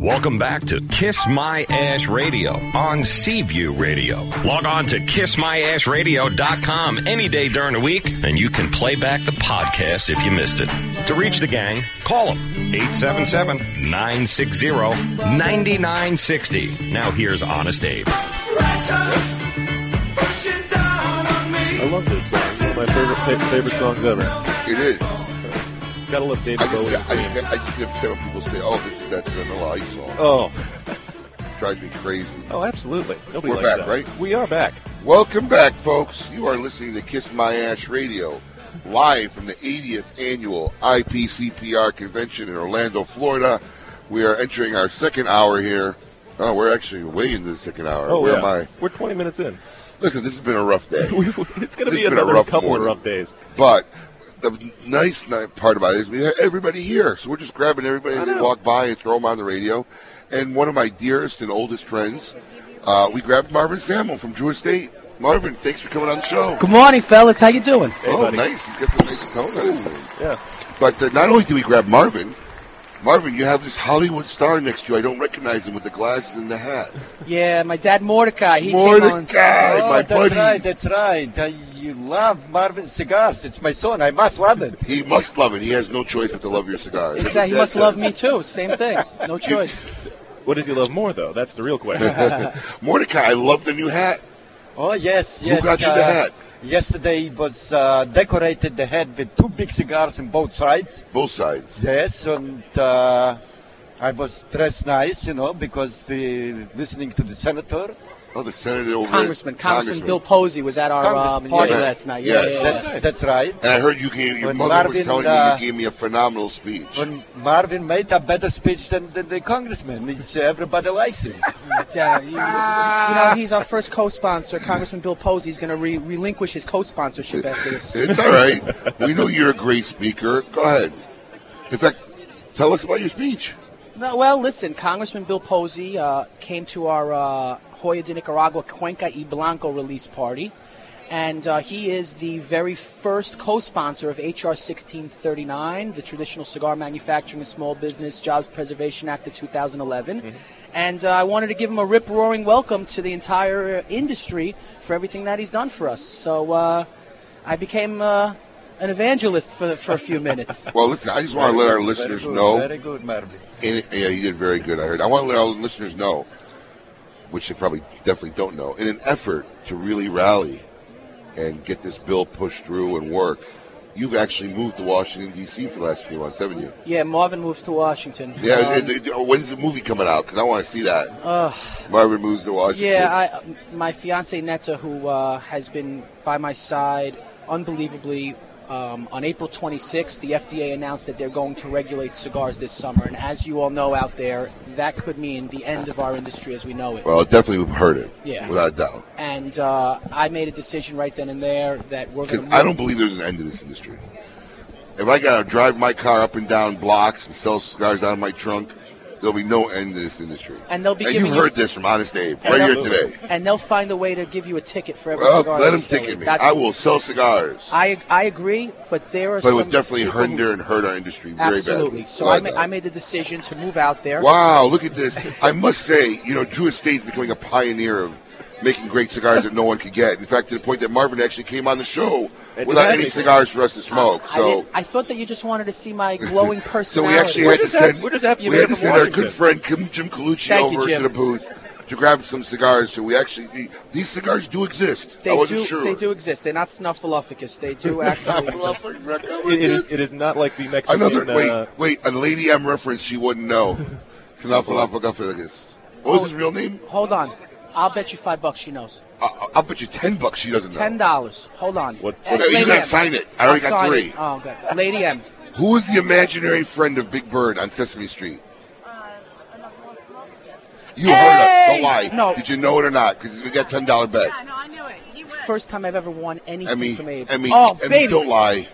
[SPEAKER 1] Welcome back to Kiss My Ash Radio on Seaview Radio. Log on to kissmyashradio.com any day during the week, and you can play back the podcast if you missed it. To reach the gang, call them 877 960 9960. Now here's Honest Abe.
[SPEAKER 3] I love this song. It's One of my favorite fa- favorite songs ever.
[SPEAKER 4] It is.
[SPEAKER 3] Gotta love
[SPEAKER 4] I
[SPEAKER 3] David
[SPEAKER 4] just,
[SPEAKER 3] Bowie.
[SPEAKER 4] get, I, get, I just get upset when people say, "Oh, this is that Vanilla Ice song."
[SPEAKER 3] Oh.
[SPEAKER 4] It drives me crazy.
[SPEAKER 3] Oh, absolutely. Nobody
[SPEAKER 4] We're
[SPEAKER 3] likes
[SPEAKER 4] back,
[SPEAKER 3] that.
[SPEAKER 4] right?
[SPEAKER 3] We are back.
[SPEAKER 4] Welcome back, folks. You are listening to Kiss My Ash Radio, live from the 80th annual IPCPR convention in Orlando, Florida. We are entering our second hour here. Oh, we're actually way into the second hour.
[SPEAKER 3] Oh,
[SPEAKER 4] Where
[SPEAKER 3] yeah.
[SPEAKER 4] am I?
[SPEAKER 3] We're 20 minutes in.
[SPEAKER 4] Listen, this has been a rough day.
[SPEAKER 3] It's going to
[SPEAKER 4] This
[SPEAKER 3] be
[SPEAKER 4] has been a
[SPEAKER 3] another
[SPEAKER 4] rough
[SPEAKER 3] couple
[SPEAKER 4] morning.
[SPEAKER 3] of rough days.
[SPEAKER 4] But the nice ni- part about it is we have everybody here, so we're just grabbing everybody as they walk by and throw them on the radio. And one of my dearest and oldest friends, uh, we grabbed Marvin Samuel from Drew Estate. Marvin, thanks for coming on the show.
[SPEAKER 29] Good morning, fellas. How you doing?
[SPEAKER 4] oh, nice. He's got some nice tone on his name.
[SPEAKER 3] Yeah.
[SPEAKER 4] But uh, not only did we grab Marvin, Marvin, you have this Hollywood star next to you. I don't recognize him with the glasses and the hat.
[SPEAKER 14] Yeah, my dad Mordecai. He
[SPEAKER 4] Mordecai,
[SPEAKER 14] came on. Oh,
[SPEAKER 4] my
[SPEAKER 14] that's
[SPEAKER 4] buddy.
[SPEAKER 14] right. That's right. Uh, you love Marvin cigars. It's my son. I must love it.
[SPEAKER 4] He must love it. He has no choice but to love your cigar.
[SPEAKER 14] It's, uh, he must love me too. Same thing. No choice.
[SPEAKER 3] What does he love more, though? That's the real question.
[SPEAKER 4] Mordecai, I love the new hat.
[SPEAKER 14] Oh yes,
[SPEAKER 4] Who
[SPEAKER 14] yes. uh,
[SPEAKER 4] got you the hat?
[SPEAKER 14] Yesterday it was uh, decorated the head with two big cigars on both sides.
[SPEAKER 4] Both sides.
[SPEAKER 14] Yes, and uh, I was dressed nice, you know, because the listening to the senator.
[SPEAKER 4] Oh, the senator over
[SPEAKER 14] Congressman, Congressman, Bill Posey was at our um, party
[SPEAKER 4] Yeah.
[SPEAKER 14] last night. Yeah,
[SPEAKER 4] Yes.
[SPEAKER 14] yeah, yeah. That's, that's right.
[SPEAKER 4] And I heard you gave your
[SPEAKER 14] When
[SPEAKER 4] mother was
[SPEAKER 14] Marvin,
[SPEAKER 4] telling
[SPEAKER 14] uh,
[SPEAKER 4] me you gave me a phenomenal speech.
[SPEAKER 14] When Marvin made a better speech than, than the congressman, it's, everybody likes it.
[SPEAKER 4] uh,
[SPEAKER 30] Damn, you, you know, he's our first co-sponsor. Congressman Bill Posey is going to re- relinquish his co-sponsorship after this.
[SPEAKER 4] It's all right. we know you're a great speaker. Go ahead. In fact, tell us about your speech.
[SPEAKER 30] No, well, listen, Congressman Bill Posey uh, came to our uh, Hoya de Nicaragua Cuenca y Blanco release party, and uh, he is the very first co-sponsor of HR 1639, the Traditional Cigar Manufacturing and Small Business Jobs Preservation Act of 2011.
[SPEAKER 14] Mm-hmm.
[SPEAKER 30] And uh, I wanted to give him a rip-roaring welcome to the entire uh, industry for everything that he's done for us. So uh, I became uh, an evangelist for, for a few minutes.
[SPEAKER 4] Well, listen, I just want to let our listeners know.
[SPEAKER 14] good, Marvin.
[SPEAKER 4] And, yeah, you did very good. I heard. I want to let our listeners know, which they probably definitely don't know, in an effort to really rally and get this bill pushed through and work, you've actually moved to Washington D.C. for the last few months, haven't you?
[SPEAKER 30] Yeah, Marvin moves to Washington.
[SPEAKER 4] Yeah.
[SPEAKER 30] Um,
[SPEAKER 4] and- and- and when's the movie coming out? Because I want to see that.
[SPEAKER 30] uh,
[SPEAKER 4] Marvin moves to Washington.
[SPEAKER 30] yeah, I, um, my fiance Netta, who uh, has been by my side unbelievably. Um, on April 26th, the FDA announced that they're going to regulate cigars this summer, and as you all know out there, that could mean the end of our industry as we know it.
[SPEAKER 4] Well, definitely we've heard it.
[SPEAKER 30] Yeah.
[SPEAKER 4] Without a doubt.
[SPEAKER 30] and uh, I made a decision right then and there that we're
[SPEAKER 4] Because
[SPEAKER 30] going
[SPEAKER 4] I don't believe there's an end to this industry. If I gotta drive my car up and down blocks and sell cigars out of my trunk, there'll be no end to this industry.
[SPEAKER 30] And they'll be
[SPEAKER 4] And
[SPEAKER 30] giving
[SPEAKER 4] you
[SPEAKER 30] you-
[SPEAKER 4] heard this from Honest Abe right here today.
[SPEAKER 30] And they'll find a way to give you a ticket for every
[SPEAKER 4] Well,
[SPEAKER 30] cigar.
[SPEAKER 4] let
[SPEAKER 30] they
[SPEAKER 4] them
[SPEAKER 30] sell
[SPEAKER 4] ticket
[SPEAKER 30] you.
[SPEAKER 4] me.
[SPEAKER 30] That's-
[SPEAKER 4] I will sell cigars,
[SPEAKER 30] I I agree, but there are
[SPEAKER 4] but it
[SPEAKER 30] some
[SPEAKER 4] would definitely
[SPEAKER 30] people-
[SPEAKER 4] hinder and hurt our industry very
[SPEAKER 30] Absolutely.
[SPEAKER 4] badly.
[SPEAKER 30] So
[SPEAKER 4] Without
[SPEAKER 30] I,
[SPEAKER 4] a
[SPEAKER 30] ma-
[SPEAKER 4] doubt.
[SPEAKER 30] I made the decision to move out there.
[SPEAKER 4] Wow, look at this. I must say, you know, Drew Estate's becoming a pioneer of making great cigars that no one could get. In fact, to the point that Marvin actually came on the show
[SPEAKER 30] And
[SPEAKER 4] without
[SPEAKER 30] that
[SPEAKER 4] any
[SPEAKER 30] makes-
[SPEAKER 4] cigars for us to smoke.
[SPEAKER 30] I,
[SPEAKER 4] So
[SPEAKER 30] didn't- I thought that you just wanted to see my glowing
[SPEAKER 4] So
[SPEAKER 30] personality.
[SPEAKER 4] we actually had to send, we had to send our good friend Kim, Jim Colucci
[SPEAKER 30] Thank you,
[SPEAKER 4] over
[SPEAKER 30] Jim.
[SPEAKER 4] to the booth to grab some cigars. So we actually the- these cigars do exist.
[SPEAKER 30] They
[SPEAKER 4] I wasn't
[SPEAKER 30] do.
[SPEAKER 4] sure.
[SPEAKER 30] They do exist. They're not snuffleupagus. They do actually.
[SPEAKER 4] It is-
[SPEAKER 3] it is not like the Mexican.
[SPEAKER 4] Another wait,
[SPEAKER 3] uh,
[SPEAKER 4] wait, a lady M reference she wouldn't know. Snuffleupagus. What was his real name?
[SPEAKER 30] Hold on. I'll bet you five bucks she knows.
[SPEAKER 4] I- I'll bet you ten bucks she doesn't know.
[SPEAKER 30] Ten dollars. Hold on. What?
[SPEAKER 4] what- you gotta sign it. I already got three.
[SPEAKER 30] Oh, good. Lady M.
[SPEAKER 4] Who was the imaginary friend of Big Bird on Sesame Street? You heard us. Don't lie.
[SPEAKER 30] No.
[SPEAKER 4] Did you know it or not? Because we got ten dollar bet.
[SPEAKER 30] First time I've ever won anything
[SPEAKER 4] I mean,
[SPEAKER 30] from Abe.
[SPEAKER 4] I mean,
[SPEAKER 30] oh,
[SPEAKER 4] I mean,
[SPEAKER 30] baby.
[SPEAKER 4] don't lie.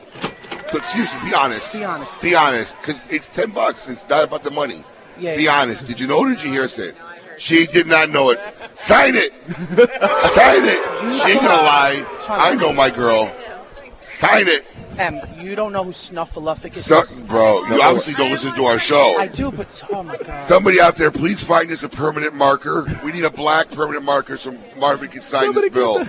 [SPEAKER 4] But seriously, be honest.
[SPEAKER 30] Be honest.
[SPEAKER 4] Be honest, because it's ten bucks. It's not about the money.
[SPEAKER 30] Yeah,
[SPEAKER 4] be
[SPEAKER 30] yeah.
[SPEAKER 4] honest. Did you know it or did you hear us say it? She did not know it. Sign it. Sign it. She ain't gonna lie. I know my girl. Sign it,
[SPEAKER 30] M, you don't know who Snuffleupagus is?
[SPEAKER 4] So- bro. You obviously don't listen to our
[SPEAKER 30] I
[SPEAKER 4] show.
[SPEAKER 30] do, but oh my god.
[SPEAKER 4] Somebody out there, please find us a permanent marker. We need a black permanent marker so Marvin can sign this bill.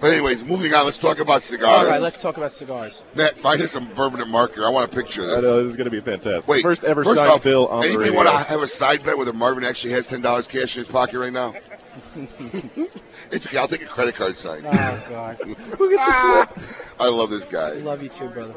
[SPEAKER 4] But anyways, moving on. Let's talk about cigars.
[SPEAKER 30] All right, let's talk about cigars.
[SPEAKER 4] Matt, find us a permanent marker. I want a picture of this.
[SPEAKER 3] I know this is going to be fantastic.
[SPEAKER 4] Wait,
[SPEAKER 3] first ever signed
[SPEAKER 4] off,
[SPEAKER 3] bill on the
[SPEAKER 4] anybody
[SPEAKER 3] radio.
[SPEAKER 4] want to have a side bet whether Marvin actually has ten dollars cash in his pocket right now? it's okay. I'll take a credit card sign.
[SPEAKER 30] Oh god.
[SPEAKER 4] I love this guy.
[SPEAKER 30] Love you too, brother.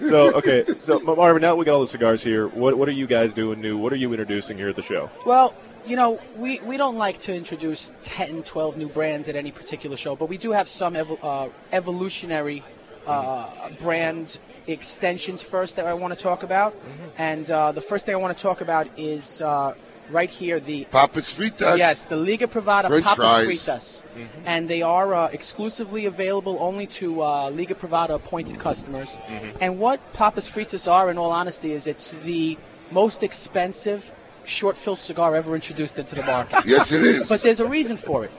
[SPEAKER 3] so okay, so Ma- Marvin, now that we got all the cigars here, what what are you guys doing new? What are you introducing here at the show?
[SPEAKER 30] Well, you know, we, we don't like to introduce 10, 12 new brands at any particular show, but we do have some evo- uh, evolutionary uh, brand extensions first that I want to talk about.
[SPEAKER 4] Mm-hmm.
[SPEAKER 30] And uh, the first thing I want to talk about is uh, right here the
[SPEAKER 4] Papas fritas.
[SPEAKER 30] Yes, the Liga Privada
[SPEAKER 4] French
[SPEAKER 30] Papas
[SPEAKER 4] fries.
[SPEAKER 30] Fritas. And they are uh, exclusively available only to uh, Liga Privada appointed customers. And what Papas Fritas are, in all honesty, is it's the most expensive short fill cigar ever introduced into the market.
[SPEAKER 3] Yes, it is.
[SPEAKER 30] But there's a reason for it.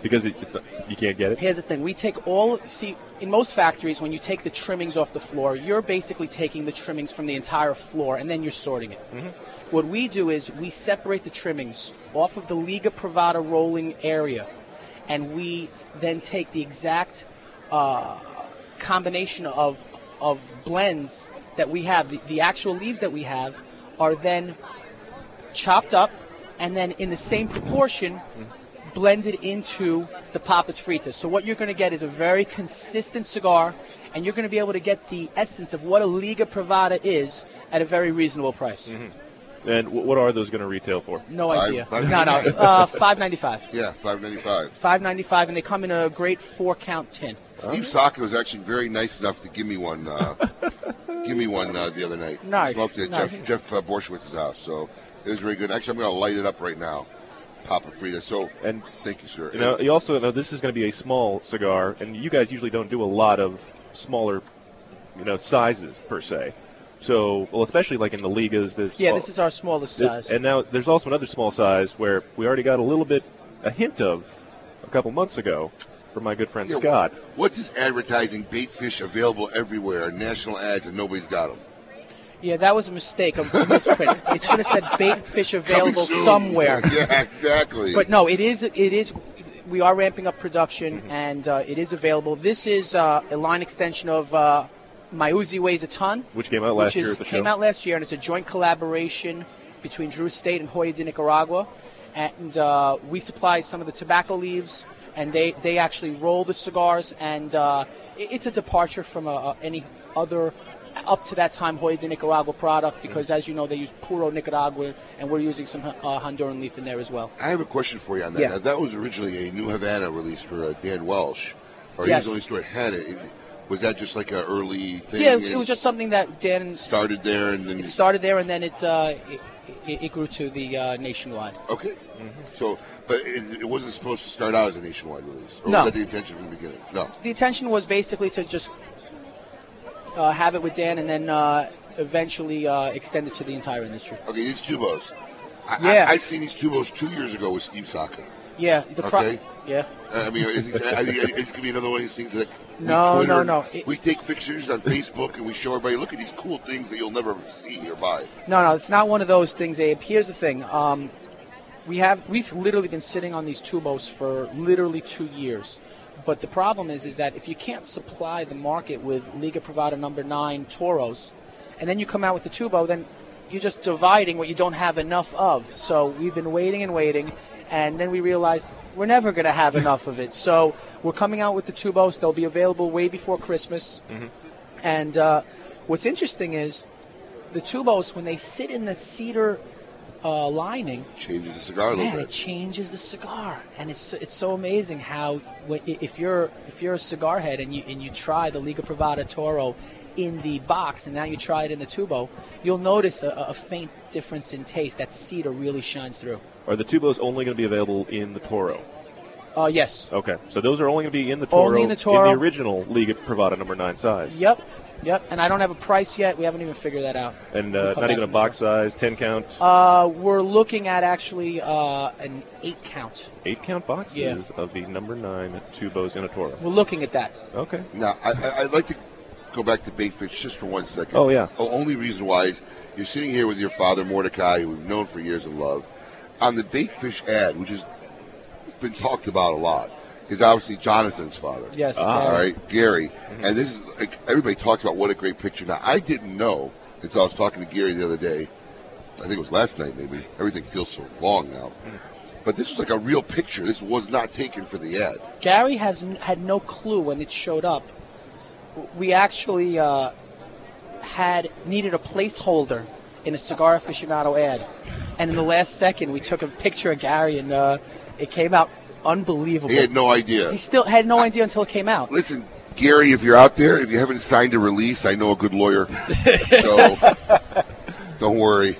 [SPEAKER 3] Because it, it's not, you can't get it.
[SPEAKER 30] Here's the thing: we take all. See, in most factories, when you take the trimmings off the floor, you're basically taking the trimmings from the entire floor and then you're sorting it.
[SPEAKER 3] Mm-hmm.
[SPEAKER 30] What we do is we separate the trimmings off of the Liga Privada rolling area, and we then take the exact uh, combination of of blends that we have. The, the actual leaves that we have are then chopped up, and then in the same proportion blended into the Papas Fritas. So what you're going to get is a very consistent cigar, and you're going to be able to get the essence of what a Liga Privada is at a very reasonable price.
[SPEAKER 3] Mm-hmm. And wh- what are those going to retail for?
[SPEAKER 30] No idea. no, no. Uh, five ninety five.
[SPEAKER 4] Yeah, five ninety five.
[SPEAKER 30] Five ninety five, and they come in a great four count tin.
[SPEAKER 4] Steve Saka was actually very nice enough to give me one. Uh, give me one uh, the other night.
[SPEAKER 30] Nice,
[SPEAKER 4] Smoked it at
[SPEAKER 30] nice.
[SPEAKER 4] Jeff, Jeff uh, Borschewitz's house, so it was very good. Actually, I'm going to light it up right now, Papa Frida. So, and thank you, sir.
[SPEAKER 3] You know, you also know this is going to be a small cigar, and you guys usually don't do a lot of smaller, you know, sizes per se. So, well, especially like in the ligas, there's
[SPEAKER 30] Yeah, this is our smallest
[SPEAKER 3] It-
[SPEAKER 30] size.
[SPEAKER 3] And now there's also another small size where we already got a little bit a hint of a couple months ago from my good friend
[SPEAKER 4] Yeah,
[SPEAKER 3] Scott.
[SPEAKER 4] What's this advertising bait fish available everywhere? National ads and nobody's got them.
[SPEAKER 30] Yeah, that was a mistake, a misprint. it should have said bait fish available somewhere.
[SPEAKER 4] yeah, exactly.
[SPEAKER 30] But no, it is. It is. We are ramping up production,
[SPEAKER 3] Mm-hmm.
[SPEAKER 30] and uh, it is available. This is uh, a line extension of uh, My Uzi Weighs a Ton,
[SPEAKER 3] Which came out last
[SPEAKER 30] which is,
[SPEAKER 3] year at the
[SPEAKER 30] came
[SPEAKER 3] show.
[SPEAKER 30] out last year, and it's a joint collaboration between Drew State and Hoya de Nicaragua. And uh, we supply some of the tobacco leaves, and they, they actually roll the cigars. And uh, it- it's a departure from uh, uh, any other up to that time Hoya de Nicaragua product because,
[SPEAKER 3] Mm-hmm.
[SPEAKER 30] as you know, they use puro Nicaragua, and we're using some uh, Honduran leaf in there as well.
[SPEAKER 4] I have a question for you on that.
[SPEAKER 30] Yeah.
[SPEAKER 4] Now, that was originally a New Havana release for uh, Dan Welsh, or
[SPEAKER 30] Yes.
[SPEAKER 4] he was the only store that had it. It- Was that just like an early thing?
[SPEAKER 30] Yeah, it was,
[SPEAKER 4] and
[SPEAKER 30] it was just something that Dan
[SPEAKER 4] started there, and then
[SPEAKER 30] it started there, and then it uh, it, it- it grew to the uh, nationwide.
[SPEAKER 4] okay.
[SPEAKER 30] Mm-hmm.
[SPEAKER 4] So, but it, it wasn't supposed to start out as a nationwide release. Or
[SPEAKER 30] No.
[SPEAKER 4] was that the intention from the beginning? No.
[SPEAKER 30] The intention was basically to just uh, have it with Dan, and then uh, eventually uh, extend it to the entire industry.
[SPEAKER 4] Okay, these tubos. I,
[SPEAKER 30] Yeah.
[SPEAKER 4] I, I seen these tubos two years ago with Steve Saka.
[SPEAKER 30] Yeah, the pro-
[SPEAKER 4] Okay. Uh,
[SPEAKER 30] yeah.
[SPEAKER 4] I mean, is, is, I think it's gonna be another one of these things that we
[SPEAKER 30] No,
[SPEAKER 4] Twitter
[SPEAKER 30] no,
[SPEAKER 4] and
[SPEAKER 30] no.
[SPEAKER 4] we take pictures on Facebook and we show everybody. Look at these cool things that you'll never see or buy.
[SPEAKER 30] No, no, it's not one of those things, Abe. Here's the thing. Um, we have we've literally been sitting on these tubos for literally two years. But the problem is, is that if you can't supply the market with Liga Privada number nine Toros, and then you come out with the tubo, then you're just dividing what you don't have enough of. So we've been waiting and waiting, and then we realized we're never going to have enough of it. So we're coming out with the tubos. They'll be available way before Christmas. And uh, what's interesting is the tubos when they sit in the cedar uh, lining,
[SPEAKER 4] Changes the cigar a little
[SPEAKER 30] man,
[SPEAKER 4] bit.
[SPEAKER 30] it changes the cigar, and it's it's so amazing how wh- i- if you're if you're a cigar head and you and you try the Liga Privada Toro in the box, and now you try it in the tubo, you'll notice a, a faint difference in taste. That cedar really shines through.
[SPEAKER 3] Are the tubos only going to be available in the Toro?
[SPEAKER 30] Uh, yes.
[SPEAKER 3] Okay, so those are only going to be in the Toro,
[SPEAKER 30] Only in the Toro.
[SPEAKER 3] original Liga Privada number nine size,
[SPEAKER 30] Yep. Yep. And I don't have a price yet. We haven't even figured that out.
[SPEAKER 3] and
[SPEAKER 30] We'll
[SPEAKER 3] uh, not
[SPEAKER 30] come back
[SPEAKER 3] even a
[SPEAKER 30] to
[SPEAKER 3] box size, ten count,
[SPEAKER 30] Uh, we're looking at actually uh, an eight count.
[SPEAKER 3] eight count boxes of the number nine tubos in a Toro.
[SPEAKER 30] We're looking at that.
[SPEAKER 3] Okay.
[SPEAKER 4] Now, I, I, I'd like to go back to Baitfish just for one second.
[SPEAKER 3] Oh, yeah.
[SPEAKER 4] The only reason why is you're sitting here with your father, Mordecai, who we've known for years and love. On the Baitfish ad, which has been talked about a lot, is obviously Jonathan's father.
[SPEAKER 30] Yes,
[SPEAKER 3] Ah.
[SPEAKER 4] All
[SPEAKER 30] Gary.
[SPEAKER 4] right, Gary.
[SPEAKER 3] Mm-hmm.
[SPEAKER 4] And this is, like, everybody talks about what a great picture. Now, I didn't know until I was talking to Gary the other day. I think it was last night, maybe. Everything feels so long now.
[SPEAKER 3] Mm.
[SPEAKER 4] But this was like a real picture. This was not taken for the ad.
[SPEAKER 30] Gary has n- had no clue when it showed up. We actually uh, had needed a placeholder in a cigar aficionado ad, and in the last second we took a picture of Gary, and uh, it came out unbelievable.
[SPEAKER 4] He had no idea.
[SPEAKER 30] He still had no idea until it came out.
[SPEAKER 4] Listen, Gary, if you're out there, if you haven't signed a release, I know a good lawyer. so don't worry.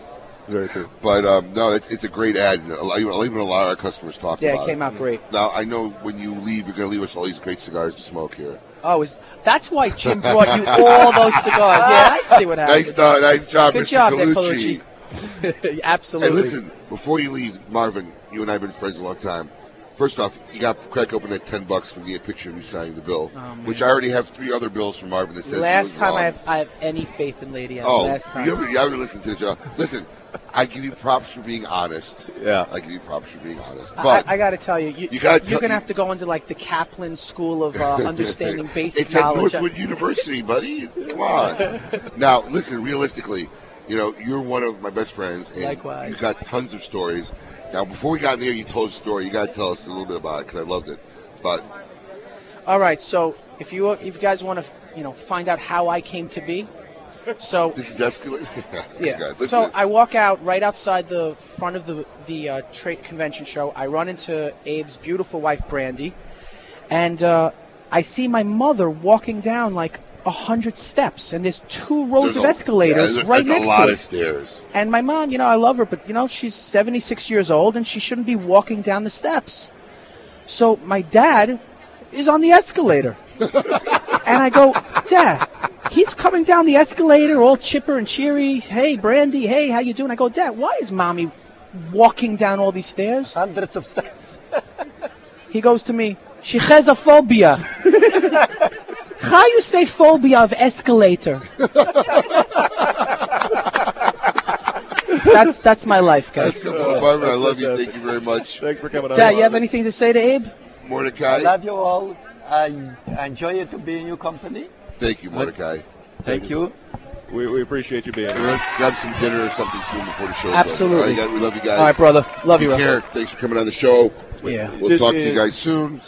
[SPEAKER 3] Very true.
[SPEAKER 4] But um, no, it's, it's a great ad. and a lot- Even even a lot of our customers talk
[SPEAKER 30] Yeah, it
[SPEAKER 4] about it.
[SPEAKER 30] came out great.
[SPEAKER 4] Now, I know when you leave, you're going to leave us all these great cigars to smoke here.
[SPEAKER 30] Oh, is that's why Jim brought you all those cigars? Yeah, I see what happened.
[SPEAKER 4] Nice, uh, nice job,
[SPEAKER 30] Good
[SPEAKER 4] Mr.
[SPEAKER 30] job, there,
[SPEAKER 4] Colucci.
[SPEAKER 30] Colucci. Absolutely.
[SPEAKER 4] Hey, listen, before you leave, Marvin, you and I have been friends a long time. First off, you got to crack open that ten bucks and get a picture of you signing the bill,
[SPEAKER 30] Oh, man.
[SPEAKER 4] which I already have three other bills from Marvin that says. he
[SPEAKER 30] Last
[SPEAKER 4] was
[SPEAKER 30] time
[SPEAKER 4] wrong.
[SPEAKER 30] I have, I have any faith in Lady Anne.
[SPEAKER 4] Oh,
[SPEAKER 30] last time.
[SPEAKER 4] you ever, you ever listen to the show? Listen, I give you props for being honest.
[SPEAKER 3] Yeah,
[SPEAKER 4] I give you props for being honest.
[SPEAKER 30] I-
[SPEAKER 4] But
[SPEAKER 30] I, got to tell you, you,
[SPEAKER 4] You
[SPEAKER 30] you
[SPEAKER 4] gotta
[SPEAKER 30] are
[SPEAKER 4] tell-
[SPEAKER 30] gonna have to go into like the Kaplan School of uh, understanding basic
[SPEAKER 4] it's at
[SPEAKER 30] knowledge.
[SPEAKER 4] Northwood University, buddy. Come on. Now, listen. Realistically, you know you're one of my best friends, and
[SPEAKER 30] Likewise.
[SPEAKER 4] you've got tons of stories. Now, before we got in there, you told a story. You got to tell us a little bit about it because I loved it. But
[SPEAKER 30] All right, so if you if you guys want to, you know, find out how I came to be, so
[SPEAKER 4] this is escalating.
[SPEAKER 30] yeah.
[SPEAKER 4] God, listen.
[SPEAKER 30] so I walk out right outside the front of the the uh, trade convention show. I run into Abe's beautiful wife Brandy, and uh, I see my mother walking down like a hundred steps, and there's two rows
[SPEAKER 4] There's
[SPEAKER 30] of
[SPEAKER 4] a- yeah,
[SPEAKER 30] escalators
[SPEAKER 4] there's-
[SPEAKER 30] right
[SPEAKER 4] there's
[SPEAKER 30] next
[SPEAKER 4] a lot
[SPEAKER 30] to
[SPEAKER 4] of
[SPEAKER 30] it.
[SPEAKER 4] stairs.
[SPEAKER 30] And my mom, you know, I love her, but you know, she's 76 years old and she shouldn't be walking down the steps. So my dad is on the escalator. and I go, Dad, he's coming down the escalator all chipper and cheery. Hey, Brandy, hey, how you doing? I go, Dad, why is mommy walking down all these stairs? Hundreds of steps. he goes to me, she has a phobia. how you say phobia of escalator? that's that's my life, guys.
[SPEAKER 4] Well, Marvin, I love you. Thank you very much.
[SPEAKER 3] Thanks for coming
[SPEAKER 30] Dad, you have anything to say to Abe?
[SPEAKER 4] Mordecai.
[SPEAKER 14] I love you all. I, I enjoy it to be in your company.
[SPEAKER 4] Thank you, Mordecai.
[SPEAKER 14] Thank you.
[SPEAKER 3] We, we appreciate you being here.
[SPEAKER 4] Let's grab some dinner or something soon before the show.
[SPEAKER 30] Absolutely.
[SPEAKER 4] All right, guys, we love you guys.
[SPEAKER 30] All right, brother.
[SPEAKER 4] Take
[SPEAKER 30] Love you, brother.
[SPEAKER 4] care. Thanks for coming on the show.
[SPEAKER 30] Yeah.
[SPEAKER 4] We'll talk to you guys soon.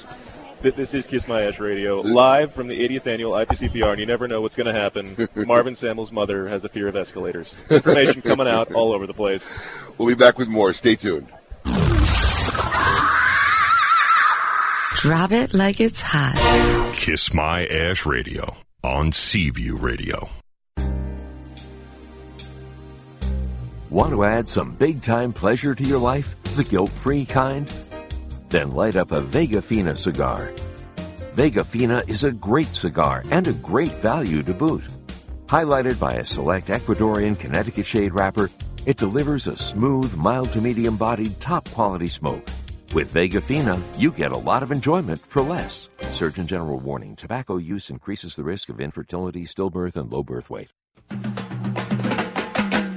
[SPEAKER 3] This is Kiss My Ash Radio, live from the 80th annual IPCPR, and you never know what's going to happen. Marvin Samuel's mother has a fear of escalators. Information coming out all over the place.
[SPEAKER 4] We'll be back with more. Stay tuned.
[SPEAKER 2] Drop it like it's hot.
[SPEAKER 1] Kiss My Ash Radio on Seaview Radio.
[SPEAKER 19] Want to add some big time pleasure to your life? The guilt free kind? Then light up a Vega Fina cigar. Vega Fina is a great cigar and a great value to boot. Highlighted by a select Ecuadorian Connecticut shade wrapper, it delivers a smooth, mild to medium bodied, top quality smoke. With Vega Fina, you get a lot of enjoyment for less. Surgeon General warning tobacco use increases the risk of infertility, stillbirth, and low birth weight.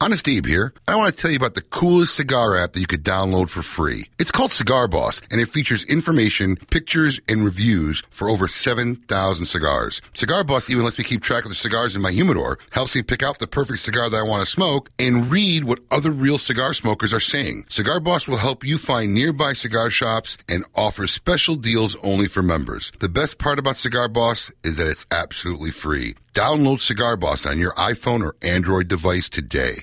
[SPEAKER 4] Honest Abe here. I want to tell you about the coolest cigar app that you could download for free. It's called Cigar Boss, and it features information, pictures, and reviews for over 7,000 cigars. Cigar Boss even lets me keep track of the cigars in my humidor, helps me pick out the perfect cigar that I want to smoke, and read what other real cigar smokers are saying. Cigar Boss will help you find nearby cigar shops and offers special deals only for members. The best part about Cigar Boss is that it's absolutely free. Download Cigar Boss on your iPhone or Android device today.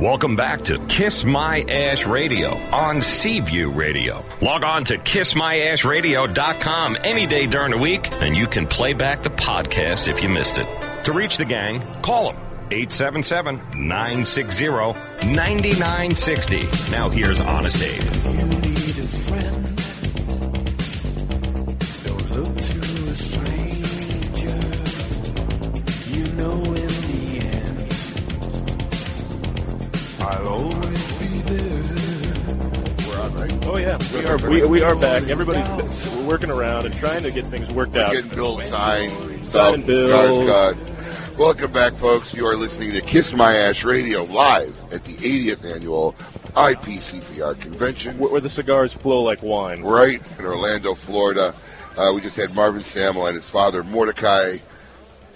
[SPEAKER 1] Welcome back to Kiss My Ash Radio on Seaview Radio. Log on to kissmyashradio.com any day during the week, and you can play back the podcast if you missed it. To reach the gang, call them 877 960 9960. Now here's Honest Abe.
[SPEAKER 6] need a friend. Don't look through a stranger. You know in the end, I'll always be there.
[SPEAKER 3] We're on, right? Oh yeah, we
[SPEAKER 4] We're
[SPEAKER 3] are.
[SPEAKER 4] on.
[SPEAKER 3] We, we are back. Everybody's working around and trying to get things worked out.
[SPEAKER 4] Getting Bill signed.
[SPEAKER 3] Sign
[SPEAKER 4] Sign
[SPEAKER 3] Bill.
[SPEAKER 4] Skarsgård. Welcome back, folks. You are listening to Kiss My Ash Radio live at the 80th annual IPCPR convention.
[SPEAKER 3] Where, where the cigars flow like wine.
[SPEAKER 4] Right in Orlando, Florida. Uh, we just had Marvin Samuel and his father, Mordecai.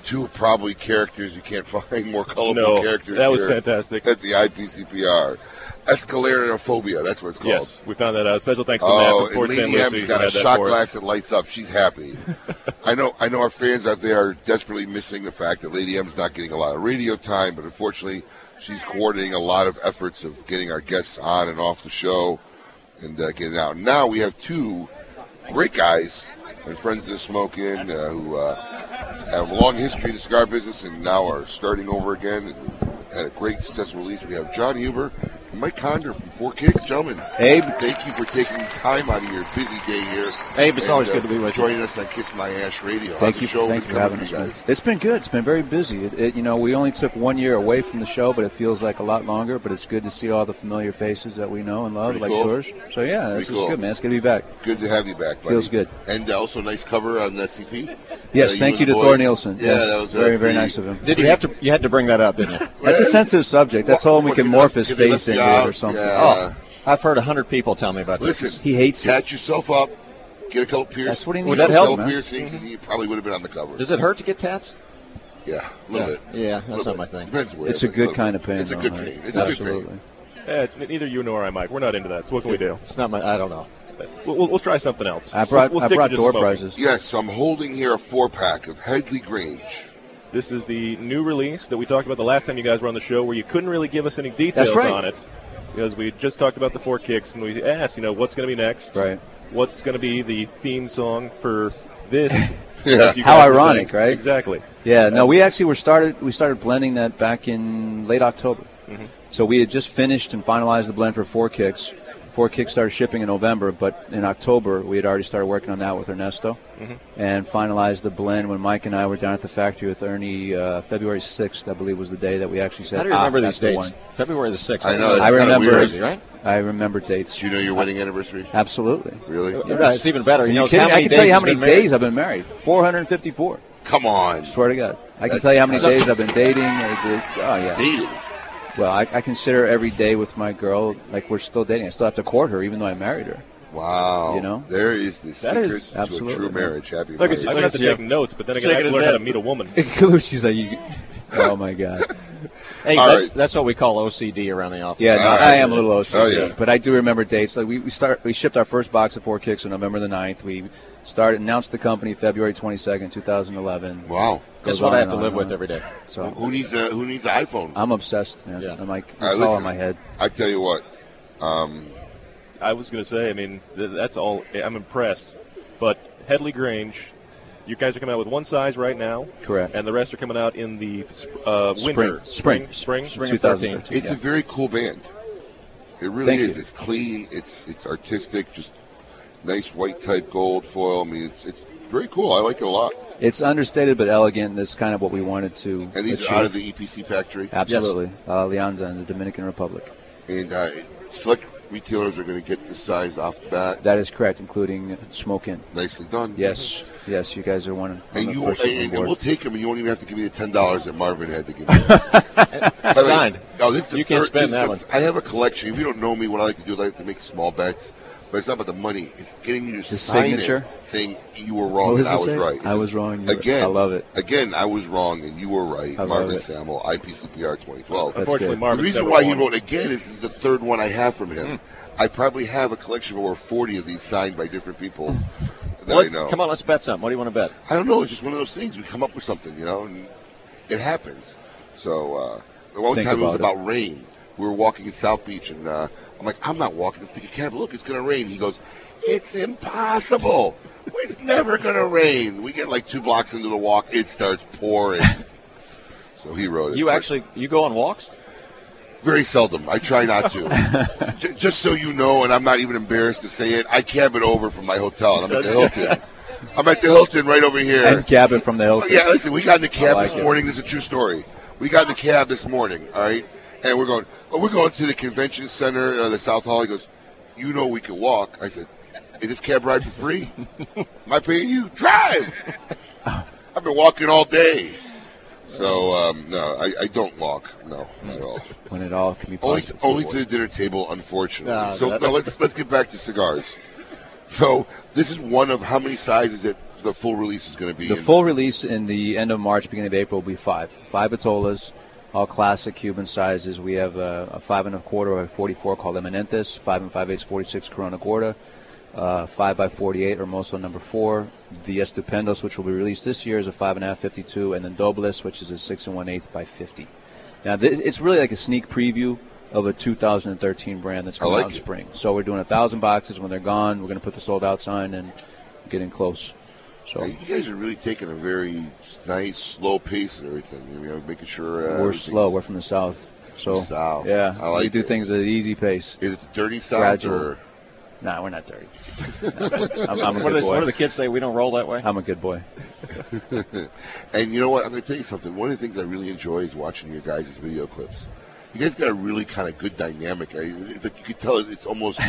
[SPEAKER 4] Two probably characters you can't find more colorful
[SPEAKER 3] No,
[SPEAKER 4] characters.
[SPEAKER 3] that was
[SPEAKER 4] here
[SPEAKER 3] fantastic.
[SPEAKER 4] At the IPCPR. Escalarophobia, that's what it's called.
[SPEAKER 3] Yes, we found that out. Special thanks to Matt
[SPEAKER 4] Oh,
[SPEAKER 3] from
[SPEAKER 4] and
[SPEAKER 3] Fort St.
[SPEAKER 4] Lady
[SPEAKER 3] Lucie.
[SPEAKER 4] M's
[SPEAKER 3] who
[SPEAKER 4] got a
[SPEAKER 3] had that
[SPEAKER 4] shot
[SPEAKER 3] for us.
[SPEAKER 4] glass that lights up. She's happy. I know. I know our fans out there are desperately missing the fact that Lady M's not getting a lot of radio time, but unfortunately, she's coordinating a lot of efforts of getting our guests on and off the show and uh, getting out. Now we have two great guys and friends of the smoking uh, who uh, have a long history in the cigar business and now are starting over again. And had a great successful release. We have John Huber and Mike Conder from Four Kicks, gentlemen.
[SPEAKER 8] Abe.
[SPEAKER 4] thank you for taking time out of your busy day here.
[SPEAKER 8] Abe, it's
[SPEAKER 4] and, uh,
[SPEAKER 8] always good to be with you.
[SPEAKER 4] Joining us on Kiss My Ash Radio. How's
[SPEAKER 8] Thank
[SPEAKER 4] the
[SPEAKER 8] you,
[SPEAKER 4] Show
[SPEAKER 8] thank
[SPEAKER 4] been
[SPEAKER 8] you for
[SPEAKER 4] coming
[SPEAKER 8] having us.
[SPEAKER 4] you
[SPEAKER 8] man.
[SPEAKER 4] guys.
[SPEAKER 8] It's been good. It's been very busy. It, it, you know, we only took one year away from the show, but it feels like a lot longer. But it's good to see all the familiar faces that we know and love,
[SPEAKER 4] Pretty
[SPEAKER 8] like
[SPEAKER 4] cool.
[SPEAKER 8] yours. So yeah,
[SPEAKER 4] Pretty
[SPEAKER 8] this
[SPEAKER 4] cool.
[SPEAKER 8] is good, man. It's good to be back.
[SPEAKER 4] Good to have you back, buddy.
[SPEAKER 8] Feels good.
[SPEAKER 4] And uh, also, nice cover on the CP.
[SPEAKER 8] Yes,
[SPEAKER 4] Uh,
[SPEAKER 8] thank you
[SPEAKER 4] and
[SPEAKER 8] to
[SPEAKER 4] the
[SPEAKER 8] Thor
[SPEAKER 4] boys.
[SPEAKER 8] Nielsen.
[SPEAKER 4] Yeah,
[SPEAKER 8] yes,
[SPEAKER 4] that was
[SPEAKER 8] very,
[SPEAKER 4] a
[SPEAKER 8] very
[SPEAKER 4] pretty-
[SPEAKER 8] nice of him.
[SPEAKER 4] pretty-
[SPEAKER 8] to? You had to bring that up, didn't you? That's a sensitive subject. That's all we can morph his
[SPEAKER 4] if he left
[SPEAKER 8] face
[SPEAKER 4] you
[SPEAKER 8] into
[SPEAKER 4] out,
[SPEAKER 8] it or something.
[SPEAKER 4] yeah.
[SPEAKER 8] Oh, I've heard a hundred people tell me about this.
[SPEAKER 4] Listen,
[SPEAKER 8] He hates it.
[SPEAKER 4] Patch yourself up. Get a couple piercings.
[SPEAKER 8] That's what he
[SPEAKER 4] Get
[SPEAKER 8] needs
[SPEAKER 4] a
[SPEAKER 8] to
[SPEAKER 4] couple
[SPEAKER 8] do, man. Mm-hmm.
[SPEAKER 4] piercings, and you probably would have been on the cover.
[SPEAKER 11] Does it hurt to get tats?
[SPEAKER 4] Yeah, a little
[SPEAKER 8] Yeah.
[SPEAKER 4] bit.
[SPEAKER 8] Yeah, that's
[SPEAKER 4] Little
[SPEAKER 8] not
[SPEAKER 4] bit.
[SPEAKER 8] my thing.
[SPEAKER 4] Depends where,
[SPEAKER 8] It's a
[SPEAKER 4] but
[SPEAKER 8] good
[SPEAKER 4] little
[SPEAKER 8] kind
[SPEAKER 4] bit.
[SPEAKER 8] of pain,
[SPEAKER 4] It's a
[SPEAKER 8] though,
[SPEAKER 4] good
[SPEAKER 8] right?
[SPEAKER 4] pain. It's a good
[SPEAKER 8] Absolutely.
[SPEAKER 4] pain.
[SPEAKER 3] Eh, n- neither you nor I, Mike. We're not into that. So what can we do?
[SPEAKER 8] It's not my. I don't know.
[SPEAKER 3] We'll, we'll, we'll try something else.
[SPEAKER 8] I brought-
[SPEAKER 3] We'll, we'll
[SPEAKER 8] I
[SPEAKER 3] stick to
[SPEAKER 8] brought
[SPEAKER 3] just
[SPEAKER 8] door
[SPEAKER 3] smoking.
[SPEAKER 8] prizes.
[SPEAKER 4] Yes, I'm holding here a four pack of Headley Grange.
[SPEAKER 3] This is the new release that we talked about the last time you guys were on the show, where you couldn't really give us any details
[SPEAKER 8] That's right.
[SPEAKER 3] on it because we had just talked about the four kicks and we asked, you know, what's going to be next?
[SPEAKER 8] Right.
[SPEAKER 3] What's going to be the theme song for this?
[SPEAKER 8] Yeah.
[SPEAKER 3] as you
[SPEAKER 8] How
[SPEAKER 3] guys were
[SPEAKER 8] ironic,
[SPEAKER 3] saying.
[SPEAKER 8] right?
[SPEAKER 3] Exactly.
[SPEAKER 8] Yeah, no, we actually were started. We started blending that back in late October.
[SPEAKER 3] Mhm.
[SPEAKER 8] So we had just finished and finalized the blend for Four Kicks. Four Kicks started shipping in November, but in October we had already started working on that with Ernesto,
[SPEAKER 13] Mhm.
[SPEAKER 8] and finalized the blend when Mike and I were down at the factory with Ernie. Uh, February sixth, I believe, was the day that we actually said.
[SPEAKER 11] How do you remember
[SPEAKER 8] ah,
[SPEAKER 11] these
[SPEAKER 8] that's the
[SPEAKER 11] dates?
[SPEAKER 8] one."
[SPEAKER 11] February the sixth.
[SPEAKER 8] I know. I
[SPEAKER 11] That's kinda
[SPEAKER 8] remember.
[SPEAKER 11] weird, right?
[SPEAKER 8] I remember dates. Do
[SPEAKER 4] you know your wedding anniversary?
[SPEAKER 8] Absolutely.
[SPEAKER 4] Really?
[SPEAKER 8] Yes.
[SPEAKER 11] It's even better. He
[SPEAKER 8] Are you
[SPEAKER 11] knows
[SPEAKER 8] kidding
[SPEAKER 11] how
[SPEAKER 8] me? I
[SPEAKER 11] many
[SPEAKER 8] can tell you
[SPEAKER 11] days
[SPEAKER 8] how
[SPEAKER 11] he's
[SPEAKER 8] many
[SPEAKER 11] been married.
[SPEAKER 8] days I've been married. 454.
[SPEAKER 4] Come on.
[SPEAKER 8] Swear to God. I can
[SPEAKER 4] That's-
[SPEAKER 8] tell you how many
[SPEAKER 4] So-
[SPEAKER 8] days I've been dating. uh, the- Oh, yeah.
[SPEAKER 4] Dating?
[SPEAKER 8] Well, I, I consider every day with my girl like we're still dating. I still have to court her even though I married her.
[SPEAKER 4] Wow.
[SPEAKER 8] You know?
[SPEAKER 4] There is the
[SPEAKER 8] That
[SPEAKER 4] secret
[SPEAKER 8] is-
[SPEAKER 4] to
[SPEAKER 8] Absolutely.
[SPEAKER 4] a true marriage. Happy
[SPEAKER 8] Look at
[SPEAKER 4] marriage.
[SPEAKER 8] you, look at you.
[SPEAKER 3] Taking notes, but then again, I
[SPEAKER 8] Shaking
[SPEAKER 3] learned
[SPEAKER 8] his
[SPEAKER 3] how
[SPEAKER 8] head.
[SPEAKER 3] to meet a woman.
[SPEAKER 8] She's like, you- oh, my God.
[SPEAKER 11] Hey,
[SPEAKER 8] All
[SPEAKER 11] that's,
[SPEAKER 8] right.
[SPEAKER 11] that's what we call OCD around the office.
[SPEAKER 8] Yeah, no, I am a little OCD,
[SPEAKER 11] Oh, yeah.
[SPEAKER 8] but I do remember dates. Like we, we start, we shipped our first box of four kicks on November the 9th. We started announced the company February twenty second, two thousand eleven.
[SPEAKER 4] Wow,
[SPEAKER 8] Goes
[SPEAKER 11] That's what
[SPEAKER 8] on
[SPEAKER 11] I have
[SPEAKER 8] and
[SPEAKER 11] to
[SPEAKER 8] on
[SPEAKER 11] live
[SPEAKER 8] and
[SPEAKER 11] with
[SPEAKER 8] on.
[SPEAKER 11] every day.
[SPEAKER 8] So Uh,
[SPEAKER 4] Who needs a Who needs an iPhone?
[SPEAKER 8] I'm obsessed, man. I'm like, it's
[SPEAKER 4] All right,
[SPEAKER 8] all
[SPEAKER 4] listen,
[SPEAKER 8] in my head.
[SPEAKER 4] I tell you what. Um,
[SPEAKER 3] I was going to say, I mean, th- that's all. I'm impressed. But Headley Grange, you guys are coming out with one size right now.
[SPEAKER 8] Correct.
[SPEAKER 3] And the rest are coming out in the sp- uh,
[SPEAKER 8] Spring.
[SPEAKER 3] winter.
[SPEAKER 8] Spring.
[SPEAKER 3] Spring.
[SPEAKER 8] Spring of 2013. 13.
[SPEAKER 4] It's a very cool band. It really
[SPEAKER 8] Thank
[SPEAKER 4] is.
[SPEAKER 8] you.
[SPEAKER 4] It's clean. It's it's artistic. Just nice white type gold foil. I mean, it's it's very cool. I like it a lot.
[SPEAKER 8] It's understated but elegant. That's kind of what we wanted to.
[SPEAKER 4] And these
[SPEAKER 8] achieve.
[SPEAKER 4] are out of the EPC factory.
[SPEAKER 8] Absolutely, uh, Alianza in the Dominican Republic.
[SPEAKER 4] And uh, select retailers are going to get this size off the bat.
[SPEAKER 8] That is correct, including smoking.
[SPEAKER 4] Nicely done.
[SPEAKER 8] Yes, yes, you guys are one. one
[SPEAKER 4] And
[SPEAKER 8] of
[SPEAKER 4] you
[SPEAKER 8] the
[SPEAKER 4] and,
[SPEAKER 8] first on
[SPEAKER 4] and
[SPEAKER 8] board.
[SPEAKER 4] we'll take them. And you won't even have to give me the ten dollars that Marvin had to give me. By the way,
[SPEAKER 8] Signed.
[SPEAKER 4] oh, this is the
[SPEAKER 8] You can't
[SPEAKER 4] third-
[SPEAKER 8] spend
[SPEAKER 4] this is
[SPEAKER 8] that
[SPEAKER 4] the-
[SPEAKER 8] one.
[SPEAKER 4] I have a collection. If you don't know me, what I like to do is I like to make small bets. But it's not about the money. It's getting you to
[SPEAKER 8] His
[SPEAKER 4] sign
[SPEAKER 8] signature?
[SPEAKER 4] it, saying you were wrong
[SPEAKER 8] What
[SPEAKER 4] and
[SPEAKER 8] does
[SPEAKER 4] I
[SPEAKER 8] it
[SPEAKER 4] was
[SPEAKER 8] say?
[SPEAKER 4] right. It
[SPEAKER 8] I
[SPEAKER 4] says,
[SPEAKER 8] was wrong, you were-
[SPEAKER 4] Again,
[SPEAKER 8] I love it.
[SPEAKER 4] Again, I was wrong and you were right.
[SPEAKER 8] I love
[SPEAKER 4] Marvin
[SPEAKER 8] it.
[SPEAKER 4] Samuel, IPCPR 2012.
[SPEAKER 8] That's Unfortunately, good. Marvin's
[SPEAKER 4] the reason
[SPEAKER 8] never
[SPEAKER 4] why he
[SPEAKER 8] won.
[SPEAKER 4] wrote again is, is the third one I have from him. I probably have a collection of over 40 of these signed by different people that
[SPEAKER 11] Let's-
[SPEAKER 4] I know.
[SPEAKER 11] Come on, let's bet something. What do you want to bet?
[SPEAKER 4] I don't know. It's just one of those things. We come up with something, you know, and it happens. So uh, the one
[SPEAKER 8] Think
[SPEAKER 4] time it was
[SPEAKER 8] about
[SPEAKER 4] about rain. We were walking in South Beach, and uh, I'm like, I'm not walking. I'm thinking, cab, look, it's going to rain. He goes, It's impossible. It's never going to rain. We get like two blocks into the walk, it starts pouring. so he wrote it.
[SPEAKER 11] You actually you go on walks?
[SPEAKER 4] Very seldom. I try not to. J- just so you know, and I'm not even embarrassed to say it, I cab it over from my hotel, and I'm at the
[SPEAKER 8] That's-
[SPEAKER 4] Hilton. I'm at the Hilton right over here.
[SPEAKER 8] And Cabot from the Hilton.
[SPEAKER 4] Yeah, listen, we got in the
[SPEAKER 8] I
[SPEAKER 4] cab
[SPEAKER 8] like
[SPEAKER 4] this
[SPEAKER 8] it.
[SPEAKER 4] morning. This is a true story. We got in the cab this morning, all right, and we're going. Oh, we're going to the convention center, uh, the South Hall. He goes, "You know we can walk." I said, "Is this cab ride for free? Am I paying you? Drive." I've been walking all day, so um, no, I, I don't walk. No, not at all.
[SPEAKER 8] When it all can be
[SPEAKER 4] Only,
[SPEAKER 8] possible.
[SPEAKER 4] only to the dinner table, unfortunately.
[SPEAKER 8] No,
[SPEAKER 4] so
[SPEAKER 8] that-
[SPEAKER 4] no, let's let's get back to cigars. So this is one of how many sizes that the full release is going to be.
[SPEAKER 8] The
[SPEAKER 4] in?
[SPEAKER 8] full release in the end of March, beginning of April, will be five. Five Batolas, all classic Cuban sizes. We have a, a five and a quarter by 44 called Eminentes, five and five eighths 46 Corona Gorda, uh, five by 48 Hermoso number four. The Estupendos, which will be released this year, is a five and a half 52, and then Dobles, which is a six and one eighth by 50. Now, this, it's really like a sneak preview of a 2013 brand that's
[SPEAKER 4] I
[SPEAKER 8] coming
[SPEAKER 4] like
[SPEAKER 8] out in
[SPEAKER 4] it.
[SPEAKER 8] spring. So we're doing a thousand boxes. When they're gone, we're going to put the sold out sign and getting close. So.
[SPEAKER 4] Hey, you guys are really taking a very nice, slow pace and everything. You know, making sure uh,
[SPEAKER 8] we're
[SPEAKER 4] everything's-
[SPEAKER 8] slow. We're from the south, so
[SPEAKER 4] South.
[SPEAKER 8] Yeah,
[SPEAKER 4] I like
[SPEAKER 8] we do
[SPEAKER 4] it.
[SPEAKER 8] things at an easy pace.
[SPEAKER 4] Is it the dirty south
[SPEAKER 8] Gradual.
[SPEAKER 4] or-
[SPEAKER 8] Nah, we're not dirty. I'm, I'm a
[SPEAKER 31] what, do
[SPEAKER 8] good
[SPEAKER 31] they-
[SPEAKER 8] boy.
[SPEAKER 31] what do the kids say? We don't roll that way.
[SPEAKER 8] I'm a good boy.
[SPEAKER 4] and you know what? I'm going to tell you something. One of the things I really enjoy is watching your guys' video clips. You guys got a really kind of good dynamic. I- It's like you could tell it- it's almost.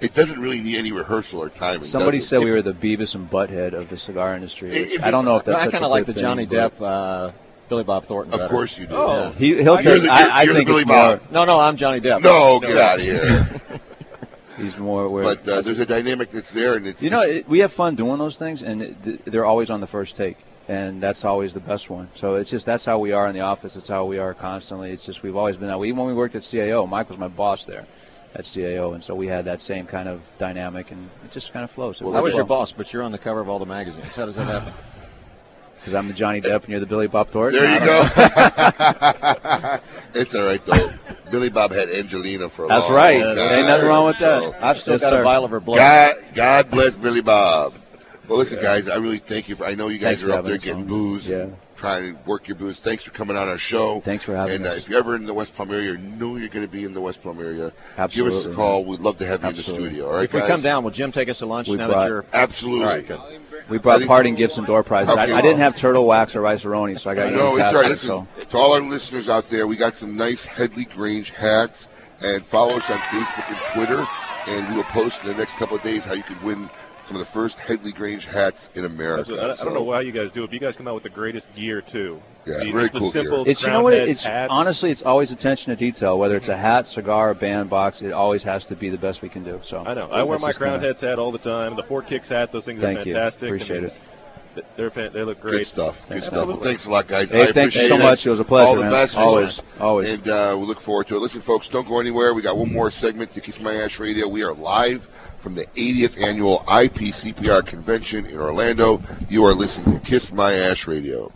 [SPEAKER 4] It doesn't really need any rehearsal or timing.
[SPEAKER 8] Somebody
[SPEAKER 4] does it?
[SPEAKER 8] said we were the Beavis and Butthead of the cigar industry.
[SPEAKER 4] If- if
[SPEAKER 8] I don't know if that's
[SPEAKER 4] I
[SPEAKER 8] such
[SPEAKER 4] kinda
[SPEAKER 8] a
[SPEAKER 4] like
[SPEAKER 8] good
[SPEAKER 4] the
[SPEAKER 8] thing,
[SPEAKER 4] Johnny
[SPEAKER 8] but-
[SPEAKER 31] Uh, Billy Bob Thornton.
[SPEAKER 4] Of
[SPEAKER 31] better.
[SPEAKER 4] course you do.
[SPEAKER 31] Yeah.
[SPEAKER 8] He, he'll
[SPEAKER 31] You're
[SPEAKER 8] take.
[SPEAKER 31] the-
[SPEAKER 8] I, I
[SPEAKER 31] you're the
[SPEAKER 8] think
[SPEAKER 31] Billy
[SPEAKER 8] it's
[SPEAKER 31] Bob.
[SPEAKER 8] more.
[SPEAKER 31] No, no, I'm Johnny Depp.
[SPEAKER 4] No, get out of here.
[SPEAKER 8] He's more. Where,
[SPEAKER 4] But uh, there's a dynamic that's there, and it's
[SPEAKER 8] you know, it, we have fun doing those things, and it, th- they're always on the first take, and that's always the best one. So it's just that's how we are in the office. It's how we are constantly. It's just we've always been that way. Even when we worked at CAO, Mike was my boss there at CAO, and so we had that same kind of dynamic, and it just kind of flows.
[SPEAKER 31] I was your boss, but you're on the cover of all the magazines. How does that happen?
[SPEAKER 8] Because I'm the Johnny Depp, and you're the Billy Bob Thornton.
[SPEAKER 4] There
[SPEAKER 8] I
[SPEAKER 4] you
[SPEAKER 8] don't
[SPEAKER 4] go.
[SPEAKER 8] know.
[SPEAKER 4] it's all right though. Billy Bob had Angelina for a
[SPEAKER 8] That's
[SPEAKER 4] long
[SPEAKER 8] right.
[SPEAKER 4] time.
[SPEAKER 8] Ain't nothing wrong with that. I've still Yes, got a sir. vial of her blood.
[SPEAKER 4] God, God bless Billy Bob. Well, listen, guys, I really thank you. for I know you guys
[SPEAKER 8] Thanks
[SPEAKER 4] are
[SPEAKER 8] for
[SPEAKER 4] up there
[SPEAKER 8] having us
[SPEAKER 4] getting
[SPEAKER 8] on.
[SPEAKER 4] booze, and trying to work your booze. Thanks for coming on our show.
[SPEAKER 8] Thanks for having
[SPEAKER 4] and,
[SPEAKER 8] us.
[SPEAKER 4] And uh, if you're ever in the West Palm area, or know you're going to be in the West Palm area, give us a
[SPEAKER 31] Absolutely.
[SPEAKER 4] call. We'd love to have you in
[SPEAKER 31] Absolutely.
[SPEAKER 4] the studio. All right,
[SPEAKER 31] If we
[SPEAKER 4] guys?
[SPEAKER 31] come down, will Jim take us to lunch
[SPEAKER 8] We
[SPEAKER 31] now
[SPEAKER 8] brought-
[SPEAKER 31] that you're
[SPEAKER 4] Absolutely.
[SPEAKER 31] All right, good.
[SPEAKER 8] We brought parting gifts and door prizes.
[SPEAKER 4] Okay.
[SPEAKER 8] I, I didn't have turtle wax or riceroni, so I got
[SPEAKER 4] No,
[SPEAKER 8] Yankees
[SPEAKER 4] it's
[SPEAKER 8] hats
[SPEAKER 4] all right.
[SPEAKER 8] on,
[SPEAKER 4] Listen,
[SPEAKER 8] so-
[SPEAKER 4] to all our listeners out there, we got some nice Headley Grange hats, and follow us on Facebook and Twitter, and we will post in the next couple of days how you could win some of the first Headley Grange hats in America.
[SPEAKER 3] Absolutely. I, I
[SPEAKER 4] So-
[SPEAKER 3] don't know why you guys do it, but you guys come out with the greatest gear too.
[SPEAKER 4] Yeah,
[SPEAKER 3] the,
[SPEAKER 4] very
[SPEAKER 3] just the
[SPEAKER 4] cool gear.
[SPEAKER 3] simple
[SPEAKER 8] It's you know
[SPEAKER 3] crown
[SPEAKER 8] what it-
[SPEAKER 3] heads,
[SPEAKER 8] it's
[SPEAKER 3] hats.
[SPEAKER 8] honestly it's always attention to detail whether it's a hat, cigar, a band, box. It always has to be the best we can do. So
[SPEAKER 3] I know. I wear
[SPEAKER 8] That's
[SPEAKER 3] my
[SPEAKER 8] just
[SPEAKER 3] crown
[SPEAKER 8] kinda-
[SPEAKER 3] heads hat all the time. The four kicks hat. Those things are
[SPEAKER 8] Thank you.
[SPEAKER 3] fantastic.
[SPEAKER 8] Appreciate
[SPEAKER 3] it. They're fan- they look great.
[SPEAKER 4] Good stuff. Good stuff. Well,
[SPEAKER 3] Absolutely.
[SPEAKER 4] thanks a lot, guys.
[SPEAKER 8] Hey,
[SPEAKER 4] I
[SPEAKER 8] thank you
[SPEAKER 4] appreciate
[SPEAKER 8] so
[SPEAKER 4] it.
[SPEAKER 8] much. It was a pleasure,
[SPEAKER 4] All the
[SPEAKER 8] man.
[SPEAKER 4] best.
[SPEAKER 8] Always, always.
[SPEAKER 4] And uh, we look forward to it. Listen, folks, don't go anywhere. We got one more segment to Kiss My Ash Radio. We are live from the 80th annual IPCPR convention in Orlando. You are listening to Kiss My Ash Radio.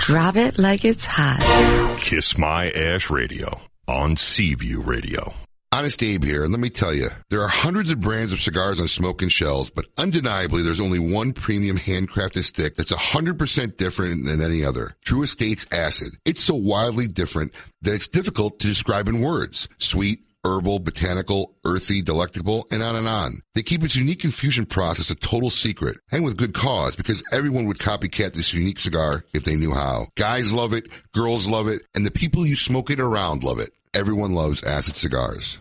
[SPEAKER 18] Drop it like it's hot.
[SPEAKER 2] Kiss My Ash Radio on Seaview Radio.
[SPEAKER 4] Honest Abe here, and let me tell you, there are hundreds of brands of cigars on smoke and shells, but undeniably there's only one premium handcrafted stick that's 100% different than any other. True Estates Acid. It's so wildly different that it's difficult to describe in words. Sweet, herbal, botanical, earthy, delectable, and on and on. They keep its unique infusion process a total secret, and with good cause, because everyone would copycat this unique cigar if they knew how. Guys love it, girls love it, and the people you smoke it around love it. Everyone loves acid cigars.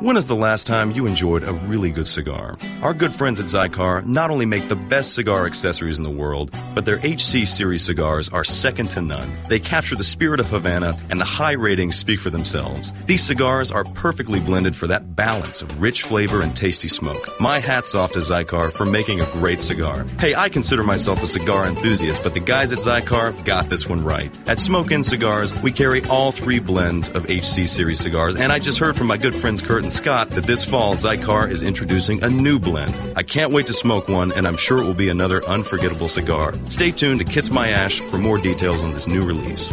[SPEAKER 12] When is the last time you enjoyed a really good cigar? Our good friends at Zycar not only make the best cigar accessories in the world, but their HC series cigars are second to none. They capture the spirit of Havana, and the high ratings speak for themselves. These cigars are perfectly blended for that balance of rich flavor and tasty smoke. My hat's off to Zycar for making a great cigar. Hey, I consider myself a cigar enthusiast, but the guys at Zycar got this one right. At Smoke In Cigars, we carry all three blends of HC series cigars, and I just heard from my good friends Kurt and Scott that this fall Zycar is introducing a new blend. I can't wait to smoke one, and I'm sure it will be another unforgettable cigar. Stay tuned to Kiss My Ash for more details on this new release.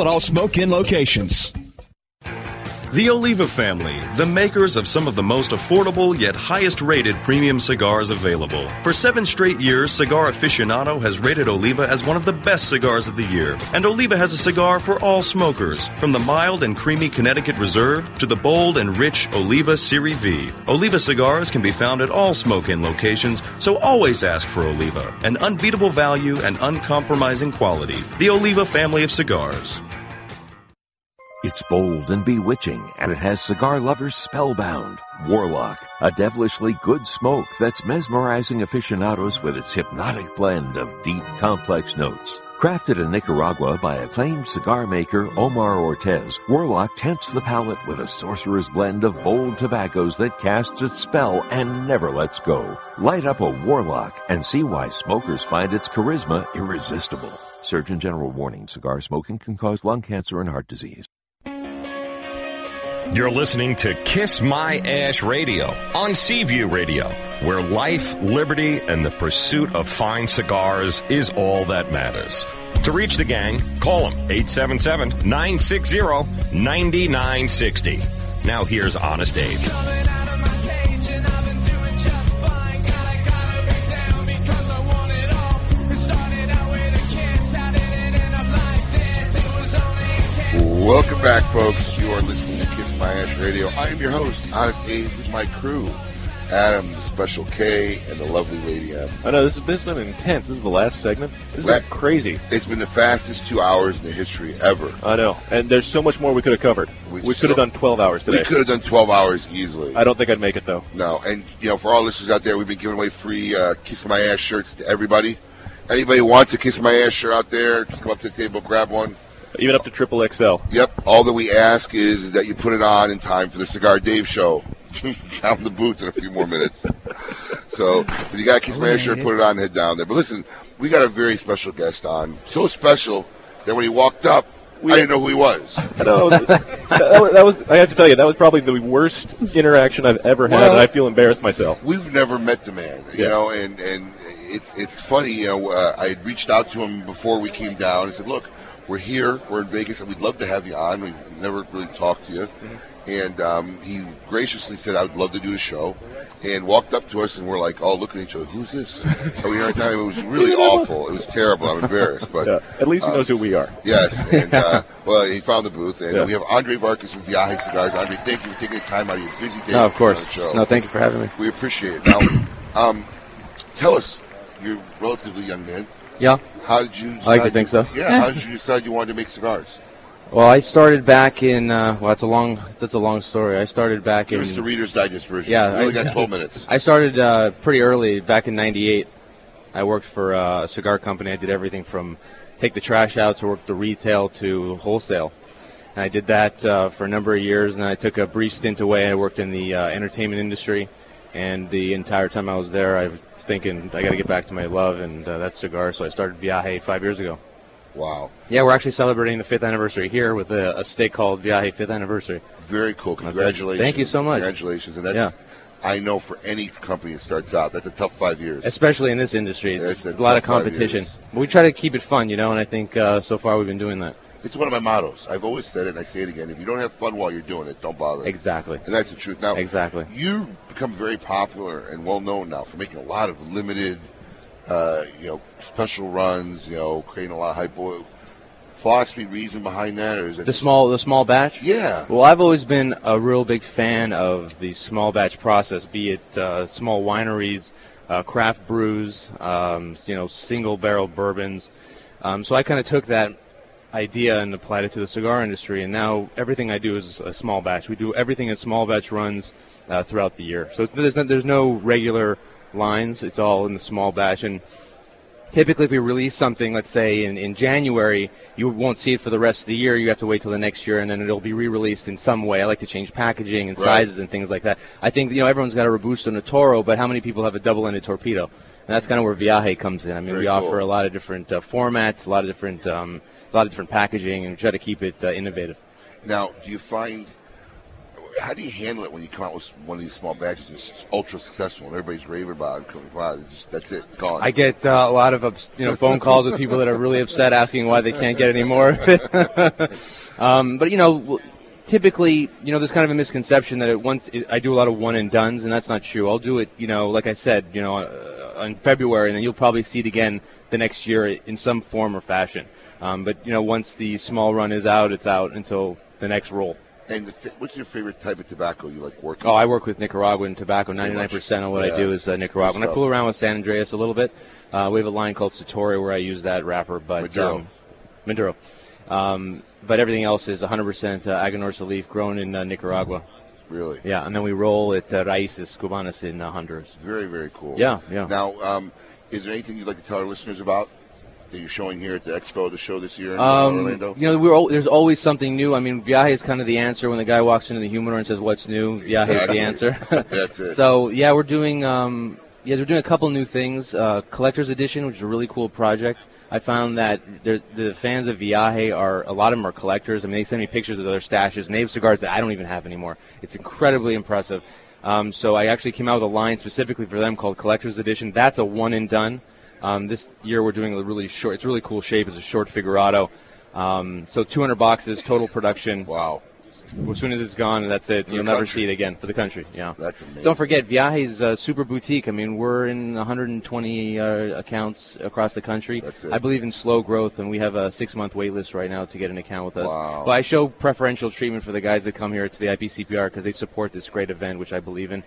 [SPEAKER 32] at all smoke in locations.
[SPEAKER 12] The Oliva family, the makers of some of the most affordable yet highest rated premium cigars available. For seven straight years, Cigar Aficionado has rated Oliva as one of the best cigars of the year. And Oliva has a cigar for all smokers, from the mild and creamy Connecticut Reserve to the bold and rich Oliva Siri V. Oliva cigars can be found at all smoke in locations, so always ask for Oliva, an unbeatable value and uncompromising quality. The Oliva family of cigars.
[SPEAKER 19] It's bold and bewitching, and it has cigar lovers spellbound. Warlock, a devilishly good smoke that's mesmerizing aficionados with its hypnotic blend of deep, complex notes. Crafted in Nicaragua by acclaimed cigar maker Omar Ortez, Warlock tempts the palate with a sorcerer's blend of bold tobaccos that casts its spell and never lets go. Light up a Warlock and see why smokers find its charisma irresistible. Surgeon General warning cigar smoking can cause lung cancer and heart disease.
[SPEAKER 1] You're listening to Kiss My Ash Radio on Seaview Radio, where life, liberty, and the pursuit of fine cigars is all that matters. To reach the gang, call them 877 960 9960. Now here's Honest Abe.
[SPEAKER 4] Welcome back, folks. You are listening to Kiss My Ash Radio. I am your host, Honest Abe, with my crew, Adam, the Special K, and the lovely Lady M.
[SPEAKER 3] I know this has, this has been intense. This is the last segment. This is
[SPEAKER 4] Let-
[SPEAKER 3] crazy. Uh,
[SPEAKER 4] It's been the fastest two hours in the history ever.
[SPEAKER 3] I know, and there's so much more we could have covered. We, could have done 12 hours today.
[SPEAKER 4] We could have done 12 hours easily.
[SPEAKER 3] I don't think I'd make it though.
[SPEAKER 4] No, and you know, for all listeners out there, we've been giving away free uh, Kiss My Ass shirts to everybody. Anybody who wants a Kiss My Ass shirt out there, just come up to the table, grab one.
[SPEAKER 3] Even up to triple XL.
[SPEAKER 4] Yep. All that we ask is, is that you put it on in time for the Cigar Dave show. down the booth in a few more minutes. so if you got to kiss my ass shirt, put it on, head down there. But listen, we got a very special guest on. So special that when he walked up, I didn't know who he was.
[SPEAKER 3] I know. that, was, that was. I have to tell you, that was probably the worst interaction I've ever had,
[SPEAKER 4] Well-
[SPEAKER 3] and I feel embarrassed myself.
[SPEAKER 4] We've never met the man, you
[SPEAKER 3] Yeah.
[SPEAKER 4] know, and and it's it's funny, you know. Uh, I had reached out to him before we came down and said, "Look, we're here, we're in Vegas, and we'd love to have you on. We've never really talked to you."
[SPEAKER 9] Mm-hmm.
[SPEAKER 4] And um, he graciously said, "I would love to do the show," and walked up to us, and we're like all looking at each other, "Who's this?" So we heard that it was really awful. It was terrible. I'm embarrassed, but
[SPEAKER 3] Yeah, at least he
[SPEAKER 4] uh,
[SPEAKER 3] knows who we are.
[SPEAKER 4] Yes, and uh, well, he found the booth, and
[SPEAKER 3] Yeah.
[SPEAKER 4] we have Andre Vargas from Viaje Cigars. Andre, thank you for taking the time out of your busy day.
[SPEAKER 15] No, of
[SPEAKER 4] to come on
[SPEAKER 15] course.
[SPEAKER 4] the show.
[SPEAKER 15] No, thank you for having me.
[SPEAKER 4] We appreciate it. Now, um, tell us, you're a relatively young man.
[SPEAKER 10] Yeah.
[SPEAKER 4] How did
[SPEAKER 10] I
[SPEAKER 4] you?
[SPEAKER 10] like
[SPEAKER 4] decide-
[SPEAKER 10] to think so.
[SPEAKER 4] Yeah. how did you decide you wanted to make cigars?
[SPEAKER 10] Well, I started back in. Uh, well, that's a long. That's a long story. I started back
[SPEAKER 4] Give
[SPEAKER 10] in.
[SPEAKER 4] us the Reader's Digest version.
[SPEAKER 10] Yeah,
[SPEAKER 4] we only
[SPEAKER 10] I-
[SPEAKER 4] got 12 minutes.
[SPEAKER 10] I started uh, pretty early back in '98. I worked for uh, a cigar company. I did everything from take the trash out to work the retail to wholesale, and I did that uh, for a number of years. And I took a brief stint away. I worked in the uh, entertainment industry, and the entire time I was there, I was thinking I got to get back to my love, and uh, that's cigars. So I started Viaje five years ago.
[SPEAKER 4] Wow.
[SPEAKER 10] Yeah, we're actually celebrating the fifth anniversary here with a, a steak called Viaje Fifth Anniversary.
[SPEAKER 4] Very cool.
[SPEAKER 10] That's it.
[SPEAKER 4] Congratulations.
[SPEAKER 10] Thank you so much.
[SPEAKER 4] Congratulations, and that's. I know for any company that starts out, that's a tough five years.
[SPEAKER 10] Especially in this industry, it's,
[SPEAKER 4] That's
[SPEAKER 10] a lot of
[SPEAKER 4] tough five
[SPEAKER 10] competition.
[SPEAKER 4] years.
[SPEAKER 10] But we try to keep it fun, you know, and I think uh, so far we've been doing that.
[SPEAKER 4] It's one of my mottos. I've always said it, and I say it again. If you don't have fun while you're doing it, don't bother.
[SPEAKER 10] Exactly.
[SPEAKER 4] And that's the truth. Now,
[SPEAKER 10] Exactly.
[SPEAKER 4] You become very popular and well known now for making a lot of limited, uh, you know, special runs. You know, creating a lot of hype. Boy, philosophy, reason behind that, or is it
[SPEAKER 10] The small, the small batch.
[SPEAKER 4] Yeah.
[SPEAKER 10] Well, I've always been a real big fan of the small batch process, be it uh, small wineries, uh, craft brews, um, you know, single barrel bourbons. Um, so I kind of took that idea and applied it to the cigar industry, and now everything I do is a small batch. We do everything in small batch runs uh, throughout the year. So there's no, there's no regular lines. It's all in the small batch, and Typically, if we release something, let's say in, in January, you won't see it for the rest of the year. You have to wait till the next year, and then it'll be re-released in some way. I like to change packaging and
[SPEAKER 12] Right.
[SPEAKER 10] sizes and things like that. I think you know everyone's got a Robusto and a Toro, but how many people have a double-ended torpedo? And that's kind of where Viaje comes in. I mean,
[SPEAKER 12] Very
[SPEAKER 10] we
[SPEAKER 12] cool.
[SPEAKER 10] offer a lot of different uh, formats, a lot of different, um, a lot of different packaging, and try to keep it uh, innovative.
[SPEAKER 4] Now, do you find how do you handle it when you come out with one of these small batches and it's just ultra successful and everybody's raving about it? and Wow, it's just, that's it, gone.
[SPEAKER 10] I get uh, a lot of ups- you know phone calls with people that are really upset asking why they can't get any more of it. um, but you know, w- typically, you know, there's kind of a misconception that it once it, I do a lot of one and duns, and that's not true. I'll do it, you know, like I said, you know, uh, in February, and then you'll probably see it again the next year in some form or fashion. Um, but you know, once the small run is out, it's out until the next roll.
[SPEAKER 4] And the, fa- what's your favorite type of tobacco you like working?
[SPEAKER 10] Oh, I
[SPEAKER 4] with?
[SPEAKER 10] work with Nicaraguan tobacco.
[SPEAKER 4] Pretty
[SPEAKER 10] Ninety-nine
[SPEAKER 4] much.
[SPEAKER 10] percent of what
[SPEAKER 4] Yeah.
[SPEAKER 10] I do is uh, Nicaraguan.
[SPEAKER 4] Good
[SPEAKER 10] I fool
[SPEAKER 4] stuff.
[SPEAKER 10] around with San Andreas a little bit. Uh, we have a line called Satori where I use that wrapper, but
[SPEAKER 4] Maduro.
[SPEAKER 10] um, Maduro. Um, but everything else is 100% uh, Aganorsa leaf grown in uh, Nicaragua.
[SPEAKER 4] Really?
[SPEAKER 10] Yeah, and then we roll at uh, Raíces Cubanas in uh, Honduras.
[SPEAKER 4] Very, very cool.
[SPEAKER 10] Yeah, yeah.
[SPEAKER 4] Now, um, is there anything you'd like to tell our listeners about that you're showing here at the expo, the show this year in uh,
[SPEAKER 10] Um,
[SPEAKER 4] Orlando?
[SPEAKER 10] You know, we're al- there's always something new. I mean, Viaje is kind of the answer when the guy walks into the humidor and says, "What's new?" Viaje is
[SPEAKER 4] Exactly.
[SPEAKER 10] the answer.
[SPEAKER 4] That's it.
[SPEAKER 10] So yeah, we're doing um, yeah, they're doing a couple new things. Uh, Collector's Edition, which is a really cool project. I found that they're- the fans of Viaje are a lot of them are collectors. I mean, they send me pictures of their stashes, and they have cigars that I don't even have anymore. It's incredibly impressive. Um, so I actually came out with a line specifically for them called Collector's Edition. That's a one and done. Um, this year we're doing a really short. It's a really cool shape. It's a short figurado. Um, so 200 boxes total production.
[SPEAKER 4] Wow.
[SPEAKER 10] As soon as it's gone, that's it.
[SPEAKER 4] For the
[SPEAKER 10] You'll never
[SPEAKER 4] country.
[SPEAKER 10] see it again for the country. Yeah.
[SPEAKER 4] That's amazing.
[SPEAKER 10] Don't forget, Viaje's uh, super boutique. I mean, we're in 120 uh, accounts across the country.
[SPEAKER 4] it.
[SPEAKER 10] I believe in slow growth, and we have a six-month wait list right now to get an account with us.
[SPEAKER 4] Wow.
[SPEAKER 10] But I show preferential treatment for the guys that come here to the IPCPR because they support this great event, which I believe in.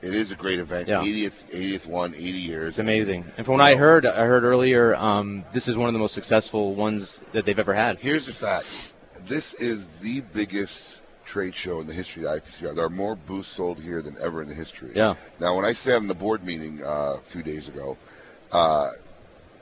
[SPEAKER 4] It is a great event.
[SPEAKER 10] Yeah.
[SPEAKER 4] 80th, 80th one, 80 years.
[SPEAKER 10] It's amazing. And from what I heard, I heard earlier, um, this is one of the most successful ones that they've ever had.
[SPEAKER 4] Here's the fact: this is the biggest trade show in the history of the IPCR. There are more booths sold here than ever in the history.
[SPEAKER 10] Yeah.
[SPEAKER 4] Now, when I sat in the board meeting uh, a few days ago, uh,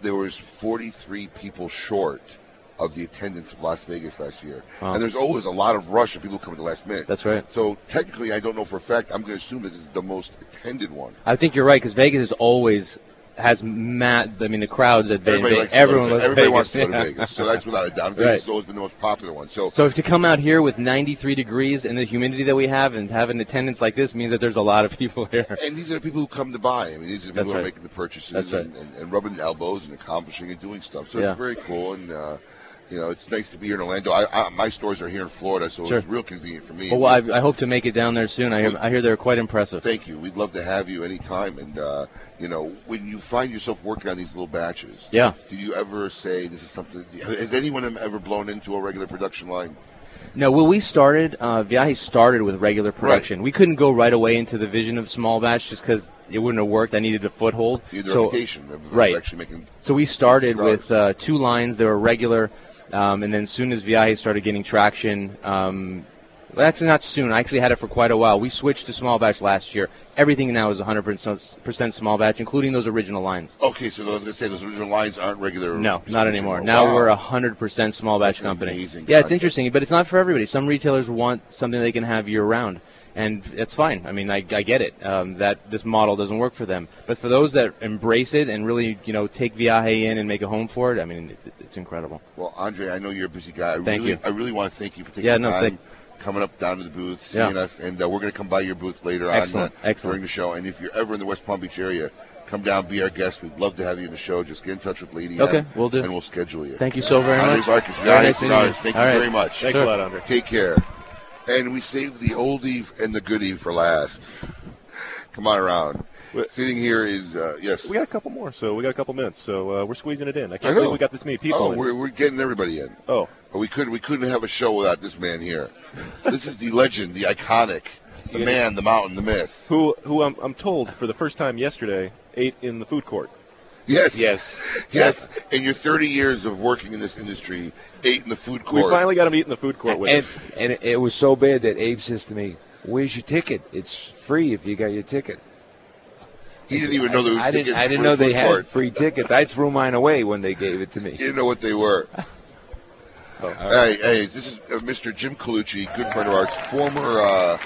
[SPEAKER 4] there was 43 people short of the attendance of Las Vegas last year,
[SPEAKER 10] Wow.
[SPEAKER 4] and there's always a lot of rush of people coming at the last minute.
[SPEAKER 10] That's right.
[SPEAKER 4] So technically, I don't know for a fact. I'm going to assume this is the most attended one.
[SPEAKER 10] I think you're right because Vegas is always has mad. I mean, the crowds at Vegas.
[SPEAKER 4] Everybody likes to go to
[SPEAKER 10] everyone
[SPEAKER 4] Ve-
[SPEAKER 10] loves
[SPEAKER 4] everybody
[SPEAKER 10] Vegas.
[SPEAKER 4] wants to go to
[SPEAKER 10] yeah.
[SPEAKER 4] Vegas, so that's without a doubt. Vegas
[SPEAKER 10] Right.
[SPEAKER 4] has always been the most popular one. So,
[SPEAKER 10] So to come out here with 93 degrees and the humidity that we have and have an attendance like this means that there's a lot of people here.
[SPEAKER 4] And these are the people who come to buy. I mean, these are the people
[SPEAKER 10] That's
[SPEAKER 4] who are
[SPEAKER 10] right.
[SPEAKER 4] making the purchases
[SPEAKER 10] That's right.
[SPEAKER 4] and, and, and rubbing elbows and accomplishing and doing stuff. So
[SPEAKER 10] Yeah.
[SPEAKER 4] it's very cool. And, uh, you know, it's nice to be here in Orlando. I, I, my stores are here in Florida, so
[SPEAKER 10] Sure.
[SPEAKER 4] it's real convenient for me.
[SPEAKER 10] Well, I, I hope to make it down there soon. I hear, I hear they're quite impressive.
[SPEAKER 4] Thank you. We'd love to have you anytime. And, uh, you know, when you find yourself working on these little batches,
[SPEAKER 10] Yeah.
[SPEAKER 4] do you ever say this is something? Has anyone ever blown into a regular production line?
[SPEAKER 10] No, well, we started, uh, Viaje started with regular production. We couldn't go right away into the vision of small batch just because it wouldn't have worked. I needed a foothold.
[SPEAKER 4] You had the
[SPEAKER 10] So-
[SPEAKER 4] reputation of
[SPEAKER 10] right.
[SPEAKER 4] actually making.
[SPEAKER 10] So we started with uh, two lines. They were regular, um, and then soon as Viaje started getting traction, um, well, actually not soon. I actually had it for quite a while. We switched to small batch last year. Everything now is 100% small batch, including those original lines.
[SPEAKER 4] Okay, so I was going to say those original lines aren't regular.
[SPEAKER 10] No, not anymore.
[SPEAKER 4] Oh,
[SPEAKER 10] Now
[SPEAKER 4] wow.
[SPEAKER 10] we're a hundred percent small batch company.
[SPEAKER 4] amazing
[SPEAKER 10] yeah, it's
[SPEAKER 4] concept.
[SPEAKER 10] interesting, but it's not for everybody. Some retailers want something they can have year round, and that's fine. I mean, I, I get it. Um, that this model doesn't work for them, but for those that embrace it and really, you know, take Viaje in and make a home for it, I mean, it's, it's, it's incredible.
[SPEAKER 4] Well, Andre, I know you're a busy guy. I
[SPEAKER 10] Thank
[SPEAKER 4] really,
[SPEAKER 10] you.
[SPEAKER 4] I really want to thank you for taking
[SPEAKER 10] Yeah,
[SPEAKER 4] the
[SPEAKER 10] no,
[SPEAKER 4] time,
[SPEAKER 10] thank-
[SPEAKER 4] coming up down to the booth,
[SPEAKER 10] Yeah.
[SPEAKER 4] seeing us, and uh, we're going to come by your booth later
[SPEAKER 10] Excellent,
[SPEAKER 4] on uh,
[SPEAKER 10] excellent.
[SPEAKER 4] during the show. And if you're ever in the West Palm Beach area, come down, be our guest. We'd love to have you in the show. Just get in touch with Lady.
[SPEAKER 10] Okay,
[SPEAKER 4] M,
[SPEAKER 10] we'll do.
[SPEAKER 4] And we'll schedule you.
[SPEAKER 10] Thank you so very
[SPEAKER 4] Andre
[SPEAKER 10] much.
[SPEAKER 4] Vargas,
[SPEAKER 10] Very
[SPEAKER 4] Guys,
[SPEAKER 10] nice meeting you.
[SPEAKER 4] Cigars, Thank you
[SPEAKER 10] All right.
[SPEAKER 4] very much.
[SPEAKER 10] Thanks a Sure. lot, Andre.
[SPEAKER 4] Take care. And we saved the oldie and the goodie for last. come on around. Sitting here is uh, yes.
[SPEAKER 3] We got a couple more, so we got a couple minutes, so uh, we're squeezing it in. I
[SPEAKER 4] I
[SPEAKER 3] can't
[SPEAKER 4] know.
[SPEAKER 3] believe we got this many people.
[SPEAKER 4] Oh,
[SPEAKER 3] in.
[SPEAKER 4] we're, we're getting everybody in.
[SPEAKER 3] Oh.
[SPEAKER 4] But we couldn't we couldn't have a show without this man here. this is the legend, the iconic, the man, the mountain, the myth.
[SPEAKER 3] Who, who I'm, I'm told for the first time yesterday ate in the food court.
[SPEAKER 4] Yes.
[SPEAKER 3] Yes.
[SPEAKER 4] Yes. In your 30 years of working in this industry, ate in the food
[SPEAKER 3] We
[SPEAKER 4] court.
[SPEAKER 3] finally got him eating the food court with
[SPEAKER 13] and,
[SPEAKER 3] us.
[SPEAKER 13] and it- it was so bad that Abe says to me, "Where's your ticket? It's free if you got your ticket."
[SPEAKER 4] He didn't even know there was
[SPEAKER 33] I didn't,
[SPEAKER 4] tickets
[SPEAKER 33] I didn't
[SPEAKER 4] for
[SPEAKER 33] know
[SPEAKER 4] the
[SPEAKER 33] they
[SPEAKER 4] food court.
[SPEAKER 33] had free tickets. I threw mine away when they gave it to me.
[SPEAKER 4] He didn't know what they were. Hey, hey, this is uh, Mr. Jim Colucci, good friend of ours, former uh,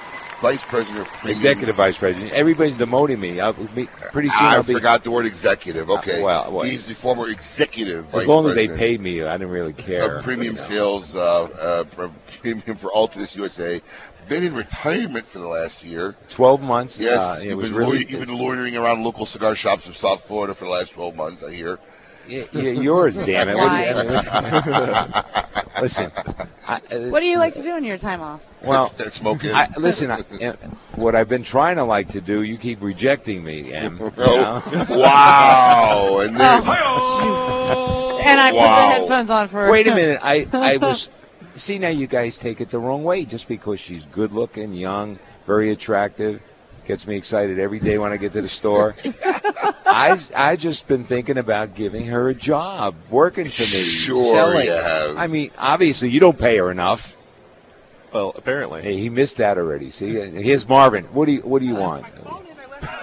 [SPEAKER 4] vice president of premium.
[SPEAKER 33] Executive vice president. Everybody's demoting me. I'll be, pretty soon
[SPEAKER 4] I
[SPEAKER 33] will be,
[SPEAKER 4] forgot the word executive. Okay,
[SPEAKER 33] Uh, well, well,
[SPEAKER 4] he's the former executive.
[SPEAKER 33] As
[SPEAKER 4] vice
[SPEAKER 33] long as they
[SPEAKER 4] president.
[SPEAKER 33] paid me, I didn't really care.
[SPEAKER 4] of premium sales, uh, uh, pr- premium for Altus USA. Been in retirement for the last year.
[SPEAKER 33] Twelve months.
[SPEAKER 4] Yes,
[SPEAKER 33] uh, it
[SPEAKER 4] you've,
[SPEAKER 33] was
[SPEAKER 4] been
[SPEAKER 33] really.
[SPEAKER 4] loiter- you've been loitering around local cigar shops of South Florida for the last 12 months, I hear.
[SPEAKER 33] Yeah, yeah, yours, damn it. What do you- listen, I, uh,
[SPEAKER 9] What do you like to do in your time off?
[SPEAKER 33] well,
[SPEAKER 4] smoking.
[SPEAKER 33] I, listen, I, uh, what I've been trying to like to do, you keep rejecting me, Em. you know?
[SPEAKER 4] Oh, Wow, and
[SPEAKER 33] then,
[SPEAKER 9] And I put
[SPEAKER 33] Wow.
[SPEAKER 9] the headphones on for.
[SPEAKER 33] Wait a minute. I, I was. See, now you guys take it the wrong way. Just because she's good looking, young, very attractive, gets me excited every day when I get to the store. I I just been thinking about giving her a job, working for me.
[SPEAKER 4] Sure
[SPEAKER 33] selling.
[SPEAKER 4] you have.
[SPEAKER 33] I mean, obviously, you don't pay her enough.
[SPEAKER 3] Well, apparently.
[SPEAKER 33] Hey, he missed that already. See, here's Marvin. What do you What do you want?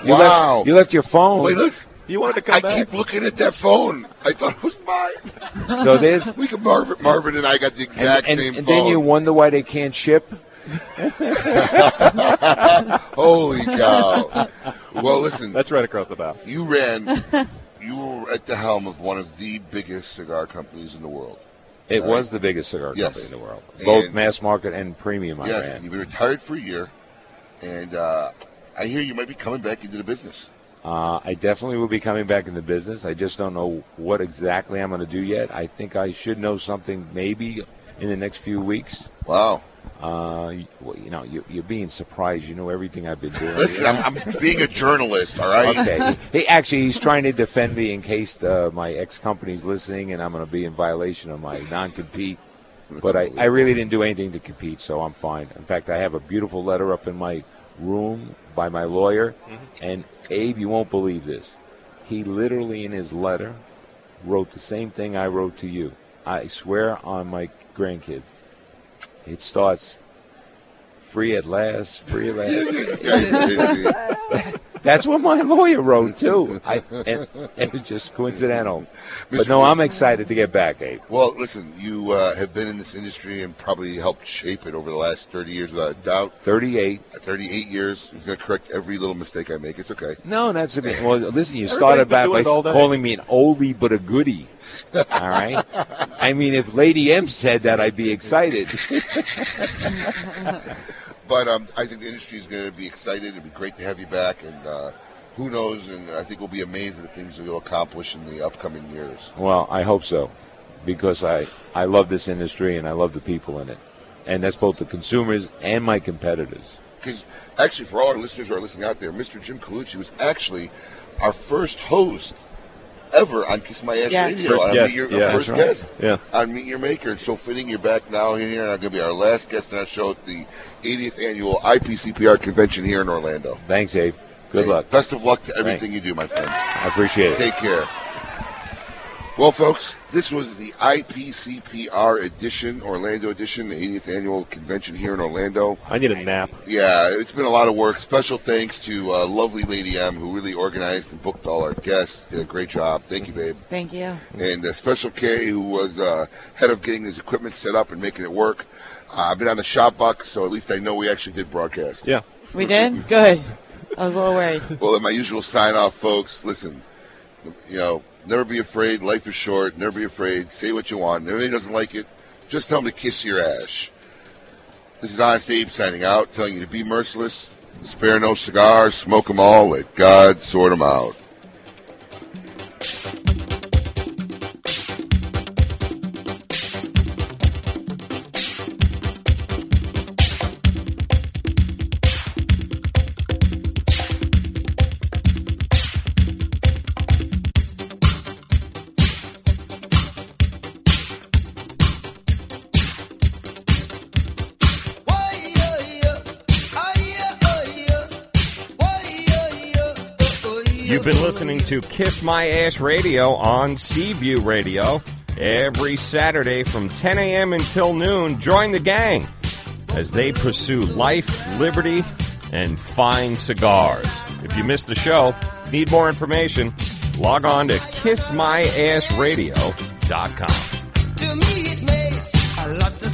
[SPEAKER 33] You
[SPEAKER 4] Wow.
[SPEAKER 33] Left, you left your phone.
[SPEAKER 4] Wait, look.
[SPEAKER 3] You wanted to
[SPEAKER 4] come I keep looking at that phone. I thought it was mine.
[SPEAKER 33] So there's-
[SPEAKER 4] We could Marvin, Marvin and I got the exact
[SPEAKER 33] and, and,
[SPEAKER 4] same
[SPEAKER 33] and
[SPEAKER 4] phone.
[SPEAKER 33] then you wonder why they can't ship.
[SPEAKER 4] Holy cow. Well, listen.
[SPEAKER 3] That's right across the bow.
[SPEAKER 4] You ran, you were at the helm of one of the biggest cigar companies in the world.
[SPEAKER 33] It
[SPEAKER 4] All
[SPEAKER 33] was
[SPEAKER 4] right?
[SPEAKER 33] the biggest cigar
[SPEAKER 4] Yes.
[SPEAKER 33] company in the world, both
[SPEAKER 4] And-
[SPEAKER 33] mass market and premium. I
[SPEAKER 4] yes,
[SPEAKER 33] ran.
[SPEAKER 4] you've been retired for a year, and uh, I hear you might be coming back into the business.
[SPEAKER 33] Uh, I definitely will be coming back in the business. I just don't know what exactly I'm going to do yet. I think I should know something maybe in the next few weeks.
[SPEAKER 4] Wow.
[SPEAKER 33] Uh, you, well, you know, you, you're being surprised. You know everything I've been doing.
[SPEAKER 4] Listen, I'm, I'm being a journalist, all right?
[SPEAKER 33] Okay. He, he- actually, he's trying to defend me in case uh, my ex company's listening and I'm going to be in violation of my non compete. But I, I really didn't do anything to compete, so I'm fine. In fact, I have a beautiful letter up in my room by my lawyer.
[SPEAKER 4] Mm-hmm.
[SPEAKER 33] And Abe, you won't believe this. He literally, in his letter, wrote the same thing I wrote to you. I swear on my grandkids. It starts free at last, free at last. That's what my lawyer wrote too. I, and, and it's just coincidental. But no, I'm excited to get back, Abe.
[SPEAKER 4] Well, listen, you uh, have been in this industry and probably helped shape it over the last 30 years without a doubt.
[SPEAKER 33] 38.
[SPEAKER 4] 38 years. He's going to correct every little mistake I make. It's okay.
[SPEAKER 33] No, that's a bit. Well, listen, you
[SPEAKER 4] Everybody's
[SPEAKER 33] started
[SPEAKER 4] been
[SPEAKER 33] back
[SPEAKER 4] doing
[SPEAKER 33] by
[SPEAKER 4] it all day.
[SPEAKER 33] calling me an oldie but a goodie. All right. I mean, if Lady M said that, I'd be excited.
[SPEAKER 4] But um, I think the industry is going to be excited. It'd be great to have you back, and uh, who knows? And I think we'll be amazed at the things that you'll accomplish in the upcoming years.
[SPEAKER 33] Well, I hope so, because I I love this industry and I love the people in it, and that's both the consumers and my competitors.
[SPEAKER 4] Because actually, for all our listeners who are listening out there, Mr. Jim Colucci was actually our first host ever on Kiss My Ash
[SPEAKER 3] Yes.
[SPEAKER 4] Radio.
[SPEAKER 3] First
[SPEAKER 4] on
[SPEAKER 3] guest,
[SPEAKER 4] Meet Your,
[SPEAKER 3] yeah.
[SPEAKER 4] our
[SPEAKER 3] That's
[SPEAKER 4] first
[SPEAKER 3] right.
[SPEAKER 4] guest
[SPEAKER 3] Yeah.
[SPEAKER 4] on Meet Your Maker. It's so fitting you're back now here and are going to be our last guest on our show at the 80th annual IPCPR convention here in Orlando.
[SPEAKER 33] Thanks, Abe. Good
[SPEAKER 4] Hey,
[SPEAKER 33] luck.
[SPEAKER 4] Best of luck to everything
[SPEAKER 33] Thanks.
[SPEAKER 4] you do, my friend.
[SPEAKER 33] I appreciate it.
[SPEAKER 4] Take care. Well, folks, this was the IPCPR edition, Orlando edition, the 80th annual convention here in Orlando.
[SPEAKER 3] I need a nap.
[SPEAKER 4] Yeah, it's been a lot of work. Special thanks to uh, lovely Lady M, who really organized and booked all our guests. Did a great job. Thank you, babe.
[SPEAKER 9] Thank you.
[SPEAKER 4] And uh, Special K, who was uh, head of getting this equipment set up and making it work. Uh, I've been on the shop buck, so at least I know we actually did broadcast.
[SPEAKER 3] Yeah.
[SPEAKER 9] We did? Good. I was a little worried.
[SPEAKER 4] Well, in my usual sign off, folks, listen, you know, never be afraid. Life is short. Never be afraid. Say what you want. If anybody doesn't like it, just tell them to kiss your ash. This is Honest Abe signing out, telling you to be merciless, spare no cigars, smoke them all, let God sort them out.
[SPEAKER 1] You've been listening to Kiss My Ash Radio on Seaview Radio every Saturday from 10 a.m. until noon. Join the gang as they pursue life, liberty, and fine cigars. If you missed the show, Need more information? Log on to kissmyashradio.com.
[SPEAKER 34] To me, it makes a lot of